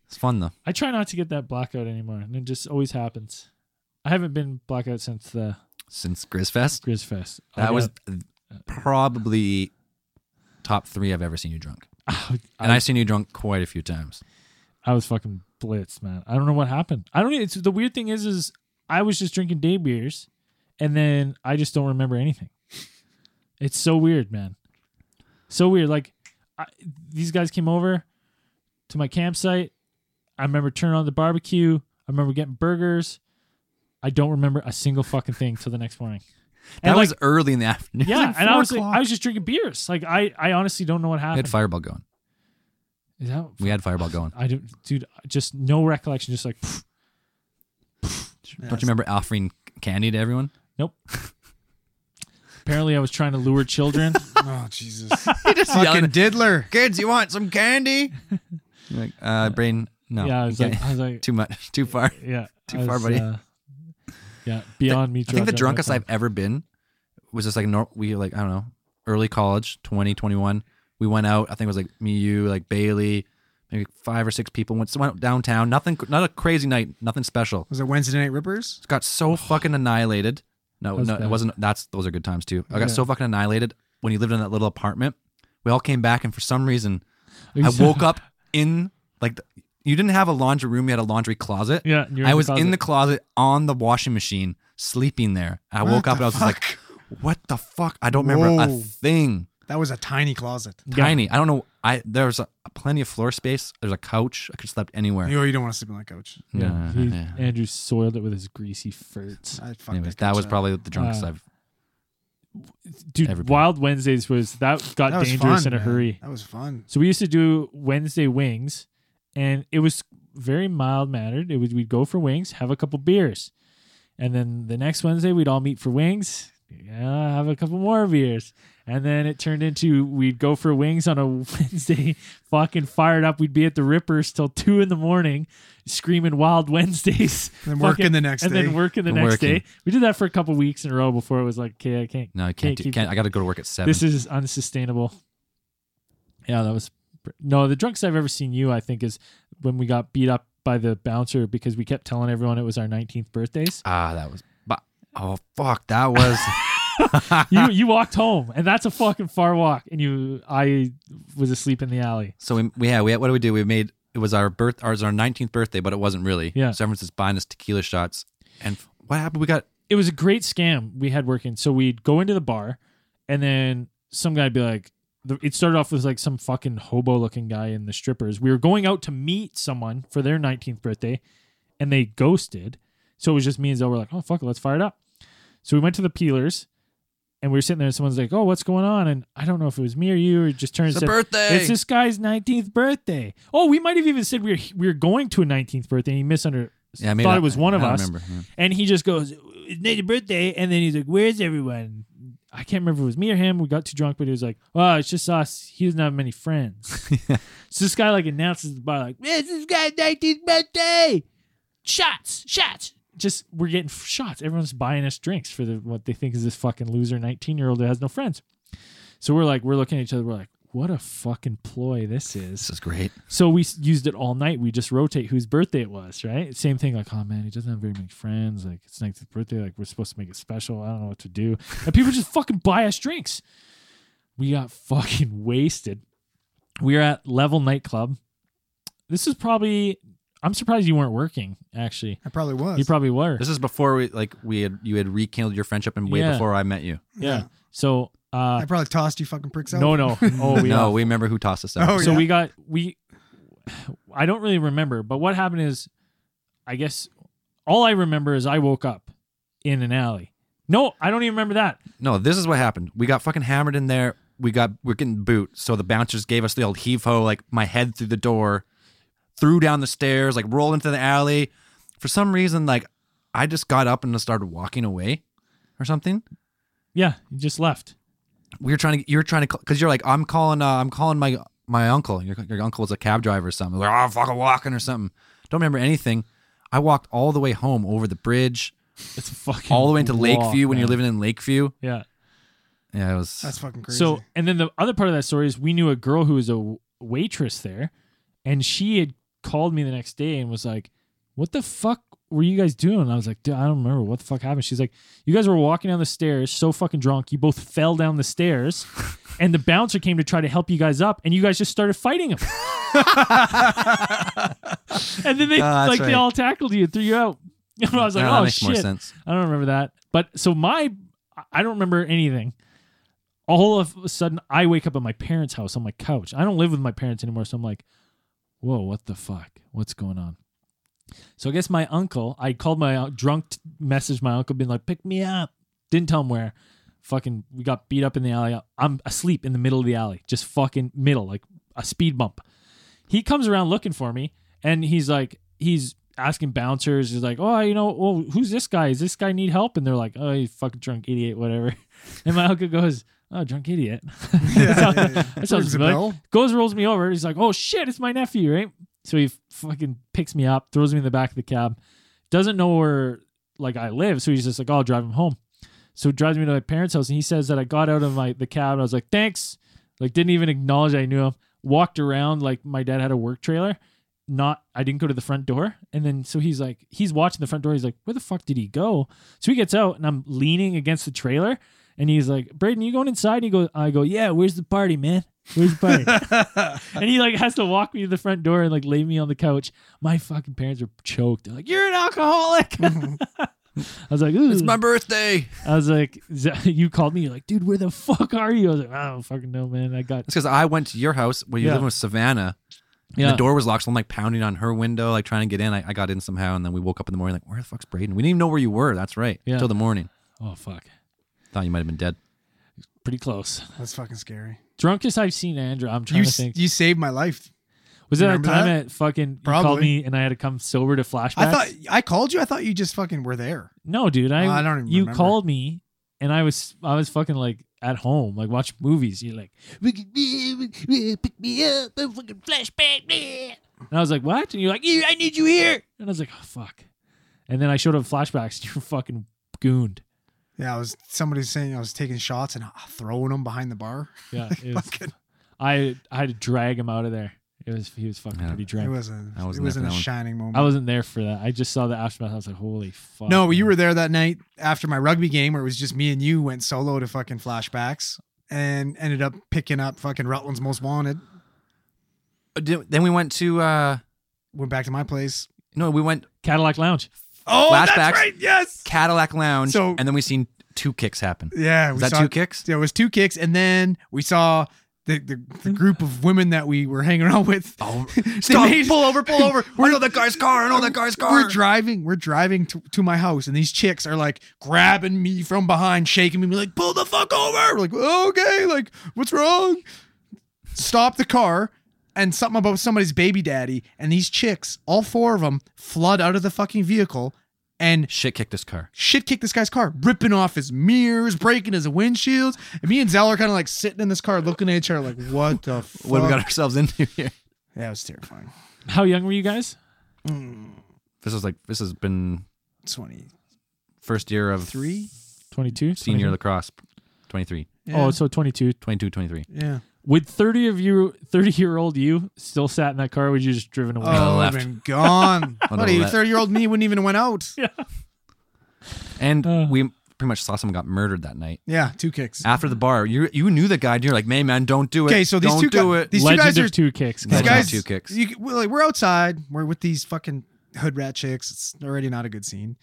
[SPEAKER 1] It's fun though.
[SPEAKER 2] I try not to get that blackout anymore, and it just always happens. I haven't been blackout since the
[SPEAKER 1] Since Grizzfest,
[SPEAKER 2] Grizz Fest. Oh, I
[SPEAKER 1] that was
[SPEAKER 2] got-
[SPEAKER 1] probably top three I've ever seen you drunk, and
[SPEAKER 2] I-
[SPEAKER 1] I've seen you drunk quite a few times.
[SPEAKER 2] I was fucking blitzed, man. I don't know what happened. I don't. e-, It's the weird thing is, is I was just drinking day beers, and then I just don't remember anything. It's so weird, man. So weird. Like I, these guys came over to my campsite. I remember turning on the barbecue. I remember getting burgers. I don't remember a single fucking thing till the next morning.
[SPEAKER 1] That
[SPEAKER 2] And like,
[SPEAKER 1] was early in the afternoon.
[SPEAKER 2] yeah,
[SPEAKER 3] like
[SPEAKER 2] and I
[SPEAKER 3] four
[SPEAKER 2] was like,
[SPEAKER 3] o'clock.
[SPEAKER 2] I was just drinking beers. Like I, I honestly don't know what
[SPEAKER 1] we
[SPEAKER 2] happened.
[SPEAKER 1] had Fireball going.
[SPEAKER 2] Is that
[SPEAKER 1] We had Fireball going.
[SPEAKER 2] I don't, dude. Just no recollection. Just like.
[SPEAKER 3] Yeah,
[SPEAKER 1] Don't you remember offering candy to everyone?
[SPEAKER 2] Apparently, I was trying to lure children.
[SPEAKER 3] Oh Jesus! fucking
[SPEAKER 1] yelling.
[SPEAKER 3] diddler.
[SPEAKER 1] Kids, you want some candy? You're like, uh, brain, no.
[SPEAKER 2] yeah, I
[SPEAKER 1] you
[SPEAKER 2] was
[SPEAKER 1] can't-
[SPEAKER 2] like, I was like,
[SPEAKER 1] too much, too far.
[SPEAKER 2] yeah,
[SPEAKER 1] too
[SPEAKER 2] I
[SPEAKER 1] far,
[SPEAKER 2] was,
[SPEAKER 1] buddy.
[SPEAKER 2] uh, yeah, beyond me.
[SPEAKER 1] I think the
[SPEAKER 2] drunk-
[SPEAKER 1] drunkest I've ever been was just like nor- we like I don't know, early college, 20, 21. We went out. I think it was like me, you, like Bailey, maybe five or six people. Went, went downtown. Nothing, not a crazy night. Nothing special.
[SPEAKER 3] Was it Wednesday Night Rippers?
[SPEAKER 1] Just got so fucking annihilated. No,
[SPEAKER 2] That's
[SPEAKER 1] no,
[SPEAKER 2] bad.
[SPEAKER 1] it wasn't. That's those are good times too. I got
[SPEAKER 2] Yeah.
[SPEAKER 1] so fucking annihilated when you lived in that little apartment. We all came back, and for some reason,
[SPEAKER 2] Are you
[SPEAKER 1] I
[SPEAKER 2] so-
[SPEAKER 1] woke up in like the, you didn't have a laundry room; you had a laundry closet.
[SPEAKER 2] Yeah, you're
[SPEAKER 1] I was in the
[SPEAKER 2] closet.
[SPEAKER 1] closet on the washing machine, sleeping there. I
[SPEAKER 3] What
[SPEAKER 1] woke up and
[SPEAKER 3] the
[SPEAKER 1] I was just like, "What the fuck? I don't remember
[SPEAKER 3] Whoa.
[SPEAKER 1] a thing."
[SPEAKER 3] That was a tiny closet.
[SPEAKER 2] Yeah.
[SPEAKER 1] Tiny. I don't know. I there was a, plenty of floor space. There's a couch. I could have slept anywhere.
[SPEAKER 3] You, you don't want to sleep on that couch.
[SPEAKER 2] Yeah,
[SPEAKER 1] Yeah,
[SPEAKER 2] he-
[SPEAKER 1] yeah.
[SPEAKER 2] Andrew soiled it with his greasy furts,
[SPEAKER 3] I fucked
[SPEAKER 1] Anyways,
[SPEAKER 3] that,
[SPEAKER 1] that
[SPEAKER 3] couch
[SPEAKER 1] was
[SPEAKER 3] up.
[SPEAKER 1] probably the drunkest
[SPEAKER 2] Uh,
[SPEAKER 1] I've.
[SPEAKER 2] dude.
[SPEAKER 1] Everybody.
[SPEAKER 2] Wild Wednesdays was that got
[SPEAKER 3] That was
[SPEAKER 2] dangerous
[SPEAKER 3] fun,
[SPEAKER 2] in a
[SPEAKER 3] man.
[SPEAKER 2] hurry.
[SPEAKER 3] That was fun.
[SPEAKER 2] So we used to do Wednesday wings, and it was very mild mannered. It was we'd go for wings, have a couple beers, and then the next Wednesday we'd all meet for wings. yeah, have a couple more beers. And then it turned into we'd go for wings on a Wednesday, fucking fired up. We'd be at the Rippers till two in the morning, screaming Wild Wednesdays.
[SPEAKER 3] Then working
[SPEAKER 2] Fucking-
[SPEAKER 3] the next
[SPEAKER 2] and
[SPEAKER 3] day.
[SPEAKER 2] then working the
[SPEAKER 1] And
[SPEAKER 2] next
[SPEAKER 1] working.
[SPEAKER 2] day. We did that for a couple weeks in a row before it was like, okay, I can't.
[SPEAKER 1] No, I can't.
[SPEAKER 2] Can't
[SPEAKER 1] do,
[SPEAKER 2] keep-
[SPEAKER 1] can't I got to go to work at seven.
[SPEAKER 2] This is unsustainable. Yeah, that was pr- no. The drunkest I've ever seen you, I think, is when we got beat up by the bouncer because we kept telling everyone it was our 19th birthdays.
[SPEAKER 1] ah, that was. But oh fuck, that was.
[SPEAKER 2] you you walked home, and that's a fucking far walk. And you, I was asleep in the alley.
[SPEAKER 1] So we, we yeah, we what do we do? We made it was our birth, ours our nineteenth birthday, but it wasn't really.
[SPEAKER 2] Yeah.
[SPEAKER 1] So everyone's just buying us tequila shots, and f- what happened? We got
[SPEAKER 2] it was a great scam we had working. So we'd go into the bar, and then some guy'd be like, the- it started off with like some fucking hobo looking guy and the strippers. We were going out to meet someone for their 19th birthday, and they ghosted. So it was just me and Zoe were like, oh, fuck it, let's fire it up. So we went to the peelers, and we were sitting there, and someone's like, oh, what's going on? And I don't know if it was me or you, or it just turns
[SPEAKER 1] it's a birthday.
[SPEAKER 2] it's this guy's 19th birthday. Oh, we might have even said we were, we were going to a 19th birthday, and he misunderstood.
[SPEAKER 1] yeah, maybe
[SPEAKER 2] thought
[SPEAKER 1] I-
[SPEAKER 2] it was one of
[SPEAKER 1] I don't
[SPEAKER 2] us.
[SPEAKER 1] Remember. yeah.
[SPEAKER 2] And he just goes, It's Nate's birthday. And then he's like, Where's everyone? I can't remember if it was me or him. We got too drunk, but he was like, Oh, it's just us. He doesn't have many friends. so this guy like announces the bar, like, It's this guy's 19th birthday. Shots, shots. Just we're getting f- shots. Everyone's buying us drinks for the what they think is this fucking loser 19 year old that has no friends. So we're like, we're looking at each other, we're like, what a fucking ploy this is.
[SPEAKER 1] This is great.
[SPEAKER 2] So we s- used it all night. We just rotate whose birthday it was, right? Same thing, like, oh man, he doesn't have very many friends. Like, it's next birthday. Like, we're supposed to make it special. I don't know what to do. And people just fucking buy us drinks. We got fucking wasted. We were at Level Nightclub. This is probably, I'm surprised you weren't working, actually.
[SPEAKER 3] I probably was.
[SPEAKER 2] You probably were.
[SPEAKER 1] This is before we like we had you had rekindled your friendship and way
[SPEAKER 2] Yeah.
[SPEAKER 1] before I met you.
[SPEAKER 2] yeah. So, uh,
[SPEAKER 3] I probably tossed you fucking pricks out.
[SPEAKER 2] no, no. Oh, we
[SPEAKER 1] no,
[SPEAKER 2] are.
[SPEAKER 1] we remember who tossed us out.
[SPEAKER 3] Oh,
[SPEAKER 2] so
[SPEAKER 3] yeah.
[SPEAKER 2] we got we i don't really remember but what happened is i guess all i remember is i woke up in an alley no i don't even remember that
[SPEAKER 1] No, this is what happened. We got fucking hammered in there. We got we're getting boot. So the bouncers gave us the old heave ho, like my head through the door, threw down the stairs, like rolled into the alley. For some reason, like I just got up and started walking away, or something.
[SPEAKER 2] yeah you just left
[SPEAKER 1] We were trying to you were trying to because you're like I'm calling uh, I'm calling my my uncle. Your, your uncle was a cab driver or something. Like oh I'm fucking walking or something. Don't remember anything. I walked all the way home over the bridge,
[SPEAKER 2] it's a fucking
[SPEAKER 1] all the way into
[SPEAKER 2] walk,
[SPEAKER 1] Lakeview when you're
[SPEAKER 2] man.
[SPEAKER 1] living in Lakeview.
[SPEAKER 2] yeah
[SPEAKER 1] Yeah, it was.
[SPEAKER 3] That's fucking crazy.
[SPEAKER 2] so and then the other part of that story is we knew a girl who was a waitress there and she had called me the next day and was like what the fuck were you guys doing? And I was like, dude, I don't remember what the fuck happened. She's like, you guys were walking down the stairs, so fucking drunk. You both fell down the stairs, and the bouncer came to try to help you guys up, and you guys just started fighting him. and then they
[SPEAKER 1] Ah, that's
[SPEAKER 2] like
[SPEAKER 1] right.
[SPEAKER 2] they all tackled you, and threw you out. And I was like,
[SPEAKER 1] Yeah, that
[SPEAKER 2] oh
[SPEAKER 1] makes more
[SPEAKER 2] shit,
[SPEAKER 1] sense.
[SPEAKER 2] I don't remember that. But so my, I don't remember anything. All of a sudden, I wake up at my parents' house on my couch. I don't live with my parents anymore, so I'm like, whoa, what the fuck? What's going on? So I guess my uncle, I called my un- drunk, t- messaged my uncle, being like, pick me up. Didn't tell him where. Fucking, we got beat up in the alley. I'm asleep in the middle of the alley, just fucking middle, like a speed bump. He comes around looking for me, and he's like, he's asking bouncers, he's like, oh, you know, well, who's this guy? Does this guy need help? And they're like, oh, you fucking drunk idiot, whatever. And my uncle goes, oh, drunk idiot.
[SPEAKER 3] yeah, yeah, yeah.
[SPEAKER 2] That sounds
[SPEAKER 3] Rings a
[SPEAKER 2] familiar.
[SPEAKER 3] bell.
[SPEAKER 2] Goes rolls me over. He's like, "Oh shit, it's my nephew!" Right? So he fucking picks me up, throws me in the back of the cab. Doesn't know where like I live, so he's just like, "Oh, I'll drive him home." So he drives me to my parents' house, and he says that I got out of my the cab, and I was like, "Thanks," like didn't even acknowledge I knew him. Walked around like my dad had a work trailer. Not, I didn't go to the front door, and then so he's like, he's watching the front door. He's like, "Where the fuck did he go?" So he gets out, and I'm leaning against the trailer, and he's like, Braden, you going inside? And he goes, I go, yeah, where's the party, man? Where's the party? and he like has to walk me to the front door and like lay me on the couch. My fucking parents are choked. They're like, you're an alcoholic. I was like, Ooh.
[SPEAKER 1] It's my birthday.
[SPEAKER 2] I was like, Z- you called me. You're like, dude, where the fuck are you? I was like, I don't fucking know, man. I got
[SPEAKER 1] It's because I went to your house where you
[SPEAKER 2] Yeah.
[SPEAKER 1] live with Savannah. and
[SPEAKER 2] yeah.
[SPEAKER 1] The door was locked, so I'm like pounding on her window, like trying to get in. I, I got in somehow, and then we woke up in the morning, like, where the fuck's Braden? We didn't even know where you were. That's right.
[SPEAKER 2] Yeah.
[SPEAKER 1] Till the morning.
[SPEAKER 2] Oh fuck,
[SPEAKER 1] Thought you might have been dead.
[SPEAKER 2] pretty close.
[SPEAKER 3] That's fucking scary.
[SPEAKER 2] Drunkest I've seen Andrew. I'm trying
[SPEAKER 3] You
[SPEAKER 2] to
[SPEAKER 3] s-
[SPEAKER 2] think.
[SPEAKER 3] you saved my life.
[SPEAKER 2] was there a
[SPEAKER 3] remember
[SPEAKER 2] time
[SPEAKER 3] that?
[SPEAKER 2] at fucking you called
[SPEAKER 3] Probably.
[SPEAKER 2] me and I had to come sober to flashbacks?
[SPEAKER 3] I thought I called you. I thought you just fucking were there.
[SPEAKER 2] No, dude. I,
[SPEAKER 3] Oh, I don't even
[SPEAKER 2] You
[SPEAKER 3] remember.
[SPEAKER 2] called me and I was I was fucking like at home, like watch movies. You're like, "Look at me, look at me, pick me up, I'm fucking flashback. bleh." And I was like, what? And you're like, "Yeah, I need you here. And I was like, oh fuck. And then I showed up flashbacks. And you're fucking gooned.
[SPEAKER 3] Yeah, I was somebody was saying I was taking shots and ah, throwing them behind the bar.
[SPEAKER 2] Yeah, it was,
[SPEAKER 3] Fucking-
[SPEAKER 2] I I had to drag him out of there. It was he was fucking
[SPEAKER 1] Yeah.
[SPEAKER 2] pretty
[SPEAKER 3] it
[SPEAKER 2] drunk.
[SPEAKER 3] wasn't.
[SPEAKER 1] I wasn't there
[SPEAKER 3] It wasn't
[SPEAKER 1] for
[SPEAKER 3] a
[SPEAKER 1] that one.
[SPEAKER 3] shining moment.
[SPEAKER 2] I wasn't there for that. I just saw the aftermath. I was like, holy fuck.
[SPEAKER 3] No, but you were there that night after my rugby game where it was just me and you went solo to fucking flashbacks and ended up picking up fucking Rutland's Most Wanted.
[SPEAKER 1] Did- Uh, Then we went to uh
[SPEAKER 3] Went back to my place.
[SPEAKER 1] no, we went
[SPEAKER 2] Cadillac Lounge.
[SPEAKER 3] Oh,
[SPEAKER 1] Flashbacks.
[SPEAKER 3] that's right. Yes.
[SPEAKER 1] Cadillac Lounge,
[SPEAKER 3] So-
[SPEAKER 1] and then we seen two kicks happen.
[SPEAKER 3] Yeah.
[SPEAKER 1] Was
[SPEAKER 3] we
[SPEAKER 1] that
[SPEAKER 3] saw-
[SPEAKER 1] two kicks?
[SPEAKER 3] Yeah, it was two kicks. And then we saw the, the, the group of women that we were hanging out with.
[SPEAKER 1] Oh,
[SPEAKER 3] They
[SPEAKER 1] stop!
[SPEAKER 3] made-
[SPEAKER 1] pull over! Pull over! I know that guy's car! I know that guy's car!
[SPEAKER 3] We're driving. We're driving to, to my house, and these chicks are like grabbing me from behind, shaking me, like pull the fuck over. We're like okay, like what's wrong? Stop the car, and something about somebody's baby daddy. And these chicks, all four of them, flood out of the fucking vehicle and
[SPEAKER 1] Shit kicked this car.
[SPEAKER 3] shit kick this guy's car, ripping off his mirrors, breaking his windshields. And me and Zell are kind of like sitting in this car, looking at each other, like what the fuck?
[SPEAKER 1] What have we got ourselves into here?
[SPEAKER 3] yeah, it was terrifying.
[SPEAKER 2] How young were you guys?
[SPEAKER 1] This is like this has been
[SPEAKER 3] Twenty
[SPEAKER 1] first year of
[SPEAKER 3] three.
[SPEAKER 2] 22?
[SPEAKER 1] senior lacrosse, 23,
[SPEAKER 2] Oh, so 22.
[SPEAKER 1] 22, 23.
[SPEAKER 3] yeah.
[SPEAKER 2] Would 30 of you, 30 year old you, still sat in that car? Would you just driven away?
[SPEAKER 1] Oh.
[SPEAKER 3] Oh,
[SPEAKER 1] left.
[SPEAKER 3] I've been gone.
[SPEAKER 1] On
[SPEAKER 3] Buddy,
[SPEAKER 1] the left.
[SPEAKER 3] 30 year old me wouldn't even have went out.
[SPEAKER 1] And
[SPEAKER 2] Uh.
[SPEAKER 1] we pretty much saw someone got murdered that night.
[SPEAKER 3] Yeah, two kicks.
[SPEAKER 1] After the bar, you you knew the guy. And you're like, man, man, don't do it.
[SPEAKER 3] Okay, so these
[SPEAKER 1] don't
[SPEAKER 3] two
[SPEAKER 1] do
[SPEAKER 3] guy-
[SPEAKER 1] it.
[SPEAKER 3] these two
[SPEAKER 2] Legend
[SPEAKER 3] guys
[SPEAKER 2] of
[SPEAKER 3] are-
[SPEAKER 2] two kicks.
[SPEAKER 3] These
[SPEAKER 1] Legend
[SPEAKER 2] guys,
[SPEAKER 3] guys,
[SPEAKER 1] two kicks.
[SPEAKER 3] You, well, like, we're outside. We're with these fucking hood rat chicks. It's already not a good scene.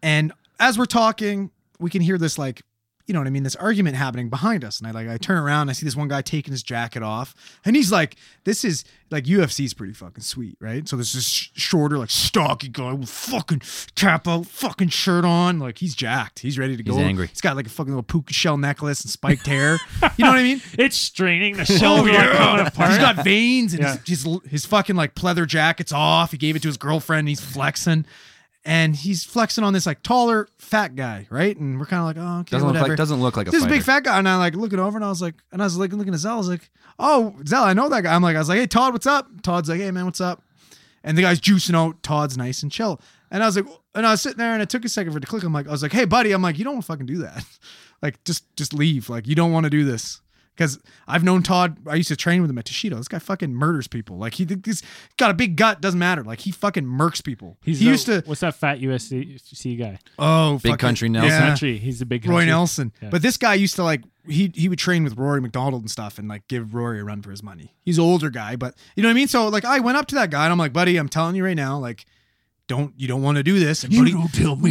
[SPEAKER 3] And as we're talking, we can hear this like, you know what I mean? This argument happening behind us. And I like, I turn around. I see this one guy taking his jacket off, and he's like, "This is like UFC's pretty fucking sweet, right?" So there's this sh- shorter, like stocky guy with fucking cap out, fucking shirt on. Like he's jacked. He's ready to
[SPEAKER 1] He's
[SPEAKER 3] go.
[SPEAKER 1] angry.
[SPEAKER 3] He's got like a fucking little puka shell necklace and spiked hair. you know what I mean?
[SPEAKER 2] it's straining
[SPEAKER 3] Oh,
[SPEAKER 2] the shoulder. like, coming apart.
[SPEAKER 3] He's got veins and
[SPEAKER 2] Yeah.
[SPEAKER 3] his, his his fucking like pleather jacket's off. He gave it to his girlfriend. He's flexing, and he's flexing on this like taller fat guy, right? And we're kind of like, oh, okay,
[SPEAKER 1] doesn't look
[SPEAKER 3] whatever.
[SPEAKER 1] like doesn't look like a
[SPEAKER 3] this is a
[SPEAKER 1] fighter.
[SPEAKER 3] big fat guy, and I like looking over, and I was like, and I was like looking at Zell. I was like, oh, Zell, I know that guy. I'm like, I was like, hey, Todd, what's up? Todd's like, hey, man, what's up? And the guy's juicing out. Todd's nice and chill. And I was like, and I was sitting there, and it took a second for it to click. I'm like, I was like, hey, buddy, I'm like, you don't fucking do that. Like, just just leave. Like, you don't want to do this. Because I've known Todd, I used to train with him at Toshido. This guy fucking murders people. Like he, he's got a big gut. Doesn't matter. Like he fucking murks people.
[SPEAKER 2] He's
[SPEAKER 3] he
[SPEAKER 2] the-
[SPEAKER 3] used to.
[SPEAKER 2] What's that fat USC guy?
[SPEAKER 3] Oh,
[SPEAKER 1] Big
[SPEAKER 3] fucking-
[SPEAKER 1] Country Nelson.
[SPEAKER 3] Yeah.
[SPEAKER 2] Country. He's a big
[SPEAKER 3] Roy
[SPEAKER 2] country.
[SPEAKER 3] Nelson.
[SPEAKER 2] Yeah.
[SPEAKER 3] But this guy used to like he he would train with Rory McDonald and stuff and like give Rory a run for his money. He's an older guy, but you know what I mean? So like I went up to that guy and I'm like, buddy, I'm telling you right now, like don't you don't want to do this? And buddy,
[SPEAKER 2] don't tell me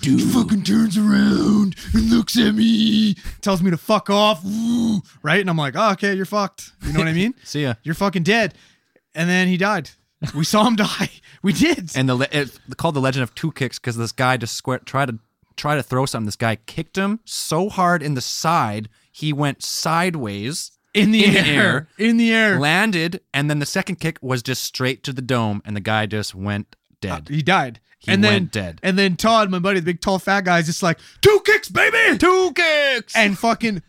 [SPEAKER 3] He fucking turns around and looks at me, tells me to fuck off, Ooh, right? And I'm like, oh, okay, you're fucked. You know what I mean?
[SPEAKER 1] See ya.
[SPEAKER 3] You're fucking dead. And then he died. We saw him die. We did.
[SPEAKER 1] And the le- it, called the legend of two kicks because this guy just square tried to try to throw something. This guy kicked him so hard in the side he went sideways,
[SPEAKER 3] in the
[SPEAKER 1] in the
[SPEAKER 3] air,
[SPEAKER 1] air.
[SPEAKER 3] in the air,
[SPEAKER 1] landed, and then the second kick was just straight to the dome, and the guy just went dead.
[SPEAKER 3] he died.
[SPEAKER 1] He
[SPEAKER 3] and then
[SPEAKER 1] went dead.
[SPEAKER 3] And then Todd, my buddy, the big tall fat guy, is just like, two kicks, baby!
[SPEAKER 1] Two kicks.
[SPEAKER 3] And fucking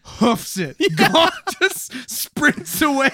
[SPEAKER 3] hoofs it. Gone, just sprints away.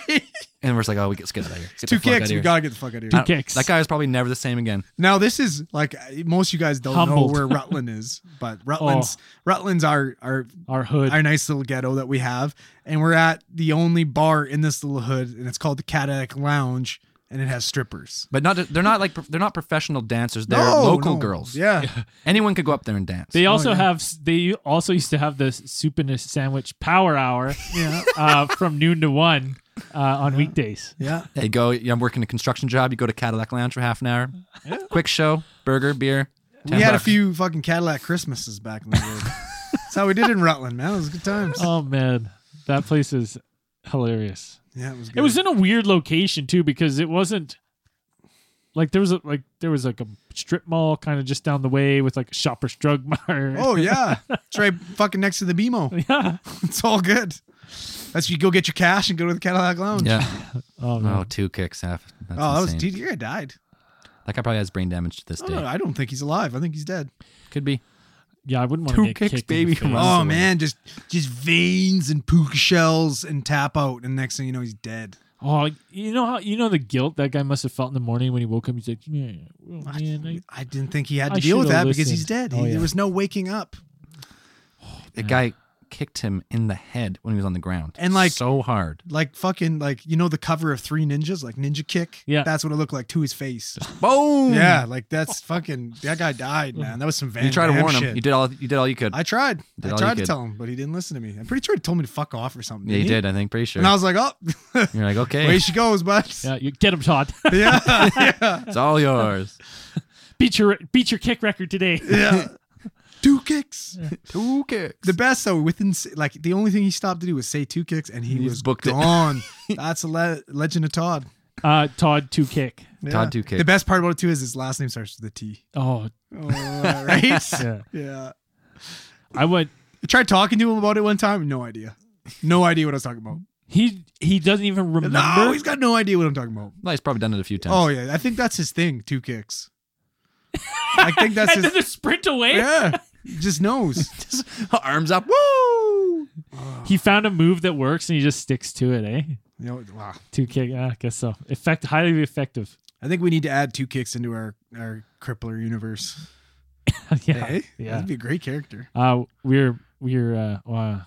[SPEAKER 1] And we're just like, oh, we get, let's get out of here. Get the
[SPEAKER 3] Two
[SPEAKER 1] fuck
[SPEAKER 3] kicks.
[SPEAKER 1] outta
[SPEAKER 3] We
[SPEAKER 1] here.
[SPEAKER 3] gotta get the fuck out of here.
[SPEAKER 2] Two kicks.
[SPEAKER 1] That guy was probably never the same again.
[SPEAKER 3] Now this is like most of you guys don't
[SPEAKER 2] Humbled.
[SPEAKER 3] know where Rutland is, but
[SPEAKER 1] Oh.
[SPEAKER 3] Rutland's Rutland's our our
[SPEAKER 2] Our hood.
[SPEAKER 3] our nice little ghetto that we have, and we're at the only bar in this little hood, and it's called the Cadillac Lounge, and it has strippers.
[SPEAKER 1] But not they're not like prof- they're not professional dancers. They're
[SPEAKER 3] No,
[SPEAKER 1] local
[SPEAKER 3] no.
[SPEAKER 1] girls.
[SPEAKER 3] Yeah.
[SPEAKER 1] Anyone could go up there and dance.
[SPEAKER 2] They also
[SPEAKER 3] Oh, yeah.
[SPEAKER 2] have. They also used to have the soup and a sandwich power hour
[SPEAKER 3] Yeah.
[SPEAKER 2] uh, from noon to one uh, on weekdays.
[SPEAKER 3] Yeah.
[SPEAKER 1] They go. yeah, I'm working a construction job. You go to Cadillac Lounge for half an hour. Quick show, burger, beer.
[SPEAKER 3] We
[SPEAKER 1] 10
[SPEAKER 3] had a
[SPEAKER 1] bucks.
[SPEAKER 3] few fucking Cadillac Christmases back in the day. That's how we did in Rutland, man. It was good times.
[SPEAKER 2] Oh man, that place is hilarious.
[SPEAKER 3] Yeah, it was good.
[SPEAKER 2] It was in a weird location too because it wasn't like there was a, like there was like a strip mall kind of just down the way with like a Shoppers Drug Mart.
[SPEAKER 3] Oh yeah, it's right fucking next to the BMO.
[SPEAKER 2] yeah.
[SPEAKER 3] It's all good. That's you go get your cash and go to the Cadillac Lounge.
[SPEAKER 1] Yeah.
[SPEAKER 2] Oh
[SPEAKER 1] Oh,
[SPEAKER 2] no.
[SPEAKER 1] two kicks half. That's
[SPEAKER 3] Oh, that was Oh,
[SPEAKER 1] insane.
[SPEAKER 3] dude. Your guy died.
[SPEAKER 1] That guy probably has brain damage to this
[SPEAKER 3] I
[SPEAKER 1] day.
[SPEAKER 3] don't, know, I don't think he's alive. I think he's dead.
[SPEAKER 1] Could be.
[SPEAKER 2] Yeah, I wouldn't want
[SPEAKER 5] Two
[SPEAKER 2] to get
[SPEAKER 5] kicks,
[SPEAKER 2] kicked
[SPEAKER 5] baby,
[SPEAKER 2] in the face.
[SPEAKER 5] from us.
[SPEAKER 2] Oh,
[SPEAKER 5] That's
[SPEAKER 3] Oh
[SPEAKER 5] the
[SPEAKER 3] man, just just veins and puka shells and tap out, and next thing you know, he's dead.
[SPEAKER 2] Oh, you know how you know the guilt that guy must have felt in the morning when he woke up. He's like, yeah, well,
[SPEAKER 3] I,
[SPEAKER 2] man, I,
[SPEAKER 3] I didn't think he had to
[SPEAKER 2] I
[SPEAKER 3] deal with
[SPEAKER 2] should've
[SPEAKER 3] that because he's
[SPEAKER 2] listened.
[SPEAKER 3] dead.
[SPEAKER 2] Oh,
[SPEAKER 3] He-
[SPEAKER 2] yeah.
[SPEAKER 3] There was no waking up.
[SPEAKER 1] The guy kicked him in the head when he was on the ground.
[SPEAKER 3] And, like-
[SPEAKER 1] so hard.
[SPEAKER 3] Like fucking, like you know the cover of Three Ninjas, like Ninja Kick.
[SPEAKER 2] Yeah.
[SPEAKER 3] that's what it looked like to his face.
[SPEAKER 1] Boom.
[SPEAKER 3] yeah, like that's fucking. That guy died, man. That was some. Van
[SPEAKER 1] You tried to
[SPEAKER 3] Damme
[SPEAKER 1] warn
[SPEAKER 3] shit.
[SPEAKER 1] him. You did all you did all you could.
[SPEAKER 3] I tried.
[SPEAKER 1] Did all
[SPEAKER 3] I
[SPEAKER 1] you
[SPEAKER 3] tried to
[SPEAKER 1] could.
[SPEAKER 3] tell him, but he didn't listen to me. I'm pretty sure he told me to fuck off or something.
[SPEAKER 1] yeah, you
[SPEAKER 3] didn't
[SPEAKER 1] did, I think, pretty sure.
[SPEAKER 3] he? And I was like, oh,
[SPEAKER 1] You're like, okay,
[SPEAKER 3] way she goes, bud.
[SPEAKER 2] yeah, you get him, Todd.
[SPEAKER 3] Yeah, yeah,
[SPEAKER 1] it's all yours.
[SPEAKER 2] beat your beat your kick record today.
[SPEAKER 3] yeah. Two kicks.
[SPEAKER 1] Two kicks.
[SPEAKER 3] The best though, within like the only thing he stopped to do was say two kicks, and he
[SPEAKER 1] He's
[SPEAKER 3] was
[SPEAKER 1] booked it.
[SPEAKER 3] gone. That's a le- legend of Todd.
[SPEAKER 2] Uh, Todd two kick.
[SPEAKER 3] Yeah.
[SPEAKER 1] Todd two kicks.
[SPEAKER 3] The best part about it too is his last name starts with a T.
[SPEAKER 2] Oh,
[SPEAKER 3] right?
[SPEAKER 2] yeah.
[SPEAKER 3] yeah.
[SPEAKER 2] I would.
[SPEAKER 3] I tried talking to him about it one time. No idea. No idea what I was talking about.
[SPEAKER 2] He he doesn't even remember.
[SPEAKER 3] No, he's got no idea what I'm talking about.
[SPEAKER 1] No, he's probably done it a few times.
[SPEAKER 3] Oh yeah, I think that's his thing. Two kicks. I think that's
[SPEAKER 2] and then
[SPEAKER 3] his.
[SPEAKER 2] the sprint away.
[SPEAKER 3] Yeah, just knows.
[SPEAKER 1] Just arms up. Woo!
[SPEAKER 2] He found a move that works and he just sticks to it, eh?
[SPEAKER 3] You know, wow.
[SPEAKER 2] Two kick. ah, I guess so. Effect highly effective.
[SPEAKER 3] I think we need to add two kicks into our our crippler universe.
[SPEAKER 2] yeah.
[SPEAKER 3] Eh?
[SPEAKER 2] Yeah.
[SPEAKER 3] that'd be a great character.
[SPEAKER 2] Uh, we're we're uh, wow.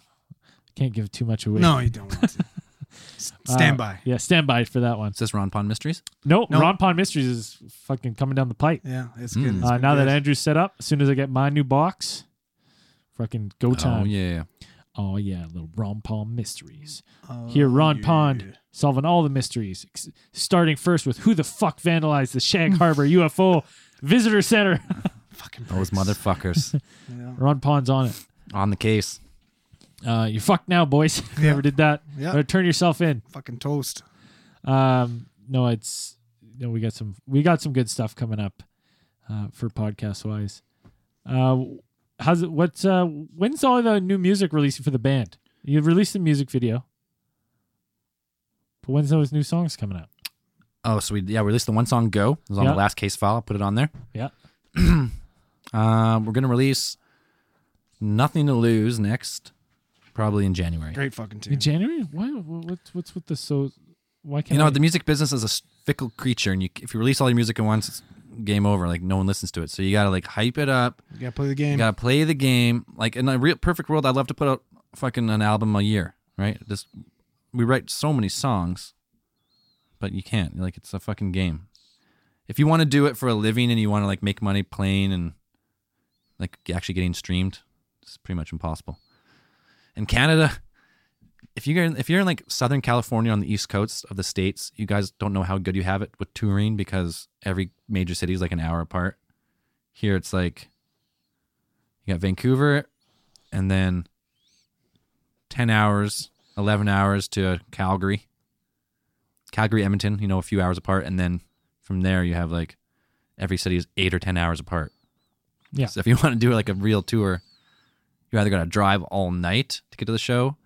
[SPEAKER 2] can't give too much away.
[SPEAKER 3] No, you don't want to. S-
[SPEAKER 2] Uh,
[SPEAKER 3] Stand by.
[SPEAKER 2] Yeah, stand by for that one.
[SPEAKER 1] Is this Ron Pond Mysteries?
[SPEAKER 2] No,
[SPEAKER 3] No.
[SPEAKER 2] Ron Pond Mysteries is fucking coming down the pipe.
[SPEAKER 3] Yeah, it's good.
[SPEAKER 1] Mm.
[SPEAKER 3] It's
[SPEAKER 2] Uh,
[SPEAKER 3] been
[SPEAKER 2] now that
[SPEAKER 3] good.
[SPEAKER 2] Andrew's set up, as soon as I get my new box, fucking go time.
[SPEAKER 1] Oh yeah.
[SPEAKER 2] Oh, yeah, little Ron Pond Mysteries. Here, Ron
[SPEAKER 3] Oh, yeah.
[SPEAKER 2] Pond solving all the mysteries, ex- starting first with who the fuck vandalized the Shag Harbor UFO Visitor Center.
[SPEAKER 3] fucking
[SPEAKER 1] Those
[SPEAKER 3] pricks.
[SPEAKER 1] motherfuckers
[SPEAKER 3] Yeah.
[SPEAKER 2] Ron Pond's on it.
[SPEAKER 1] on the case.
[SPEAKER 2] Uh, you're fucked now, boys. Whoever
[SPEAKER 3] Yeah.
[SPEAKER 2] did that,
[SPEAKER 3] Yeah.
[SPEAKER 2] Better turn yourself in.
[SPEAKER 3] Fucking toast.
[SPEAKER 2] Um, no, it's no, we got some we got some good stuff coming up uh, for podcast wise. Uh, how's it? What's uh? When's all the new music releasing for the band? You released the music video, but when's those new songs coming out?
[SPEAKER 1] Oh, so we yeah we released the one song "Go." It was on
[SPEAKER 2] Yeah.
[SPEAKER 1] the last case file. I put it on there.
[SPEAKER 2] Yeah.
[SPEAKER 1] Um, we're gonna release "Nothing to Lose" next, probably in January.
[SPEAKER 3] Great fucking
[SPEAKER 2] In
[SPEAKER 3] tune.
[SPEAKER 2] January? Why? What's what's with the so? Why can't
[SPEAKER 1] You know,
[SPEAKER 2] I-
[SPEAKER 1] the music business is a s- fickle creature, and you, if you release all your music at once, it's game over. Like no one listens to it, so you gotta like hype it up.
[SPEAKER 3] You gotta play the
[SPEAKER 1] You
[SPEAKER 3] game.
[SPEAKER 1] gotta play the game. Like in a real perfect world, I'd love to put out fucking an album a year, right? Just we write so many songs, but you can't. Like it's a fucking game. If you want to do it for a living and you want to like make money playing and like actually getting streamed, it's pretty much impossible. In Canada, if you're in, if you're in like Southern California on the East Coast of the states, you guys don't know how good you have it with touring because every major city is like an hour apart. Here it's like you got Vancouver and then 10 hours, 11 hours to Calgary. Calgary, Edmonton, you know, a few hours apart. And then from there, you have like every city is eight or 10 hours apart.
[SPEAKER 2] Yeah.
[SPEAKER 1] So if you want to do like a real tour, you either got to drive all night to get to the show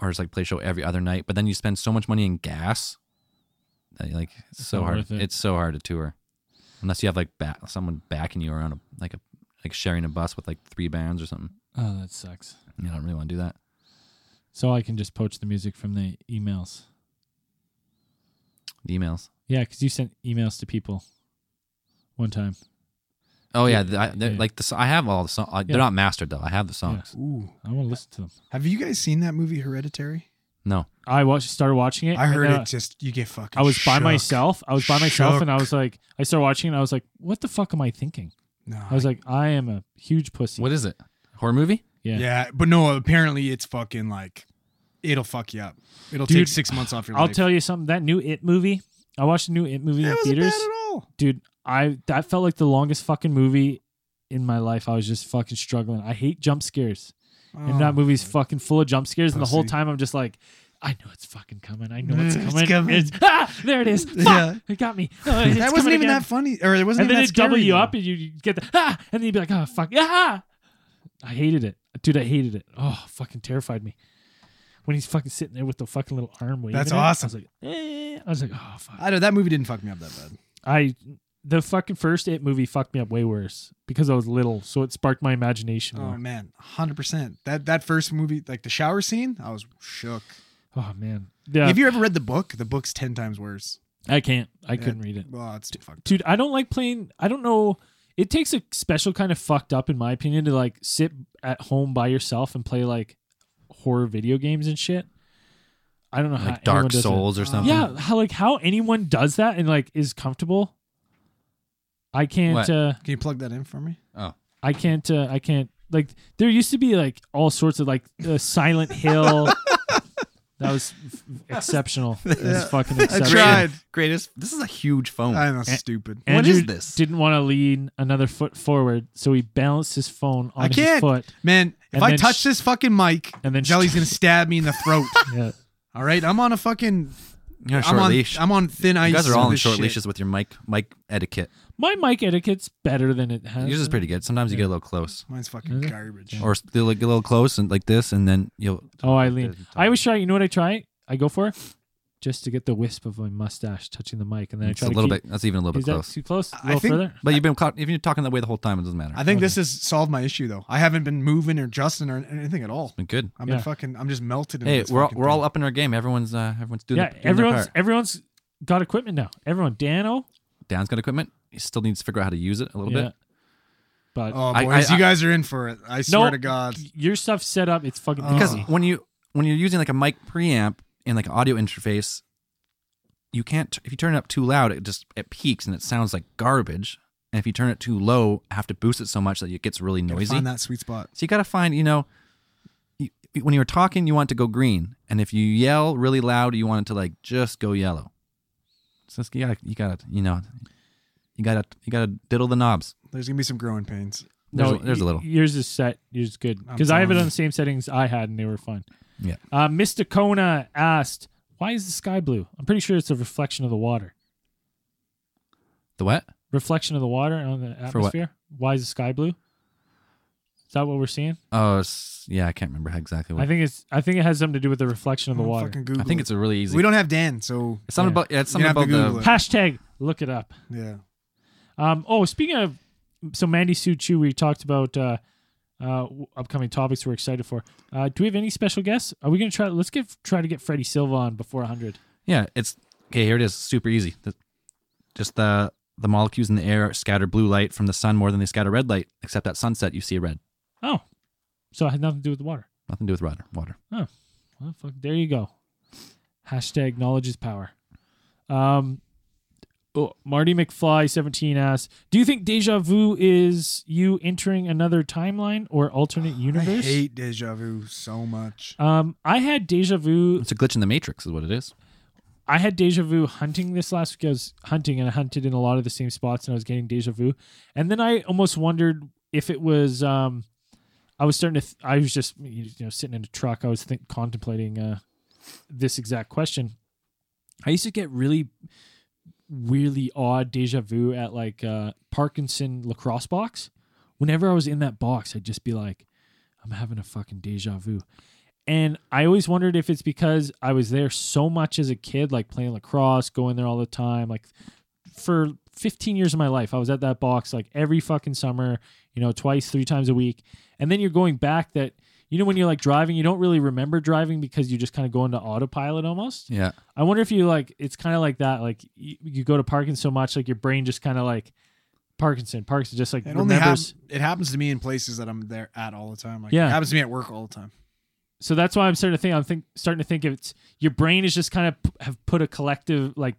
[SPEAKER 1] or just like play a show every other night. But then you spend so much money in gas that like it's, so
[SPEAKER 2] not
[SPEAKER 1] hard.
[SPEAKER 2] worth it.
[SPEAKER 1] It's so hard to tour unless you have like ba- someone backing you around a, like a like sharing a bus with like three bands or something.
[SPEAKER 2] oh, that sucks.
[SPEAKER 1] You know, I don't really want to do that.
[SPEAKER 2] So I can just poach the music from the emails.
[SPEAKER 1] The emails.
[SPEAKER 2] Yeah, because you sent emails to people one time.
[SPEAKER 1] Oh yeah,
[SPEAKER 2] Yeah,
[SPEAKER 1] the- I, they're-
[SPEAKER 2] yeah.
[SPEAKER 1] like the so- I have all the songs.
[SPEAKER 2] Yeah.
[SPEAKER 1] They're not mastered though. I have the songs.
[SPEAKER 3] Ooh.
[SPEAKER 2] I want to listen to them.
[SPEAKER 3] Have you guys seen that movie Hereditary?
[SPEAKER 1] No,
[SPEAKER 2] I watched, started watching it.
[SPEAKER 3] I
[SPEAKER 2] and
[SPEAKER 3] heard
[SPEAKER 2] then
[SPEAKER 3] it just you get fucking
[SPEAKER 2] I was by
[SPEAKER 3] shook.
[SPEAKER 2] myself. I was by myself, and I
[SPEAKER 3] Shook.
[SPEAKER 2] was like, I started watching, it and I was like, what the fuck am I thinking?
[SPEAKER 3] No.
[SPEAKER 2] I was like, I am a huge pussy.
[SPEAKER 1] what is it? Horror movie?
[SPEAKER 2] yeah.
[SPEAKER 3] yeah, but no, apparently it's fucking like it'll fuck you up. It'll
[SPEAKER 2] Dude,
[SPEAKER 3] take 6 months off your
[SPEAKER 2] I'll
[SPEAKER 3] life.
[SPEAKER 2] tell you something. That new It movie. I watched the new It movie
[SPEAKER 3] It
[SPEAKER 2] in
[SPEAKER 3] wasn't
[SPEAKER 2] theaters,
[SPEAKER 3] bad at all.
[SPEAKER 2] dude. I that felt like the longest fucking movie in my life. I was just fucking struggling. I hate jump scares, and that movie's fucking full of jump scares. And the whole
[SPEAKER 3] Oh, Pussy.
[SPEAKER 2] time, I'm just like. I know it's fucking coming. I know
[SPEAKER 3] Mm,
[SPEAKER 2] it's
[SPEAKER 3] it's
[SPEAKER 2] coming. It's
[SPEAKER 3] coming.
[SPEAKER 2] ah, there it is. Fuck,
[SPEAKER 3] Yeah.
[SPEAKER 2] It got me.
[SPEAKER 3] that wasn't even that funny, or it wasn't.
[SPEAKER 2] and then
[SPEAKER 3] even that
[SPEAKER 2] it double
[SPEAKER 3] scary,
[SPEAKER 2] you
[SPEAKER 3] though.
[SPEAKER 2] up, and you you get the ah, and then you'd be like, oh fuck, ah! I hated it, dude. I hated it. Oh, fucking terrified me. When he's fucking sitting there with the fucking little arm waving.
[SPEAKER 3] That's
[SPEAKER 2] at him,
[SPEAKER 3] awesome.
[SPEAKER 2] I was like, eh. I was like, oh fuck.
[SPEAKER 3] I know that movie didn't fuck me up that bad.
[SPEAKER 2] I the fucking first It movie fucked me up way worse because I was little, so it sparked my imagination.
[SPEAKER 3] Oh
[SPEAKER 2] more.
[SPEAKER 3] man, hundred percent. That that first movie, like the shower scene, I was shook.
[SPEAKER 2] Oh man, yeah,
[SPEAKER 3] Have you ever read the book? The book's ten times worse.
[SPEAKER 2] I can't. I couldn't read it,
[SPEAKER 3] Well, it's fucked.
[SPEAKER 2] dude. I don't like playing. I don't know. It takes a special kind of fucked up, in my opinion, to like sit at home by yourself and play like horror video games and shit. I don't know how
[SPEAKER 1] like
[SPEAKER 2] Uh, anyone
[SPEAKER 1] Dark
[SPEAKER 2] does it.
[SPEAKER 1] Souls or
[SPEAKER 3] Uh,
[SPEAKER 1] something.
[SPEAKER 2] Yeah, how like how anyone does that and like is comfortable. I can't.
[SPEAKER 1] What?
[SPEAKER 2] uh
[SPEAKER 3] Can you plug that in for me?
[SPEAKER 2] I can't. Uh, I can't. Like there used to be like all sorts of like uh, Silent Hill. that was f- exceptional. That was
[SPEAKER 3] Yeah.
[SPEAKER 2] fucking
[SPEAKER 3] I
[SPEAKER 2] exceptional.
[SPEAKER 3] tried.
[SPEAKER 1] Greatest. This is a huge phone.
[SPEAKER 3] I know, stupid.
[SPEAKER 1] What
[SPEAKER 2] Andrew
[SPEAKER 1] is this?
[SPEAKER 2] Didn't want to lean another foot forward, so he balanced his phone on
[SPEAKER 3] I
[SPEAKER 2] his
[SPEAKER 3] can't.
[SPEAKER 2] foot.
[SPEAKER 3] Man, if
[SPEAKER 2] And
[SPEAKER 3] I
[SPEAKER 2] then
[SPEAKER 3] touch
[SPEAKER 2] sh-
[SPEAKER 3] this fucking mic,
[SPEAKER 2] and
[SPEAKER 3] and
[SPEAKER 2] then
[SPEAKER 3] then
[SPEAKER 2] sh-
[SPEAKER 3] Jelly's gonna stab me in the throat.
[SPEAKER 2] Yeah.
[SPEAKER 3] All right, I'm on a fucking.
[SPEAKER 1] You're on a
[SPEAKER 3] I'm
[SPEAKER 1] short
[SPEAKER 3] on.
[SPEAKER 1] leash.
[SPEAKER 3] I'm on thin ice.
[SPEAKER 1] you guys are
[SPEAKER 3] with
[SPEAKER 1] all on
[SPEAKER 3] this
[SPEAKER 1] short
[SPEAKER 3] shit.
[SPEAKER 1] leashes with your mic mic etiquette.
[SPEAKER 2] My mic etiquette's better than it has.
[SPEAKER 1] Yours is pretty good. Sometimes you get a little close,
[SPEAKER 3] Mine's fucking
[SPEAKER 2] Yeah.
[SPEAKER 3] garbage.
[SPEAKER 1] or s- they'll like, get a little close and like this, and then you'll.
[SPEAKER 2] Oh, I lean.
[SPEAKER 1] Doesn't-
[SPEAKER 2] I always try. You know what I try? I go for just to get the wisp of my mustache touching the mic, and then
[SPEAKER 1] It's
[SPEAKER 2] I
[SPEAKER 1] a
[SPEAKER 2] try to
[SPEAKER 1] little
[SPEAKER 2] keep,
[SPEAKER 1] bit. That's even a little
[SPEAKER 2] Is
[SPEAKER 1] bit
[SPEAKER 2] that
[SPEAKER 1] close.
[SPEAKER 2] too close? A
[SPEAKER 3] I
[SPEAKER 2] little
[SPEAKER 3] think-
[SPEAKER 2] further.
[SPEAKER 1] But you've been caught, if you're talking that way the whole time, it doesn't matter.
[SPEAKER 3] I think
[SPEAKER 2] Okay.
[SPEAKER 3] this has solved my issue though. I haven't been moving or adjusting or anything at all.
[SPEAKER 1] Been good.
[SPEAKER 3] I'm been
[SPEAKER 2] Yeah.
[SPEAKER 3] fucking. I'm just melted. in
[SPEAKER 1] Hey,
[SPEAKER 3] this
[SPEAKER 1] we're all,
[SPEAKER 3] fucking
[SPEAKER 1] we're all
[SPEAKER 3] thing.
[SPEAKER 1] up in our game. Everyone's uh, everyone's doing. their,
[SPEAKER 2] yeah,
[SPEAKER 1] doing their
[SPEAKER 2] everyone's
[SPEAKER 1] part.
[SPEAKER 2] everyone's got equipment now. Everyone, Dano.
[SPEAKER 1] Dan's got equipment. He still needs to figure out how to use it a little
[SPEAKER 2] yeah.
[SPEAKER 1] bit.
[SPEAKER 2] But
[SPEAKER 3] Oh
[SPEAKER 1] I-
[SPEAKER 3] boys,
[SPEAKER 1] I-
[SPEAKER 3] you guys are in for it. I swear
[SPEAKER 2] No.
[SPEAKER 3] to God.
[SPEAKER 2] your stuff set up, it's fucking
[SPEAKER 3] Oh.
[SPEAKER 1] Because
[SPEAKER 2] easy.
[SPEAKER 1] when you when you're using like a mic preamp and like an audio interface, you can't. If you turn it up too loud, it just it peaks and it sounds like garbage. And if you turn it too low, I have to boost it so much that it gets really
[SPEAKER 3] Gotta
[SPEAKER 1] noisy.
[SPEAKER 3] Find that sweet spot.
[SPEAKER 1] So you got to find, you know, you, when you're talking, you want it to go green, and if you yell really loud, you want it to like just go yellow. So it's- you got to you got to you know, you got to you got to diddle the knobs.
[SPEAKER 3] There's gonna be some growing pains.
[SPEAKER 1] There's, a, there's a
[SPEAKER 2] y-
[SPEAKER 1] little.
[SPEAKER 2] Yours is set. Yours is good.
[SPEAKER 3] I'm
[SPEAKER 2] Because I have it
[SPEAKER 3] telling
[SPEAKER 2] on
[SPEAKER 3] you.
[SPEAKER 2] the same settings I had, and they were fun.
[SPEAKER 1] Yeah.
[SPEAKER 2] Uh, Mr. Kona asked, "Why is the sky blue?" I'm pretty sure it's a reflection of the water.
[SPEAKER 1] The what?
[SPEAKER 2] Reflection of the water on the
[SPEAKER 1] For what?
[SPEAKER 2] atmosphere. Why is the sky blue? Is that what we're seeing?
[SPEAKER 1] Oh, it's- yeah, I can't remember how exactly what.
[SPEAKER 2] I think it's. I think it has something to do with the reflection of the
[SPEAKER 3] I'm
[SPEAKER 2] water.
[SPEAKER 3] Fucking Google
[SPEAKER 1] I think it's a really easy.
[SPEAKER 3] We don't have Dan, so
[SPEAKER 1] it's something
[SPEAKER 2] yeah.
[SPEAKER 1] about yeah, it's
[SPEAKER 3] You're
[SPEAKER 1] something
[SPEAKER 3] gonna
[SPEAKER 1] about
[SPEAKER 3] have to
[SPEAKER 1] the
[SPEAKER 3] Google
[SPEAKER 2] Hashtag
[SPEAKER 3] it.
[SPEAKER 2] look it up.
[SPEAKER 3] yeah.
[SPEAKER 2] Um, oh, speaking of, so Mandy Sue Chu, we talked about uh, uh, w- upcoming topics we're excited for. Uh, do we have any special guests? Are we gonna try? Let's get try to get Freddie Silva on before 100.
[SPEAKER 1] yeah. It's okay. Here it is. Super easy. The- just the the molecules in the air scatter blue light from the sun more than they scatter red light. Except at sunset, you see red.
[SPEAKER 2] Oh, so it had nothing to do with the water.
[SPEAKER 1] Nothing to do with water. Water.
[SPEAKER 2] Well, fuck, there you go. Hashtag knowledge is power. Um, oh, Marty McFly 17 asks, "Do you think deja vu is you entering another timeline or alternate universe?"
[SPEAKER 3] I hate deja vu so much.
[SPEAKER 2] um, I had deja vu
[SPEAKER 1] It's a glitch in the matrix, is what it is.
[SPEAKER 2] I had deja vu hunting this last week. I was hunting and I hunted in a lot of the same spots and I was getting deja vu. And then I almost wondered if it was, um, I was starting to, th- I was just, you know, sitting in a truck. I was think- contemplating uh, this exact question. I used to get really, really odd deja vu at like uh, Parkinson lacrosse box. Whenever I was in that box, I'd just be like, I'm having a fucking deja vu. And I always wondered if it's because I was there so much as a kid, like playing lacrosse, going there all the time. Like for 15 years of my life, I was at that box like every fucking summer, you know, twice, three times a week. And then you're going back that, you know, when you're like driving, you don't really remember driving because you just kind of go into autopilot almost.
[SPEAKER 1] Yeah.
[SPEAKER 2] I wonder if you like, it's kind of like that. Like you, you go to Parkinson so much, like your brain just kind of like Parkinson, Parkinson just like
[SPEAKER 3] It only
[SPEAKER 2] remembers.
[SPEAKER 3] happens. It happens to me in places that I'm there at all the time. Like,
[SPEAKER 2] Yeah.
[SPEAKER 3] it happens to me at work all the time.
[SPEAKER 2] so that's why I'm starting to think I'm think starting to think if it's your brain is just kind of p- have put a collective like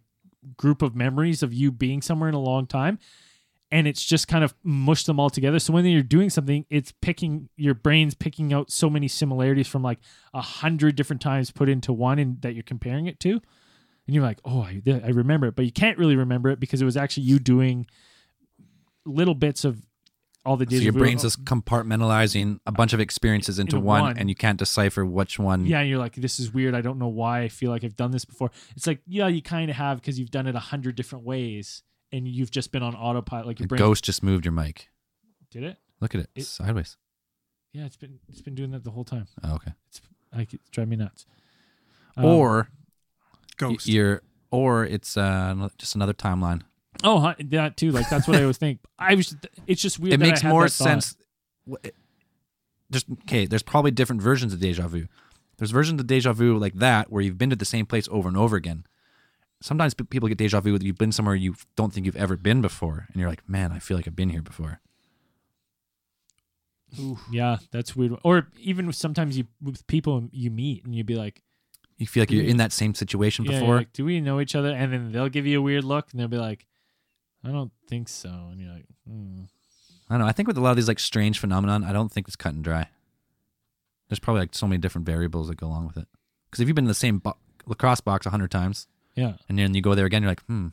[SPEAKER 2] group of memories of you being somewhere in a long time and it's just kind of mushed them all together so when you're doing something it's picking your brain's picking out so many similarities from like a hundred different times put into one and that you're comparing it to and you're like oh I, I remember it but you can't really remember it because it was actually you doing little bits of all the
[SPEAKER 1] So
[SPEAKER 2] deja
[SPEAKER 1] your
[SPEAKER 2] vu.
[SPEAKER 1] brain's just compartmentalizing a bunch of experiences into
[SPEAKER 2] Into
[SPEAKER 1] one,
[SPEAKER 2] one.
[SPEAKER 1] and you can't decipher which one.
[SPEAKER 2] yeah you're like this is weird i don't know why i feel like i've done this before it's like yeah you kind of have because you've done it a hundred different ways and you've just been on autopilot like
[SPEAKER 1] The
[SPEAKER 2] your brain
[SPEAKER 1] ghost just moved your mic.
[SPEAKER 2] did it
[SPEAKER 1] Look at it,
[SPEAKER 2] It-
[SPEAKER 1] sideways.
[SPEAKER 2] yeah it's been it's been doing that the whole time
[SPEAKER 1] Oh, okay.
[SPEAKER 2] like it's driving me nuts Um,
[SPEAKER 1] or y-
[SPEAKER 3] Ghost.
[SPEAKER 1] you're, or it's uh, another- just another timeline.
[SPEAKER 2] Oh, huh, that too. Like that's what I always think. I was. It's just weird.
[SPEAKER 1] it
[SPEAKER 2] that I
[SPEAKER 1] makes
[SPEAKER 2] had
[SPEAKER 1] more
[SPEAKER 2] that thought.
[SPEAKER 1] sense. w- it- There's okay. There's probably different versions of deja vu. There's versions of deja vu like that where you've been to the same place over and over again. Sometimes pe- people get deja vu that you've been somewhere you don't think you've ever been before, and you're like, "Man, I feel like I've been here before."
[SPEAKER 2] Yeah, that's weird. Or even sometimes you with people you meet and you'd be like,
[SPEAKER 1] You feel like you're in that same situation
[SPEAKER 2] yeah, you're
[SPEAKER 1] before.
[SPEAKER 2] like, do we know each other? And then they'll give you a weird look and they'll be like, I don't think so. And you're like, hmm.
[SPEAKER 1] I don't know. I think with a lot of these like strange phenomenon, I don't think it's cut and dry. There's probably like so many different variables that go along with it. Because if you've been in the same bo- lacrosse box a hundred times,
[SPEAKER 2] yeah.
[SPEAKER 1] and then you go there again, you're like, "Hmm,"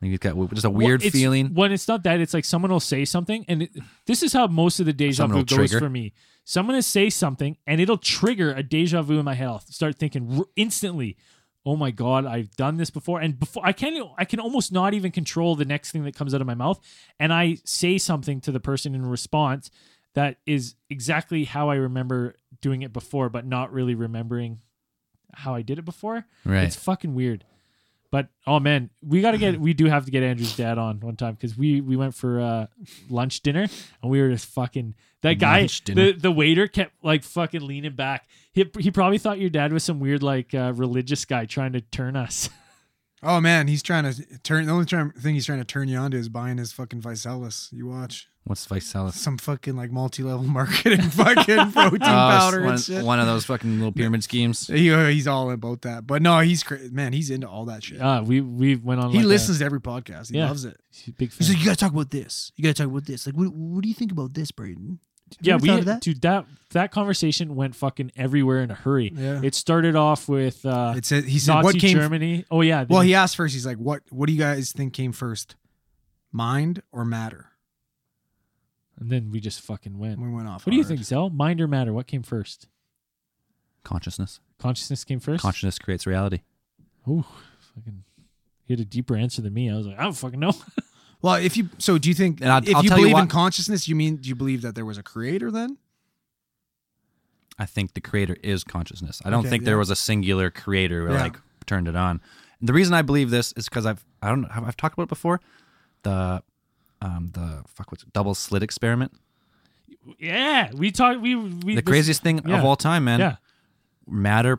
[SPEAKER 1] and you get w- just a weird
[SPEAKER 2] Well, it's-
[SPEAKER 1] feeling.
[SPEAKER 2] When it's not that, it's like someone will say something, and it, this is how most of the deja
[SPEAKER 1] Someone
[SPEAKER 2] vu
[SPEAKER 1] will
[SPEAKER 2] goes
[SPEAKER 1] trigger.
[SPEAKER 2] for me. Someone will say something, and it'll trigger a deja vu in my head. I'll start thinking r- instantly, "Oh my god, I've done this before." And before I can, I can almost not even control the next thing that comes out of my mouth, and I say something to the person in response that is exactly how I remember doing it before, but not really remembering how I did it before.
[SPEAKER 1] Right.
[SPEAKER 2] It's fucking weird. But oh man, we gotta get we do have to get Andrew's dad on one time because we we went for uh lunch dinner and we were just fucking that guy
[SPEAKER 1] Lunch dinner.
[SPEAKER 2] the the waiter kept like fucking leaning back. He he probably thought your dad was some weird like uh, religious guy trying to turn us.
[SPEAKER 3] Oh man, he's trying to turn. The only time, thing he's trying to turn you onto is buying his fucking Visalis. You watch
[SPEAKER 1] What's Visalis?
[SPEAKER 3] some fucking like multi-level marketing fucking
[SPEAKER 2] Oh,
[SPEAKER 3] protein powder
[SPEAKER 1] Ah, one,
[SPEAKER 3] and shit.
[SPEAKER 1] one of those fucking little pyramid schemes.
[SPEAKER 3] He- uh, he's all about that. But no, he's cra- man. He's into all that shit.
[SPEAKER 2] Uh, we we went on.
[SPEAKER 3] he
[SPEAKER 2] like, a-
[SPEAKER 3] listens to every podcast. He
[SPEAKER 2] Yeah.
[SPEAKER 3] loves it.
[SPEAKER 2] he's a big
[SPEAKER 3] He's
[SPEAKER 2] fan.
[SPEAKER 3] like, you gotta talk about this. You gotta talk about this. Like, what, what do you think about this, Braden? Have you
[SPEAKER 2] yeah,
[SPEAKER 3] ever
[SPEAKER 2] we
[SPEAKER 3] thought of that?
[SPEAKER 2] dude that that conversation went fucking everywhere in a hurry.
[SPEAKER 3] Yeah.
[SPEAKER 2] It started off with uh,
[SPEAKER 3] It's a, he said
[SPEAKER 2] Nazi
[SPEAKER 3] what came.
[SPEAKER 2] Germany. Oh yeah.
[SPEAKER 3] Well, he asked first. He's like, what What do you guys think came first, mind or matter?
[SPEAKER 2] and then we just fucking went.
[SPEAKER 3] We went off.
[SPEAKER 2] What do you
[SPEAKER 3] hard.
[SPEAKER 2] think, Zell? Mind or matter? What came first?
[SPEAKER 1] Consciousness.
[SPEAKER 2] Consciousness came first.
[SPEAKER 1] Consciousness creates reality.
[SPEAKER 2] Ooh, fucking. He had a deeper answer than me. I was like, I don't fucking know.
[SPEAKER 3] Well, if you so, do you think
[SPEAKER 1] And I'll-
[SPEAKER 3] if
[SPEAKER 1] I'll
[SPEAKER 3] you
[SPEAKER 1] tell you
[SPEAKER 3] believe in
[SPEAKER 1] what-
[SPEAKER 3] consciousness, you mean do you believe that there was a creator then?
[SPEAKER 1] I think the creator is consciousness. I don't
[SPEAKER 3] Okay,
[SPEAKER 1] think
[SPEAKER 3] yeah.
[SPEAKER 1] there was a singular creator who
[SPEAKER 3] Yeah.
[SPEAKER 1] like turned it on. And the reason I believe this is because I've I don't know, have I've talked about it before. The um the fuck what's it, double slit experiment.
[SPEAKER 2] yeah, we talked. We we
[SPEAKER 1] the
[SPEAKER 2] this-
[SPEAKER 1] craziest thing
[SPEAKER 2] yeah.
[SPEAKER 1] of all time, man.
[SPEAKER 2] Yeah,
[SPEAKER 1] Matter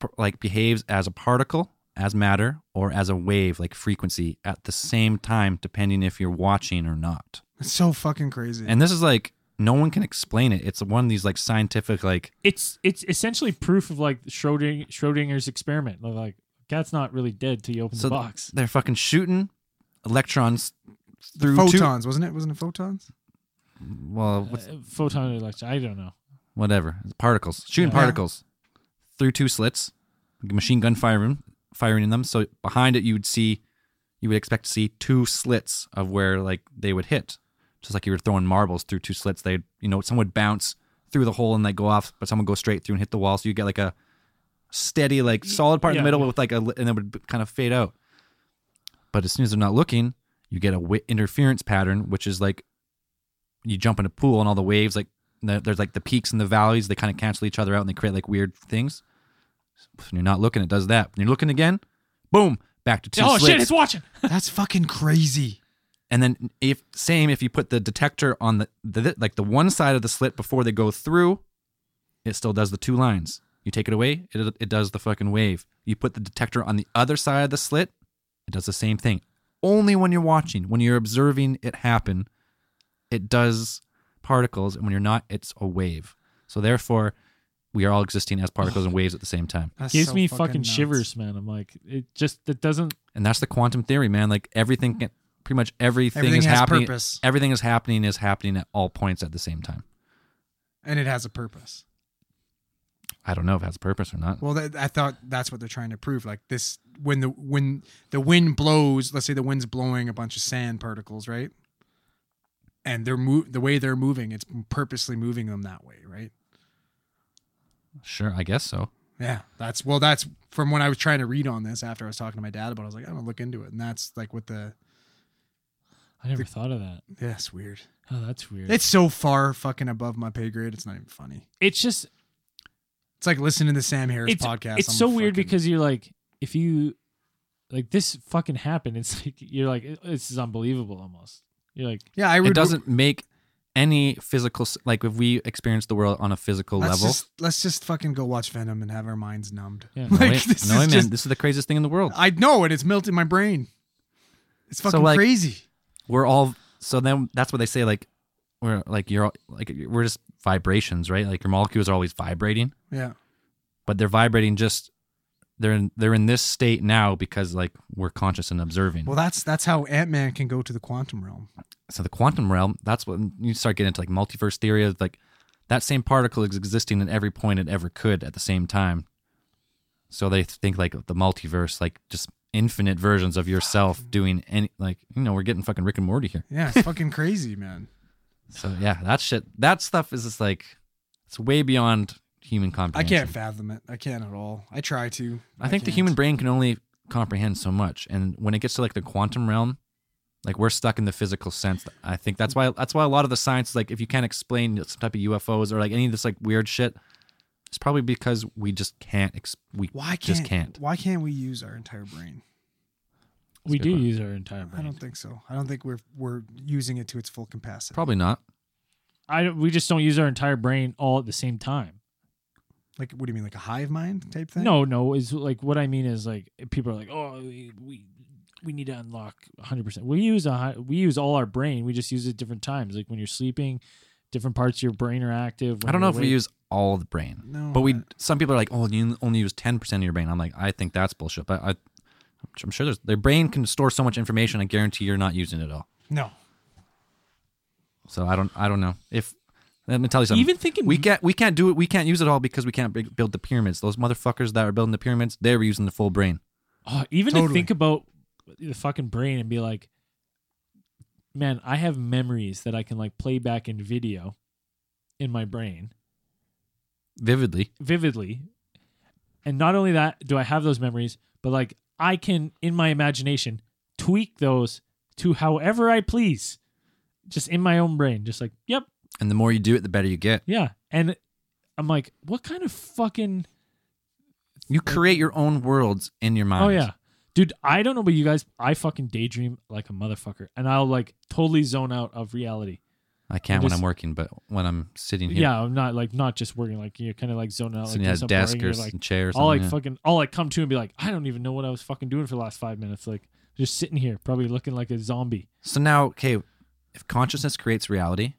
[SPEAKER 1] p- like behaves as a particle, as matter, or as a wave, like frequency, at the same time, depending if you're watching or not.
[SPEAKER 3] It's so fucking crazy.
[SPEAKER 1] And this is like no one can explain it. It's one of these like scientific like
[SPEAKER 2] it's it's essentially proof of like Schroding, Schrodinger's experiment. They're Like, cat's not really dead till you open
[SPEAKER 1] so
[SPEAKER 2] the box.
[SPEAKER 1] they're fucking shooting electrons through two,
[SPEAKER 3] photons, wasn't it? Wasn't it photons?
[SPEAKER 1] well what's,
[SPEAKER 2] Uh, photon electron. I don't know.
[SPEAKER 1] whatever particles shooting
[SPEAKER 2] Yeah.
[SPEAKER 1] particles through two slits, machine gun firing firing in them. So behind it you would see you would expect to see two slits of where like they would hit, just like you were throwing marbles through two slits. They would you know some would bounce through the hole and they go off, but some would go straight through and hit the wall. So you get like a steady like solid part in
[SPEAKER 2] yeah,
[SPEAKER 1] the middle
[SPEAKER 2] yeah.
[SPEAKER 1] with like a li- and it would b- kind of fade out. But as soon as they're not looking, you get a w- interference pattern, which is like you jump in a pool and all the waves like the- there's like the peaks and the valleys they kind of cancel each other out and they create like weird things. When you're not looking, it does that. When you're looking again, boom, back to two
[SPEAKER 2] oh shit,
[SPEAKER 1] slits.
[SPEAKER 2] it's watching.
[SPEAKER 3] That's fucking crazy.
[SPEAKER 1] And then if same if you put the detector on the, the like the one side of the slit before they go through, it still does the two lines. You take it away, it it does the fucking wave. You put the detector on the other side of the slit, it does the same thing. Only when you're watching, when you're observing it happen, it does particles, and when you're not, it's a wave. So therefore, we are all existing as particles and waves at the same time.
[SPEAKER 3] That's
[SPEAKER 2] Gives
[SPEAKER 3] so
[SPEAKER 2] me fucking,
[SPEAKER 3] nuts.
[SPEAKER 2] shivers, man. I'm like, it just that doesn't.
[SPEAKER 1] And that's the quantum theory, man. Like everything, can- pretty much everything,
[SPEAKER 3] Mm-hmm. Everything
[SPEAKER 1] is
[SPEAKER 3] has
[SPEAKER 1] happening.
[SPEAKER 3] purpose.
[SPEAKER 1] Everything is happening is happening at all points at the same time.
[SPEAKER 3] and it has a purpose.
[SPEAKER 1] I don't know if it has purpose or not.
[SPEAKER 3] Well, that, I thought that's what they're trying to prove. Like this, when the when the wind blows, let's say the wind's blowing a bunch of sand particles, right? And they're mo- the way they're moving, it's purposely moving them that way, right?
[SPEAKER 1] Sure, I guess so.
[SPEAKER 3] Yeah, that's well, that's from when I was trying to read on this after I was talking to my dad about. it, I was like, I'm gonna look into it, and that's like what the
[SPEAKER 2] I never thought of that.
[SPEAKER 3] yeah, it's weird.
[SPEAKER 2] Oh, that's weird.
[SPEAKER 3] It's so far fucking above my pay grade. It's not even funny.
[SPEAKER 2] it's just
[SPEAKER 3] It's like listening to Sam Harris
[SPEAKER 2] it's,
[SPEAKER 3] podcast.
[SPEAKER 2] It's
[SPEAKER 3] I'm
[SPEAKER 2] so weird
[SPEAKER 3] fucking-
[SPEAKER 2] because you're like, if you like this fucking happened. It's like you're like it- this is unbelievable almost. You're like
[SPEAKER 3] Yeah, I would.
[SPEAKER 1] it doesn't make any physical s- like if we experience the world on a physical
[SPEAKER 3] Let's
[SPEAKER 1] level.
[SPEAKER 3] just let's just fucking go watch Venom and have our minds numbed.
[SPEAKER 2] Yeah.
[SPEAKER 1] no,
[SPEAKER 3] Like
[SPEAKER 1] way-
[SPEAKER 3] this
[SPEAKER 1] no way, man,
[SPEAKER 3] is just.
[SPEAKER 1] this is the craziest thing in the world.
[SPEAKER 3] I know, and it's melting my brain. It's
[SPEAKER 1] So,
[SPEAKER 3] fucking
[SPEAKER 1] like-
[SPEAKER 3] crazy.
[SPEAKER 1] We're all so then that's what they say like we're like you're all, like we're just vibrations, right? Like your molecules are always vibrating,
[SPEAKER 3] Yeah.
[SPEAKER 1] but they're vibrating just they're in they're in this state now because like we're conscious and observing.
[SPEAKER 3] Well, that's that's how Ant Man can go to the quantum realm.
[SPEAKER 1] so the quantum realm that's when you start getting into like multiverse theory of like that same particle is existing in every point it ever could at the same time so they think like the multiverse like just infinite versions of yourself doing any like you know we're getting fucking rick and morty here
[SPEAKER 3] Yeah, it's fucking crazy, man.
[SPEAKER 1] so yeah that shit that stuff is just like it's way beyond human
[SPEAKER 3] I
[SPEAKER 1] comprehension
[SPEAKER 3] can't fathom it. I can't at all. I try to.
[SPEAKER 1] i think the
[SPEAKER 3] can't.
[SPEAKER 1] human brain can only comprehend so much and when it gets to like the quantum realm like we're stuck in the physical sense i think that's why that's why a lot of the science is like if you can't explain some type of ufos or like any of this like weird shit it's probably because we just can't ex- we
[SPEAKER 3] Why can't,
[SPEAKER 1] just can't
[SPEAKER 3] Why can't we use our entire brain?
[SPEAKER 2] we
[SPEAKER 1] a
[SPEAKER 2] do
[SPEAKER 1] good one.
[SPEAKER 2] use our entire
[SPEAKER 3] I
[SPEAKER 2] brain.
[SPEAKER 3] don't think so. I don't think we're we're using it to its full capacity.
[SPEAKER 1] probably not
[SPEAKER 2] I don't, we just don't use our entire brain all at the same time.
[SPEAKER 3] Like, what do you mean, like a hive mind type thing?
[SPEAKER 2] No, no, is like what I mean is like people are like, oh, we we, we need to unlock 100. percent We use a hi- we use all our brain. We just use it different times. Like when you're sleeping, different parts of your brain are active.
[SPEAKER 1] i
[SPEAKER 2] when
[SPEAKER 1] don't know
[SPEAKER 2] you're
[SPEAKER 1] if we
[SPEAKER 2] awake.
[SPEAKER 1] use all the brain
[SPEAKER 3] no.
[SPEAKER 1] but we
[SPEAKER 3] I-
[SPEAKER 1] some people are like oh you only use 10% of your brain i'm like i think that's bullshit but i i'm sure there's their brain can store so much information i guarantee you're not using it all
[SPEAKER 3] no.
[SPEAKER 1] so i don't i don't know if let me tell you something
[SPEAKER 2] even thinking
[SPEAKER 1] We can't we can't do it. We can't use it all because we can't b- build the pyramids. Those motherfuckers that are building the pyramids, they were using the full brain.
[SPEAKER 2] Oh, even to
[SPEAKER 3] Totally.
[SPEAKER 2] think about the fucking brain and be like, man, I have memories that I can like play back in video in my brain
[SPEAKER 1] Vividly,
[SPEAKER 2] vividly. And not only that, do I have those memories, but like I can, in my imagination, tweak those to however I please, just in my own brain. Just like, yep,
[SPEAKER 1] and the more you do it, the better you get.
[SPEAKER 2] yeah. And I'm like, what kind of fucking.
[SPEAKER 1] You create your own worlds in your mind.
[SPEAKER 2] Oh yeah, dude. I don't know about you guys. I fucking daydream like a motherfucker, and I'll like totally zone out of reality.
[SPEAKER 1] I can't
[SPEAKER 2] I
[SPEAKER 1] when
[SPEAKER 2] just-
[SPEAKER 1] I'm working, but when I'm sitting here,
[SPEAKER 2] Yeah, I'm not like not just working. Like you're kind of like zoning out.
[SPEAKER 1] sitting
[SPEAKER 2] like, doing
[SPEAKER 1] at a
[SPEAKER 2] something boring,
[SPEAKER 1] desk
[SPEAKER 2] and
[SPEAKER 1] or
[SPEAKER 2] you're,
[SPEAKER 1] some
[SPEAKER 2] like,
[SPEAKER 1] chair, or
[SPEAKER 2] I'll like
[SPEAKER 1] something, yeah.
[SPEAKER 2] fucking. I'll like come to and be like, I don't even know what I was fucking doing for the last five minutes. Like just sitting here, probably looking like a zombie.
[SPEAKER 1] So now, okay, if consciousness creates reality,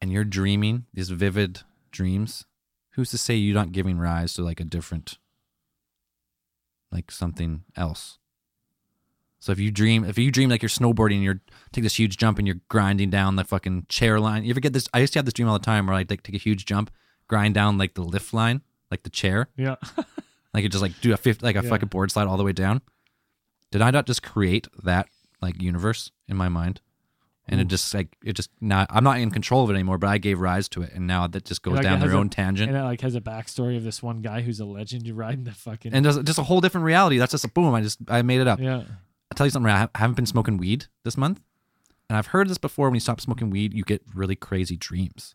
[SPEAKER 1] and you're dreaming these vivid dreams, who's to say you're not giving rise to like a different, like something else? So if you dream, if you dream like you're snowboarding, and you're take this huge jump and you're grinding down the fucking chair line. You ever get this? I used to have this dream all the time where I like take a huge jump, grind down like the lift line, like the chair,
[SPEAKER 2] Yeah,
[SPEAKER 1] like it just like do a fifth, like a
[SPEAKER 2] Yeah.
[SPEAKER 1] fucking board slide all the way down. Did I not just create that like universe in my mind? And it just like it just not I'm not in control of it anymore, but I gave rise to it, and now that just goes
[SPEAKER 2] Like, it
[SPEAKER 1] down their
[SPEAKER 2] has a-
[SPEAKER 1] own tangent
[SPEAKER 2] and it like has a backstory of this one guy who's a legend. You're riding the fucking.
[SPEAKER 1] and does just a whole different reality. That's just a boom. I just I made it up.
[SPEAKER 2] yeah,
[SPEAKER 1] I'll tell you something. I ha- haven't been smoking weed this month, and I've heard this before. When you stop smoking weed, you get really crazy dreams.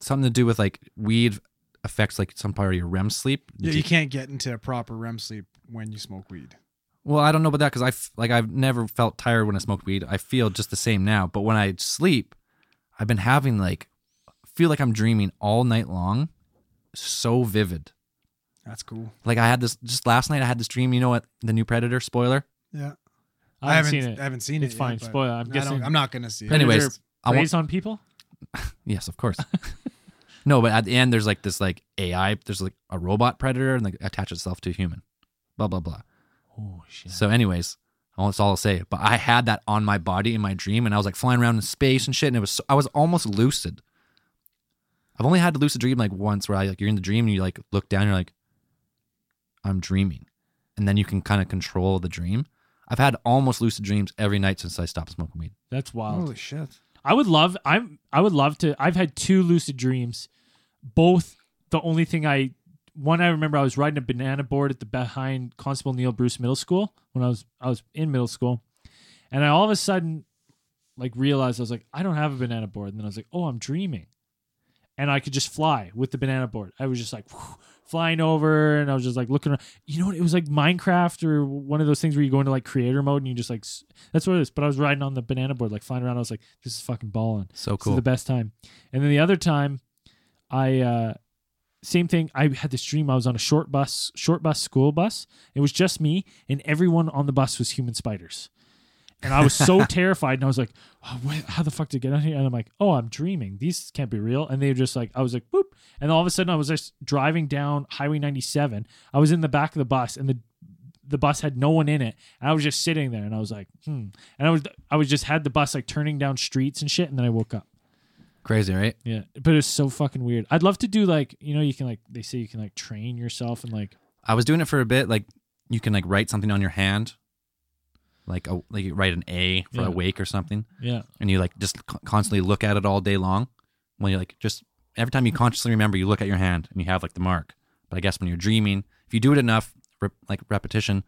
[SPEAKER 1] Something to do with like weed affects like some part of your REM sleep.
[SPEAKER 3] Yeah, you can't get into a proper REM sleep when you smoke weed.
[SPEAKER 1] Well, I don't know about that because I f- like I've never felt tired when I smoked weed. I feel just the same now, but when I sleep, I've been having like feel like I'm dreaming all night long, so vivid.
[SPEAKER 3] That's cool.
[SPEAKER 1] Like I had this just last night. I had this dream. You know what? The new Predator spoiler.
[SPEAKER 3] Yeah,
[SPEAKER 2] I haven't seen it.
[SPEAKER 3] I haven't seen
[SPEAKER 2] It's
[SPEAKER 3] it. yet,
[SPEAKER 2] fine.
[SPEAKER 3] but
[SPEAKER 2] Spoiler. I'm
[SPEAKER 3] I don't-
[SPEAKER 2] guessing-
[SPEAKER 3] I'm not gonna see it.
[SPEAKER 2] Predator
[SPEAKER 1] Anyways, I want
[SPEAKER 2] Preys on people.
[SPEAKER 1] yes, of course. no, but at the end, there's like this like AI. There's like a robot Predator and like attaches itself to a human. Blah blah blah.
[SPEAKER 2] Oh shit.
[SPEAKER 1] So, anyways, well, that's all I'll say. But I had that on my body in my dream, and I was like flying around in space and shit, and it was so, I was almost lucid. I've only had a lucid dream like once, where I like you're in the dream and you like look down, and you're like, I'm dreaming, and then you can kind of control the dream. I've had almost lucid dreams every night since I stopped smoking weed.
[SPEAKER 2] That's wild.
[SPEAKER 3] Holy shit!
[SPEAKER 2] I would love I'm I would love to I've had two lucid dreams. Both the only thing I one I remember I was riding a banana board at the behind Constable Neil Bruce Middle School when I was I was in middle school. And I all of a sudden like realized I was like, I don't have a banana board. And then I was like, oh, I'm dreaming. and I could just fly with the banana board. I was just like whew, flying over, and I was just like looking. Around. You know what? It was like Minecraft or one of those things where you go into like creator mode and you just like s- that's what it is. But I was riding on the banana board, like flying around. I was like, this is fucking balling.
[SPEAKER 1] So
[SPEAKER 2] This is
[SPEAKER 1] cool.
[SPEAKER 2] the best time. And then the other time, I uh, same thing. I had this dream. I was on a short bus, short bus school bus. It was just me, and everyone on the bus was human spiders. And I was so terrified, and I was like, oh, wait, "How the fuck did I get on here?" And I'm like, "Oh, I'm dreaming. These can't be real." And they were just like, I was like, "Boop!" And all of a sudden, I was just driving down Highway 97. I was in the back of the bus, and the the bus had no one in it. And I was just sitting there, and I was like, "Hmm." And I was I was just had the bus like turning down streets and shit, and then I woke up.
[SPEAKER 1] Crazy, right?
[SPEAKER 2] Yeah, but it's so fucking weird. I'd love to do like you know you can like they say you can like train yourself and like
[SPEAKER 1] I was doing it for a bit. Like you can like write something on your hand, like a, like you write an A for
[SPEAKER 2] Yeah.
[SPEAKER 1] awake or something,
[SPEAKER 2] yeah
[SPEAKER 1] and you like just con- constantly look at it all day long. When you like just every time you consciously remember, you look at your hand and you have like the mark. But I guess when you're dreaming, if you do it enough, rep, like repetition,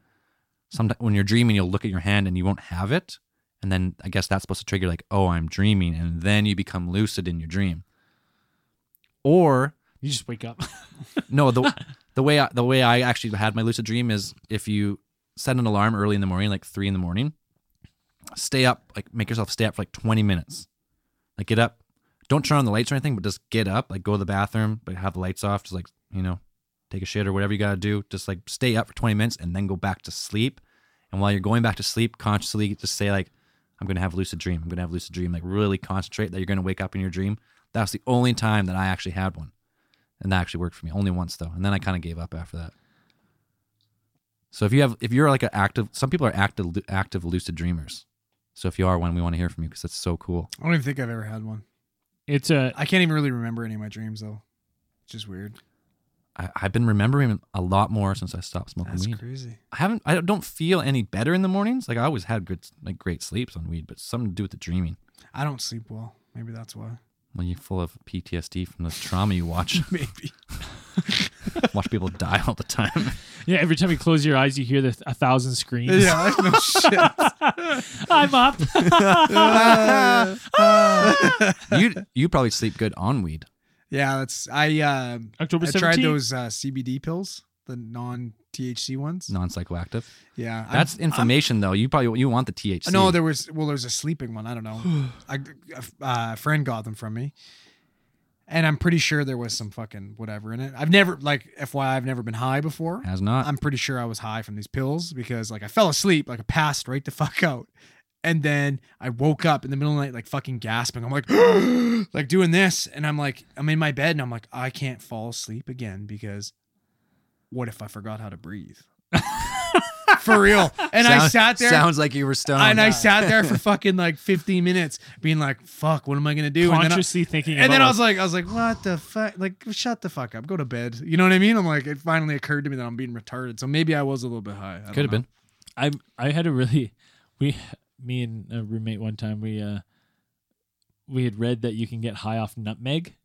[SPEAKER 1] sometimes when you're dreaming, you'll look at your hand and you won't have it, and then I guess that's supposed to trigger like, oh, I'm dreaming, and then you become lucid in your dream. Or
[SPEAKER 2] you just wake up.
[SPEAKER 1] no, the the way I, the way I actually had my lucid dream is if you set an alarm early in the morning, like three in the morning, stay up, like make yourself stay up for like twenty minutes, like get up, don't turn on the lights or anything, but just get up, like go to the bathroom, but have the lights off, just like you know, take a shit or whatever you gotta do, just like stay up for twenty minutes and then go back to sleep, and while you're going back to sleep, consciously just say like, I'm gonna have a lucid dream, I'm gonna have a lucid dream, like really concentrate that you're gonna wake up in your dream. That's the only time that I actually had one. And that actually worked for me only once though. And then I kind of gave up after that. So if you have, if you're like an active, some people are active, active lucid dreamers. So if you are one, we want to hear from you because that's so cool.
[SPEAKER 3] I don't even think I've ever had one.
[SPEAKER 2] It's uh, a
[SPEAKER 3] I can't even really remember any of my dreams though. It's just weird.
[SPEAKER 1] I, I've been remembering a lot more since I stopped smoking
[SPEAKER 3] That's
[SPEAKER 1] weed.
[SPEAKER 3] crazy.
[SPEAKER 1] I haven't, I don't feel any better in the mornings. Like I always had good, like great sleeps on weed, but something to do with the dreaming.
[SPEAKER 3] I don't sleep well. Maybe that's why.
[SPEAKER 1] When you're full of PTSD from the trauma you watch,
[SPEAKER 3] Maybe.
[SPEAKER 1] watch people die all the time.
[SPEAKER 2] yeah. Every time you close your eyes, you hear the a thousand screams.
[SPEAKER 3] yeah, no shit.
[SPEAKER 2] I'm up.
[SPEAKER 1] you, you probably sleep good on weed.
[SPEAKER 3] Yeah, that's I. Um,
[SPEAKER 2] October
[SPEAKER 3] I tried
[SPEAKER 2] seventeenth.
[SPEAKER 3] those uh, CBD pills, the non THC ones.
[SPEAKER 1] non psychoactive.
[SPEAKER 3] Yeah, I'm-
[SPEAKER 1] That's information though. You probably you want the THC.
[SPEAKER 3] Uh, No, there was well, there was a sleeping one. I don't know. I, a uh, friend got them from me, and I'm pretty sure there was some fucking whatever in it. I've never like FYI, I've never been high before.
[SPEAKER 1] has not.
[SPEAKER 3] I'm pretty sure I was high from these pills because like I fell asleep, like I passed right the fuck out. And then I woke up in the middle of the night, like fucking gasping. I'm like, like doing this. And I'm like, I'm in my bed and I'm like, I can't fall asleep again because what if I forgot how to breathe? for real. And I
[SPEAKER 1] Sound-
[SPEAKER 3] sat there
[SPEAKER 1] Sounds like you were stoned.
[SPEAKER 3] and I sat there for fucking like 15 minutes being like, fuck, what am I going to do? And then I-
[SPEAKER 2] Consciously thinking.
[SPEAKER 3] and then
[SPEAKER 2] about
[SPEAKER 3] I was like, I was like, what the fuck? Like, shut the fuck up. Go to bed. You know what I mean? I'm like, it finally occurred to me that I'm being retarded. So maybe I was a little bit high. I don't
[SPEAKER 1] Could have
[SPEAKER 3] know.
[SPEAKER 1] been.
[SPEAKER 2] I I had a really we me and a roommate one time we uh we had read that you can get high off nutmeg.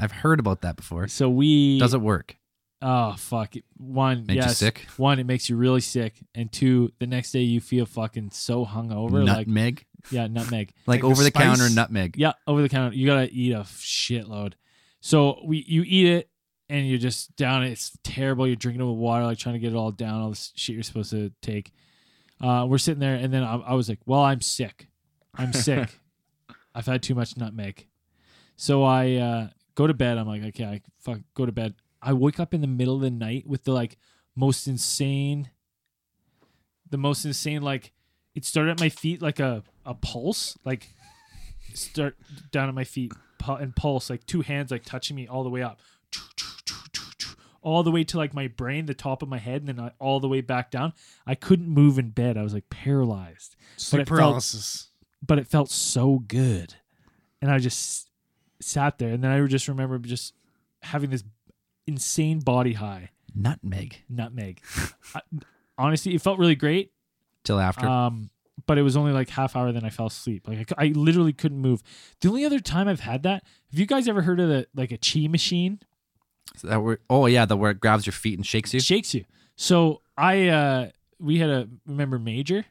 [SPEAKER 1] I've heard about that before.
[SPEAKER 2] So we
[SPEAKER 1] Does it work?
[SPEAKER 2] Oh fuck! It- One,
[SPEAKER 1] Makes you
[SPEAKER 2] yes.
[SPEAKER 1] sick?
[SPEAKER 2] One, it makes you really sick, and two, the next day you feel fucking so hungover. Like
[SPEAKER 1] nutmeg,
[SPEAKER 2] yeah, nutmeg.
[SPEAKER 1] like,
[SPEAKER 3] Like the
[SPEAKER 1] over the counter
[SPEAKER 3] spice?
[SPEAKER 1] nutmeg.
[SPEAKER 2] Yeah, over the counter. You gotta eat a shitload. So we, you eat it, and you're just down. It's terrible. You're drinking it with water, like trying to get it all down. All this shit you're supposed to take. Uh, we're sitting there, and then I, I was like, "Well, I'm sick. I'm sick. I've had too much nutmeg." So I uh, go to bed. I'm like, "Okay, I fuck, go to bed." I wake up in the middle of the night with the like most insane, the most insane. Like, it started at my feet like a a pulse, like start down at my feet pu- and pulse like two hands like touching me all the way up all the way to like my brain the top of my head and then I, all the way back down i couldn't move in bed i was like paralyzed But
[SPEAKER 3] Sleep
[SPEAKER 2] it felt-
[SPEAKER 3] paralysis.
[SPEAKER 2] but it felt so good and i just sat there and then i just remember just having this insane body high
[SPEAKER 1] Nutmeg.
[SPEAKER 2] nutmeg I, honestly it felt really great
[SPEAKER 1] Till after.
[SPEAKER 2] um, but it was only like half hour. Then I fell asleep. Like I cou- I, literally couldn't move. The only other time I've had that. Have you guys ever heard of the like a chi machine?
[SPEAKER 1] So that where, oh yeah, the where it grabs your feet and shakes you.
[SPEAKER 2] It shakes you. So I uh we had a remember major.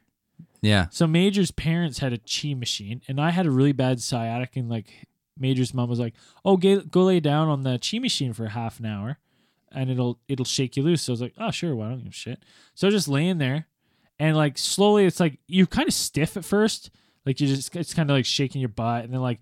[SPEAKER 1] Yeah.
[SPEAKER 2] So major's parents had a chi machine, and I had a really bad sciatic and like Major's mom was like, "Oh, ga- go lay down on the chi machine for half an hour, and it'll it'll shake you loose." So I was like, "Oh, sure, why don't give a shit." So I was just laying there, and like slowly, it's like you're kind of stiff at first, like you just it's kind of like shaking your butt, and then like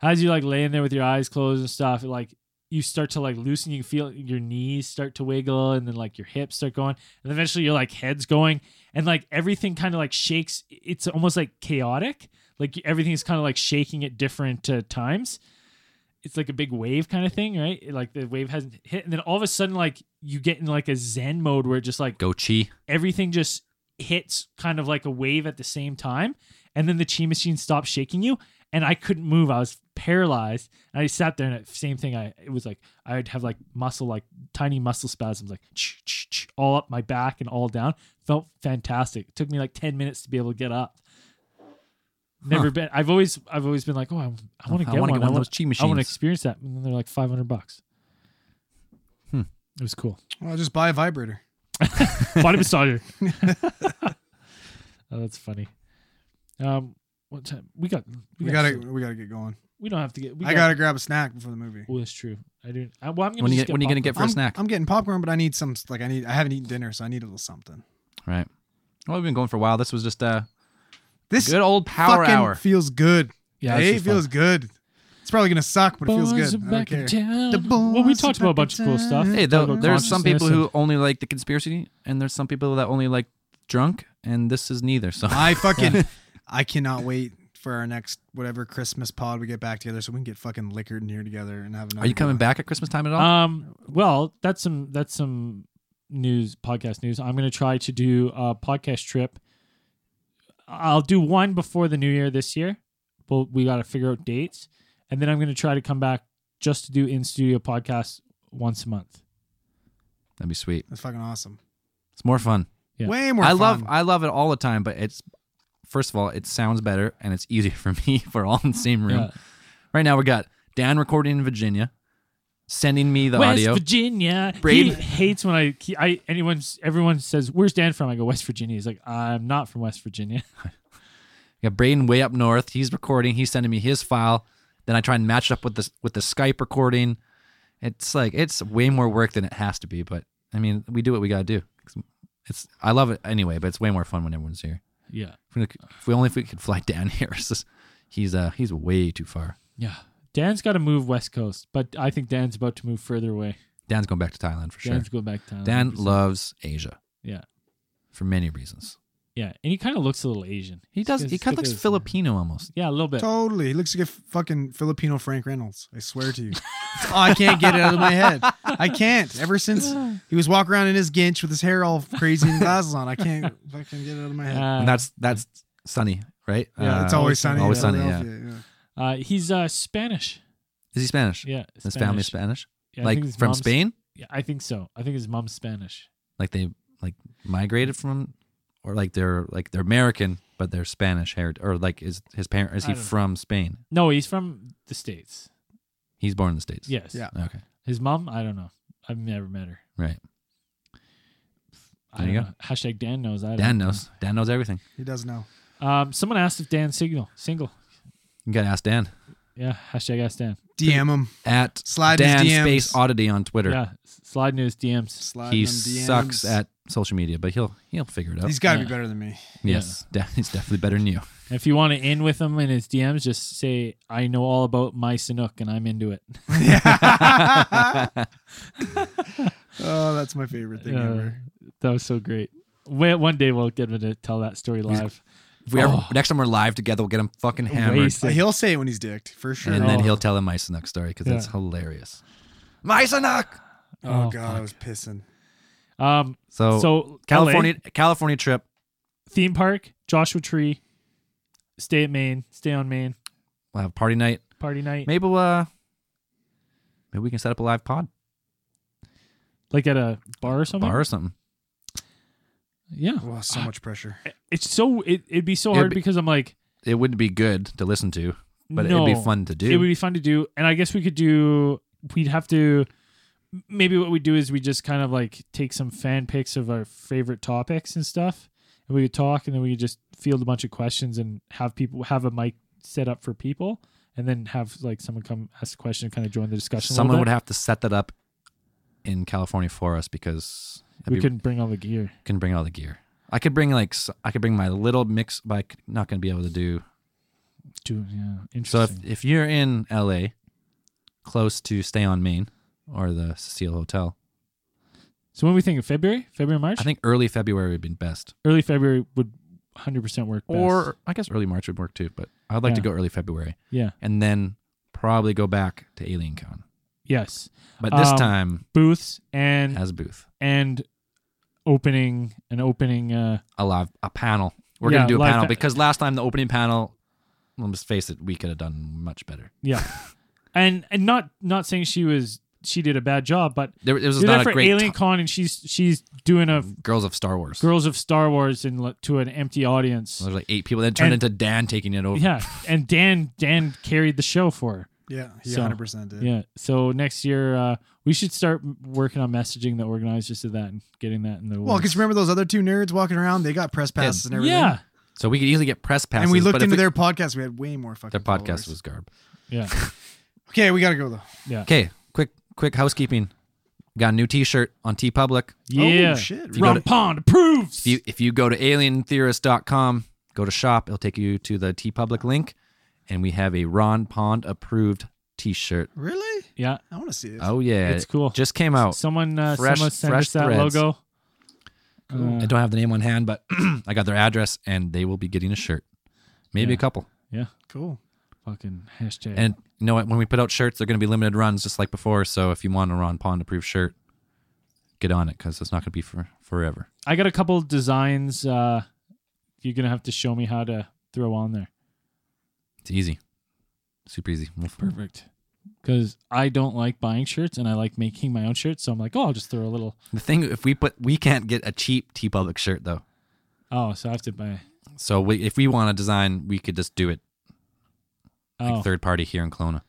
[SPEAKER 2] as you like laying there with your eyes closed and stuff, it, like you start to like loosen. You can feel your knees start to wiggle, and then like your hips start going, and eventually your like head's going, and like everything kind of like shakes. It's almost like chaotic. Like everything's kind of like shaking at different uh, times. It's like a big wave kind of thing, right? Like the wave hasn't hit, and then all of a sudden, like you get in like a zen mode where it just like
[SPEAKER 1] Go chi.
[SPEAKER 2] everything just hits kind of like a wave at the same time and then the chi machine stopped shaking you and i couldn't move i was paralyzed and i sat there and it- same thing i it was like i would have like muscle like tiny muscle spasms like ch- ch- ch- all up my back and all down felt fantastic it took me like 10 minutes to be able to get up never
[SPEAKER 1] Huh.
[SPEAKER 2] been i've always i've always been like oh I'm, i want to
[SPEAKER 1] I
[SPEAKER 2] get
[SPEAKER 1] wanna get
[SPEAKER 2] one I
[SPEAKER 1] one of
[SPEAKER 2] want-
[SPEAKER 1] those chi
[SPEAKER 2] i want to
[SPEAKER 1] machines.
[SPEAKER 2] experience that and then they're like 500 bucks
[SPEAKER 1] Hmm.
[SPEAKER 2] it was cool
[SPEAKER 3] Well, I'll just buy a vibrator.
[SPEAKER 2] body massager. oh, that's funny. Um, what time we got?
[SPEAKER 3] We
[SPEAKER 2] got
[SPEAKER 3] gotta
[SPEAKER 2] some-
[SPEAKER 3] we gotta get going.
[SPEAKER 2] We don't have to get. We
[SPEAKER 3] I gotta grab a snack before the movie.
[SPEAKER 2] Oh, that's true. I do. I, well, I'm gonna.
[SPEAKER 1] When you
[SPEAKER 2] just
[SPEAKER 1] get, when you gonna get for
[SPEAKER 3] I'm,
[SPEAKER 1] a snack?
[SPEAKER 3] I'm getting popcorn, but I need some like I need I haven't eaten dinner, so I need a little something.
[SPEAKER 1] right. Well, we've been going for a while. This was just a
[SPEAKER 3] This
[SPEAKER 1] good old power
[SPEAKER 3] fucking
[SPEAKER 1] hour.
[SPEAKER 3] feels good.
[SPEAKER 2] Yeah,
[SPEAKER 3] Yeah,
[SPEAKER 2] this
[SPEAKER 3] it
[SPEAKER 2] is
[SPEAKER 3] feels
[SPEAKER 2] fun.
[SPEAKER 3] good. It's probably gonna suck, but it feels
[SPEAKER 2] Boys
[SPEAKER 3] good.
[SPEAKER 2] are
[SPEAKER 3] I
[SPEAKER 2] back
[SPEAKER 3] don't
[SPEAKER 2] in
[SPEAKER 3] care.
[SPEAKER 2] town.
[SPEAKER 3] The
[SPEAKER 2] well, we
[SPEAKER 3] boys
[SPEAKER 2] talked
[SPEAKER 3] are
[SPEAKER 2] about a
[SPEAKER 3] back
[SPEAKER 2] bunch of
[SPEAKER 3] in
[SPEAKER 2] cool stuff.
[SPEAKER 3] town.
[SPEAKER 1] Hey,
[SPEAKER 2] Talked
[SPEAKER 1] though,
[SPEAKER 2] about
[SPEAKER 1] there's some people
[SPEAKER 2] consciousness
[SPEAKER 1] who only like the conspiracy, and there's some people that only like drunk, and this is neither. So
[SPEAKER 3] I fucking I cannot wait for our next whatever Christmas pod we get back together so we can get fucking liquored in here together and have another
[SPEAKER 1] are you coming
[SPEAKER 3] good
[SPEAKER 1] back at Christmas time at
[SPEAKER 2] and-
[SPEAKER 1] all?
[SPEAKER 2] Um. Well, that's some. That's some news. Podcast news. I'm gonna try to do a podcast trip. I'll do one before the new year this year, but we got to figure out dates, and then I'm gonna try to come back just to do in studio podcasts once a month.
[SPEAKER 1] That'd be sweet.
[SPEAKER 3] one. That's fucking awesome.
[SPEAKER 1] It's more fun.
[SPEAKER 2] Yeah.
[SPEAKER 3] Way more
[SPEAKER 1] I love
[SPEAKER 3] fun.
[SPEAKER 1] I love it all the time, but it's first of all, it sounds better and it's easier for me if we're all in the same room.
[SPEAKER 2] Yeah.
[SPEAKER 1] Right now we got Dan recording in Virginia, sending me the
[SPEAKER 2] West
[SPEAKER 1] audio.
[SPEAKER 2] Virginia.
[SPEAKER 1] Braden-
[SPEAKER 2] He hates when I, he, I anyone's everyone says, "Where's Dan from?" I go, "West Virginia." He's like, "I'm not from West Virginia."
[SPEAKER 1] We got Braden way up north. He's recording. He's sending me his file. Then I try and match it up with the with the Skype recording. It's like it's way more work than it has to be, but I mean we do what we gotta do. It's I love it anyway, but it's way more fun when everyone's here.
[SPEAKER 2] Yeah,
[SPEAKER 1] If we, if we only if we could fly down here, it's just, he's uh he's way too far.
[SPEAKER 2] yeah. Dan's got to move West Coast, but I think Dan's about to move further away.
[SPEAKER 1] Dan's going back to Thailand for sure.
[SPEAKER 2] Dan's going back to town.
[SPEAKER 1] Dan
[SPEAKER 2] 100%.
[SPEAKER 1] loves Asia.
[SPEAKER 2] Yeah.
[SPEAKER 1] For many reasons.
[SPEAKER 2] yeah, and he kind of looks a little Asian.
[SPEAKER 1] He does
[SPEAKER 2] He's-
[SPEAKER 1] he kind of looks
[SPEAKER 2] he's-
[SPEAKER 1] Filipino almost.
[SPEAKER 2] Yeah, a little bit.
[SPEAKER 3] Totally. He looks like a fucking Filipino Frank Reynolds. I swear to you. oh, I can't get it out of my head. I can't. Ever since
[SPEAKER 2] Ah.
[SPEAKER 3] he was walking around in his ginch with his hair all crazy and glasses on, I can't fucking get it out of my head.
[SPEAKER 2] Uh,
[SPEAKER 1] and that's that's sunny, right? Uh,
[SPEAKER 3] yeah, it's always sunny. in
[SPEAKER 1] Always sunny, yeah.
[SPEAKER 3] Philadelphia, yeah.
[SPEAKER 2] uh, he's uh, Spanish.
[SPEAKER 1] Is he Spanish?
[SPEAKER 2] Yeah,
[SPEAKER 1] His family is Spanish?
[SPEAKER 2] Yeah, I
[SPEAKER 1] like
[SPEAKER 2] think his
[SPEAKER 1] from
[SPEAKER 2] mom's-
[SPEAKER 1] Spain?
[SPEAKER 2] Yeah, I think so. I think his mom's Spanish.
[SPEAKER 1] Like they like migrated from or like they're like they're American but they're Spanish heritage or like is his parent is
[SPEAKER 2] I
[SPEAKER 1] he
[SPEAKER 2] don't know.
[SPEAKER 1] from Spain?
[SPEAKER 2] No, he's from the states.
[SPEAKER 1] He's born in the States.
[SPEAKER 2] Yes.
[SPEAKER 3] Yeah.
[SPEAKER 1] Okay.
[SPEAKER 2] His mom, I don't know. I've never met her.
[SPEAKER 1] Right.
[SPEAKER 2] I
[SPEAKER 1] There
[SPEAKER 2] don't
[SPEAKER 1] you go.
[SPEAKER 2] know. Hashtag Dan knows. I don't
[SPEAKER 1] Dan
[SPEAKER 2] know.
[SPEAKER 1] knows. Dan knows everything.
[SPEAKER 3] He does know.
[SPEAKER 2] Um, someone asked if Dan's signal single.
[SPEAKER 1] You gotta ask Dan.
[SPEAKER 2] Yeah, hashtag ask Dan.
[SPEAKER 3] DM him.
[SPEAKER 1] At
[SPEAKER 3] Slide his
[SPEAKER 1] Dan
[SPEAKER 3] DMs.
[SPEAKER 1] Space Oddity on Twitter.
[SPEAKER 2] Yeah, s- slide news DMs.
[SPEAKER 3] Slide
[SPEAKER 1] he
[SPEAKER 3] them DMs.
[SPEAKER 1] sucks at social media, but he'll he'll figure it out.
[SPEAKER 3] He's got to
[SPEAKER 2] Yeah.
[SPEAKER 3] be better than me.
[SPEAKER 1] yes, de- he's definitely better than you.
[SPEAKER 2] And if you want to end with him in his DMs, just say I know all about my Sanook and I'm into it.
[SPEAKER 3] oh, that's my favorite thing
[SPEAKER 2] Yeah,
[SPEAKER 3] ever.
[SPEAKER 2] that was so great. Wait, one day we'll get him to tell that story live.
[SPEAKER 1] If we ever,
[SPEAKER 2] Oh.
[SPEAKER 1] next time we're live together, we'll get him fucking hammered,
[SPEAKER 2] Wasted.
[SPEAKER 3] He'll say it when he's dicked, for sure.
[SPEAKER 1] and then
[SPEAKER 2] Oh.
[SPEAKER 1] he'll tell him my Snook story because that's
[SPEAKER 2] Yeah.
[SPEAKER 1] hilarious. My Snook.
[SPEAKER 3] oh,
[SPEAKER 2] Oh,
[SPEAKER 3] God, I was pissing.
[SPEAKER 2] Um,
[SPEAKER 1] So,
[SPEAKER 2] so
[SPEAKER 1] California
[SPEAKER 2] LA,
[SPEAKER 1] California trip.
[SPEAKER 2] theme park, Joshua Tree, stay at Maine, stay on Maine,
[SPEAKER 1] We'll have a party night.
[SPEAKER 2] party night,
[SPEAKER 1] Maybe we'll, uh, maybe we can set up a live pod
[SPEAKER 2] like at a bar or something.
[SPEAKER 1] bar or something.
[SPEAKER 2] Yeah,
[SPEAKER 3] Oh, so much pressure.
[SPEAKER 2] it's so it, it'd be so
[SPEAKER 1] It'd
[SPEAKER 2] hard
[SPEAKER 1] be-
[SPEAKER 2] because I'm like
[SPEAKER 1] It wouldn't be good to listen to, but
[SPEAKER 2] no.
[SPEAKER 1] it'd be fun to do.
[SPEAKER 2] It would be fun to do, and I guess we could do. We'd have to. Maybe what we do is we just kind of like take some fan pics of our favorite topics and stuff, and we could talk, and then we could just field a bunch of questions and have people have a mic set up for people, and then have like someone come ask a question and kind of join the discussion. a little
[SPEAKER 1] Someone
[SPEAKER 2] bit.
[SPEAKER 1] would have to set that up in California for us because that'd
[SPEAKER 2] We
[SPEAKER 1] be-
[SPEAKER 2] couldn't bring all the gear.
[SPEAKER 1] can bring all the gear. I could bring like s- I could bring my little mix, but I'm not going to be able to do.
[SPEAKER 2] Dude, yeah,
[SPEAKER 1] So if
[SPEAKER 2] interesting.
[SPEAKER 1] if you're in LA, close to Stay on Main or the Cecil Hotel,
[SPEAKER 2] So when we think of February, February, March,
[SPEAKER 1] I think early February would be best,
[SPEAKER 2] early February would 100% work. best.
[SPEAKER 1] or I guess early March would work too. But I'd like to
[SPEAKER 2] Yeah.
[SPEAKER 1] go early February
[SPEAKER 2] yeah,
[SPEAKER 1] and then probably go back to Alien Con,
[SPEAKER 2] yes,
[SPEAKER 1] but this
[SPEAKER 2] Um,
[SPEAKER 1] time
[SPEAKER 2] booths and
[SPEAKER 1] as booth,
[SPEAKER 2] and opening an opening. Uh,
[SPEAKER 1] a live a panel. We're
[SPEAKER 2] Yeah,
[SPEAKER 1] gonna do a
[SPEAKER 2] live
[SPEAKER 1] panel
[SPEAKER 2] pa-
[SPEAKER 1] because last time the opening panel. Let's face it, we could have done much better.
[SPEAKER 2] yeah, and and not not saying she was she did a bad job, but
[SPEAKER 1] There, it was
[SPEAKER 2] you're there
[SPEAKER 1] not a
[SPEAKER 2] for
[SPEAKER 1] great
[SPEAKER 2] Alien
[SPEAKER 1] ti-
[SPEAKER 2] Con, and she's she's doing a
[SPEAKER 1] Girls of Star Wars.
[SPEAKER 2] Girls of Star Wars and like, to an empty audience.
[SPEAKER 1] There's like eight people. Then it turned
[SPEAKER 2] And-
[SPEAKER 1] into Dan taking it over.
[SPEAKER 2] Yeah, and Dan Dan carried the show for her.
[SPEAKER 3] Yeah, he
[SPEAKER 2] So,
[SPEAKER 3] 100% did.
[SPEAKER 2] Yeah. So next year, uh, we should start m- working on messaging the organizers of that and getting that in the
[SPEAKER 3] Well,
[SPEAKER 2] works.
[SPEAKER 3] because remember those other two nerds walking around? They got press passes and everything.
[SPEAKER 2] yeah,
[SPEAKER 1] So we could easily get press passes.
[SPEAKER 3] and we looked
[SPEAKER 1] but if
[SPEAKER 3] into
[SPEAKER 1] we-
[SPEAKER 3] their podcast. We had way more fucking.
[SPEAKER 1] their podcast
[SPEAKER 3] followers.
[SPEAKER 1] was garb.
[SPEAKER 2] yeah,
[SPEAKER 3] okay. We gotta go though.
[SPEAKER 1] Okay, quick, quick housekeeping. Got a new T-shirt on T Public.
[SPEAKER 2] yeah.
[SPEAKER 3] Oh, shit.
[SPEAKER 1] you go to-
[SPEAKER 2] Ron Pond approves.
[SPEAKER 1] If you if you go to alientheorist.com, go to shop. It'll take you to the T Public link, and we have a Ron Pond approved T-shirt.
[SPEAKER 3] really?
[SPEAKER 2] yeah,
[SPEAKER 3] I want to see this.
[SPEAKER 1] Oh yeah,
[SPEAKER 2] It's cool.
[SPEAKER 1] Just came out.
[SPEAKER 2] someone uh,
[SPEAKER 1] Fresh-
[SPEAKER 2] someone sent
[SPEAKER 1] fresh
[SPEAKER 2] us that
[SPEAKER 1] threads.
[SPEAKER 2] logo.
[SPEAKER 1] I
[SPEAKER 2] Uh,
[SPEAKER 1] don't have the name on hand, but I got their address, and they will be getting a shirt. Maybe a
[SPEAKER 2] Yeah.
[SPEAKER 1] couple.
[SPEAKER 3] Cool.
[SPEAKER 2] fucking hashtag.
[SPEAKER 1] And you know what? When we put out shirts, they're going to be limited runs, just like before. So if you want a Ron Pond approved shirt, get on it because it's not going to be for forever.
[SPEAKER 2] I got a couple designs. Uh, you're gonna have to show me how to throw on there.
[SPEAKER 1] It's easy, super easy. We'll-
[SPEAKER 2] Perfect. Because I don't like buying shirts and I like making my own shirts, so I'm like, oh, I'll just throw a little.
[SPEAKER 1] The thing, if we put, we can't get a cheap T Public shirt though.
[SPEAKER 2] Oh, so I have to buy.
[SPEAKER 1] So we, if we want to design, we could just do it like
[SPEAKER 2] Oh,
[SPEAKER 1] third party here in Kelowna.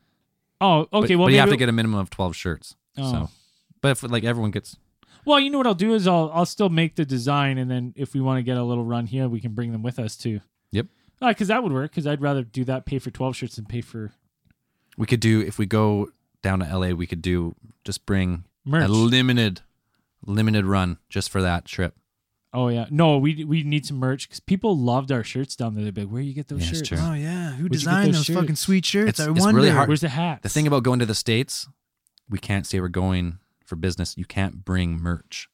[SPEAKER 2] oh
[SPEAKER 1] But-
[SPEAKER 2] okay.
[SPEAKER 1] but,
[SPEAKER 2] well,
[SPEAKER 1] you have
[SPEAKER 2] maybe-
[SPEAKER 1] to get a minimum of twelve shirts.
[SPEAKER 2] Oh.
[SPEAKER 1] So, but if like everyone gets,
[SPEAKER 2] Well, you know what I'll do is I'll I'll still make the design, and then if we want to get a little run here, we can bring them with us too.
[SPEAKER 1] Yep.
[SPEAKER 2] Because that would work. Because I'd rather do that, pay for twelve shirts, than pay for
[SPEAKER 1] we could do if we go down to LA, we could do just bring
[SPEAKER 2] merch.
[SPEAKER 1] a limited, limited run just for that trip.
[SPEAKER 2] oh yeah, no, we we need some merch because people loved our shirts down there. They're like, where you get those
[SPEAKER 1] Yeah, it's
[SPEAKER 2] shirts?
[SPEAKER 1] true.
[SPEAKER 3] Oh yeah. Who
[SPEAKER 2] get
[SPEAKER 3] designed
[SPEAKER 2] those
[SPEAKER 3] those, fucking
[SPEAKER 2] shirts?
[SPEAKER 3] sweet shirts?
[SPEAKER 1] It's-
[SPEAKER 3] I
[SPEAKER 1] it's
[SPEAKER 3] wonder.
[SPEAKER 1] really hard-
[SPEAKER 2] Where's the hat?
[SPEAKER 1] The thing about going to the states, we can't say we're going for business. You can't bring merch.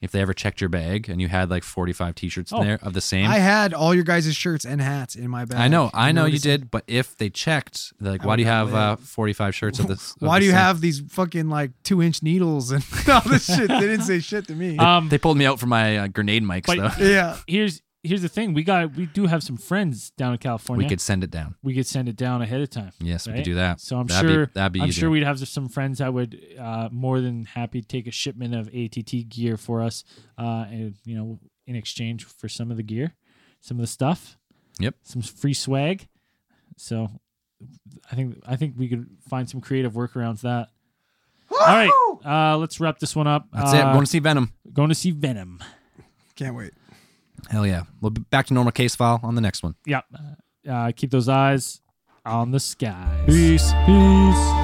[SPEAKER 1] If they ever checked your bag and you had like 45 t-shirts
[SPEAKER 2] Oh.
[SPEAKER 1] in there of the same,
[SPEAKER 3] I
[SPEAKER 1] I,
[SPEAKER 3] had all your guys' shirts and hats in my bag.
[SPEAKER 1] know, I know you
[SPEAKER 3] noticed it?
[SPEAKER 1] did. But if they checked, they're like,
[SPEAKER 3] I
[SPEAKER 1] why do you
[SPEAKER 3] would
[SPEAKER 1] have
[SPEAKER 3] not
[SPEAKER 1] uh, 45 shirts of this? of
[SPEAKER 3] Why
[SPEAKER 1] the
[SPEAKER 3] do you
[SPEAKER 1] same?"
[SPEAKER 3] have these fucking like two inch needles and all this shit? They didn't say shit to me.
[SPEAKER 2] um,
[SPEAKER 1] They pulled me out for my uh, grenade mics
[SPEAKER 2] But-
[SPEAKER 1] though.
[SPEAKER 3] yeah.
[SPEAKER 2] here's here's the thing. We got we do have some friends down in California.
[SPEAKER 1] We could send it down.
[SPEAKER 2] we could send it down ahead of time.
[SPEAKER 1] Yes, we
[SPEAKER 2] Right?
[SPEAKER 1] could do that.
[SPEAKER 2] So I'm
[SPEAKER 1] that'd
[SPEAKER 2] sure
[SPEAKER 1] be, that'd be
[SPEAKER 2] I'm
[SPEAKER 1] easier.
[SPEAKER 2] sure we'd have some friends that would uh, more than happy take a shipment of ATT gear for us, uh, and you know, in exchange for some of the gear, some of the stuff.
[SPEAKER 1] Yep.
[SPEAKER 2] Some free swag. So, I think I think we could find some creative workarounds that. All right, uh, let's wrap this one up.
[SPEAKER 1] That's
[SPEAKER 2] uh,
[SPEAKER 1] it. Going to see Venom.
[SPEAKER 2] going to see Venom.
[SPEAKER 3] Can't wait.
[SPEAKER 1] Hell yeah. We'll be back to normal case file on the next one.
[SPEAKER 2] Yep. Uh, keep those eyes on the skies.
[SPEAKER 1] Peace.
[SPEAKER 2] Peace.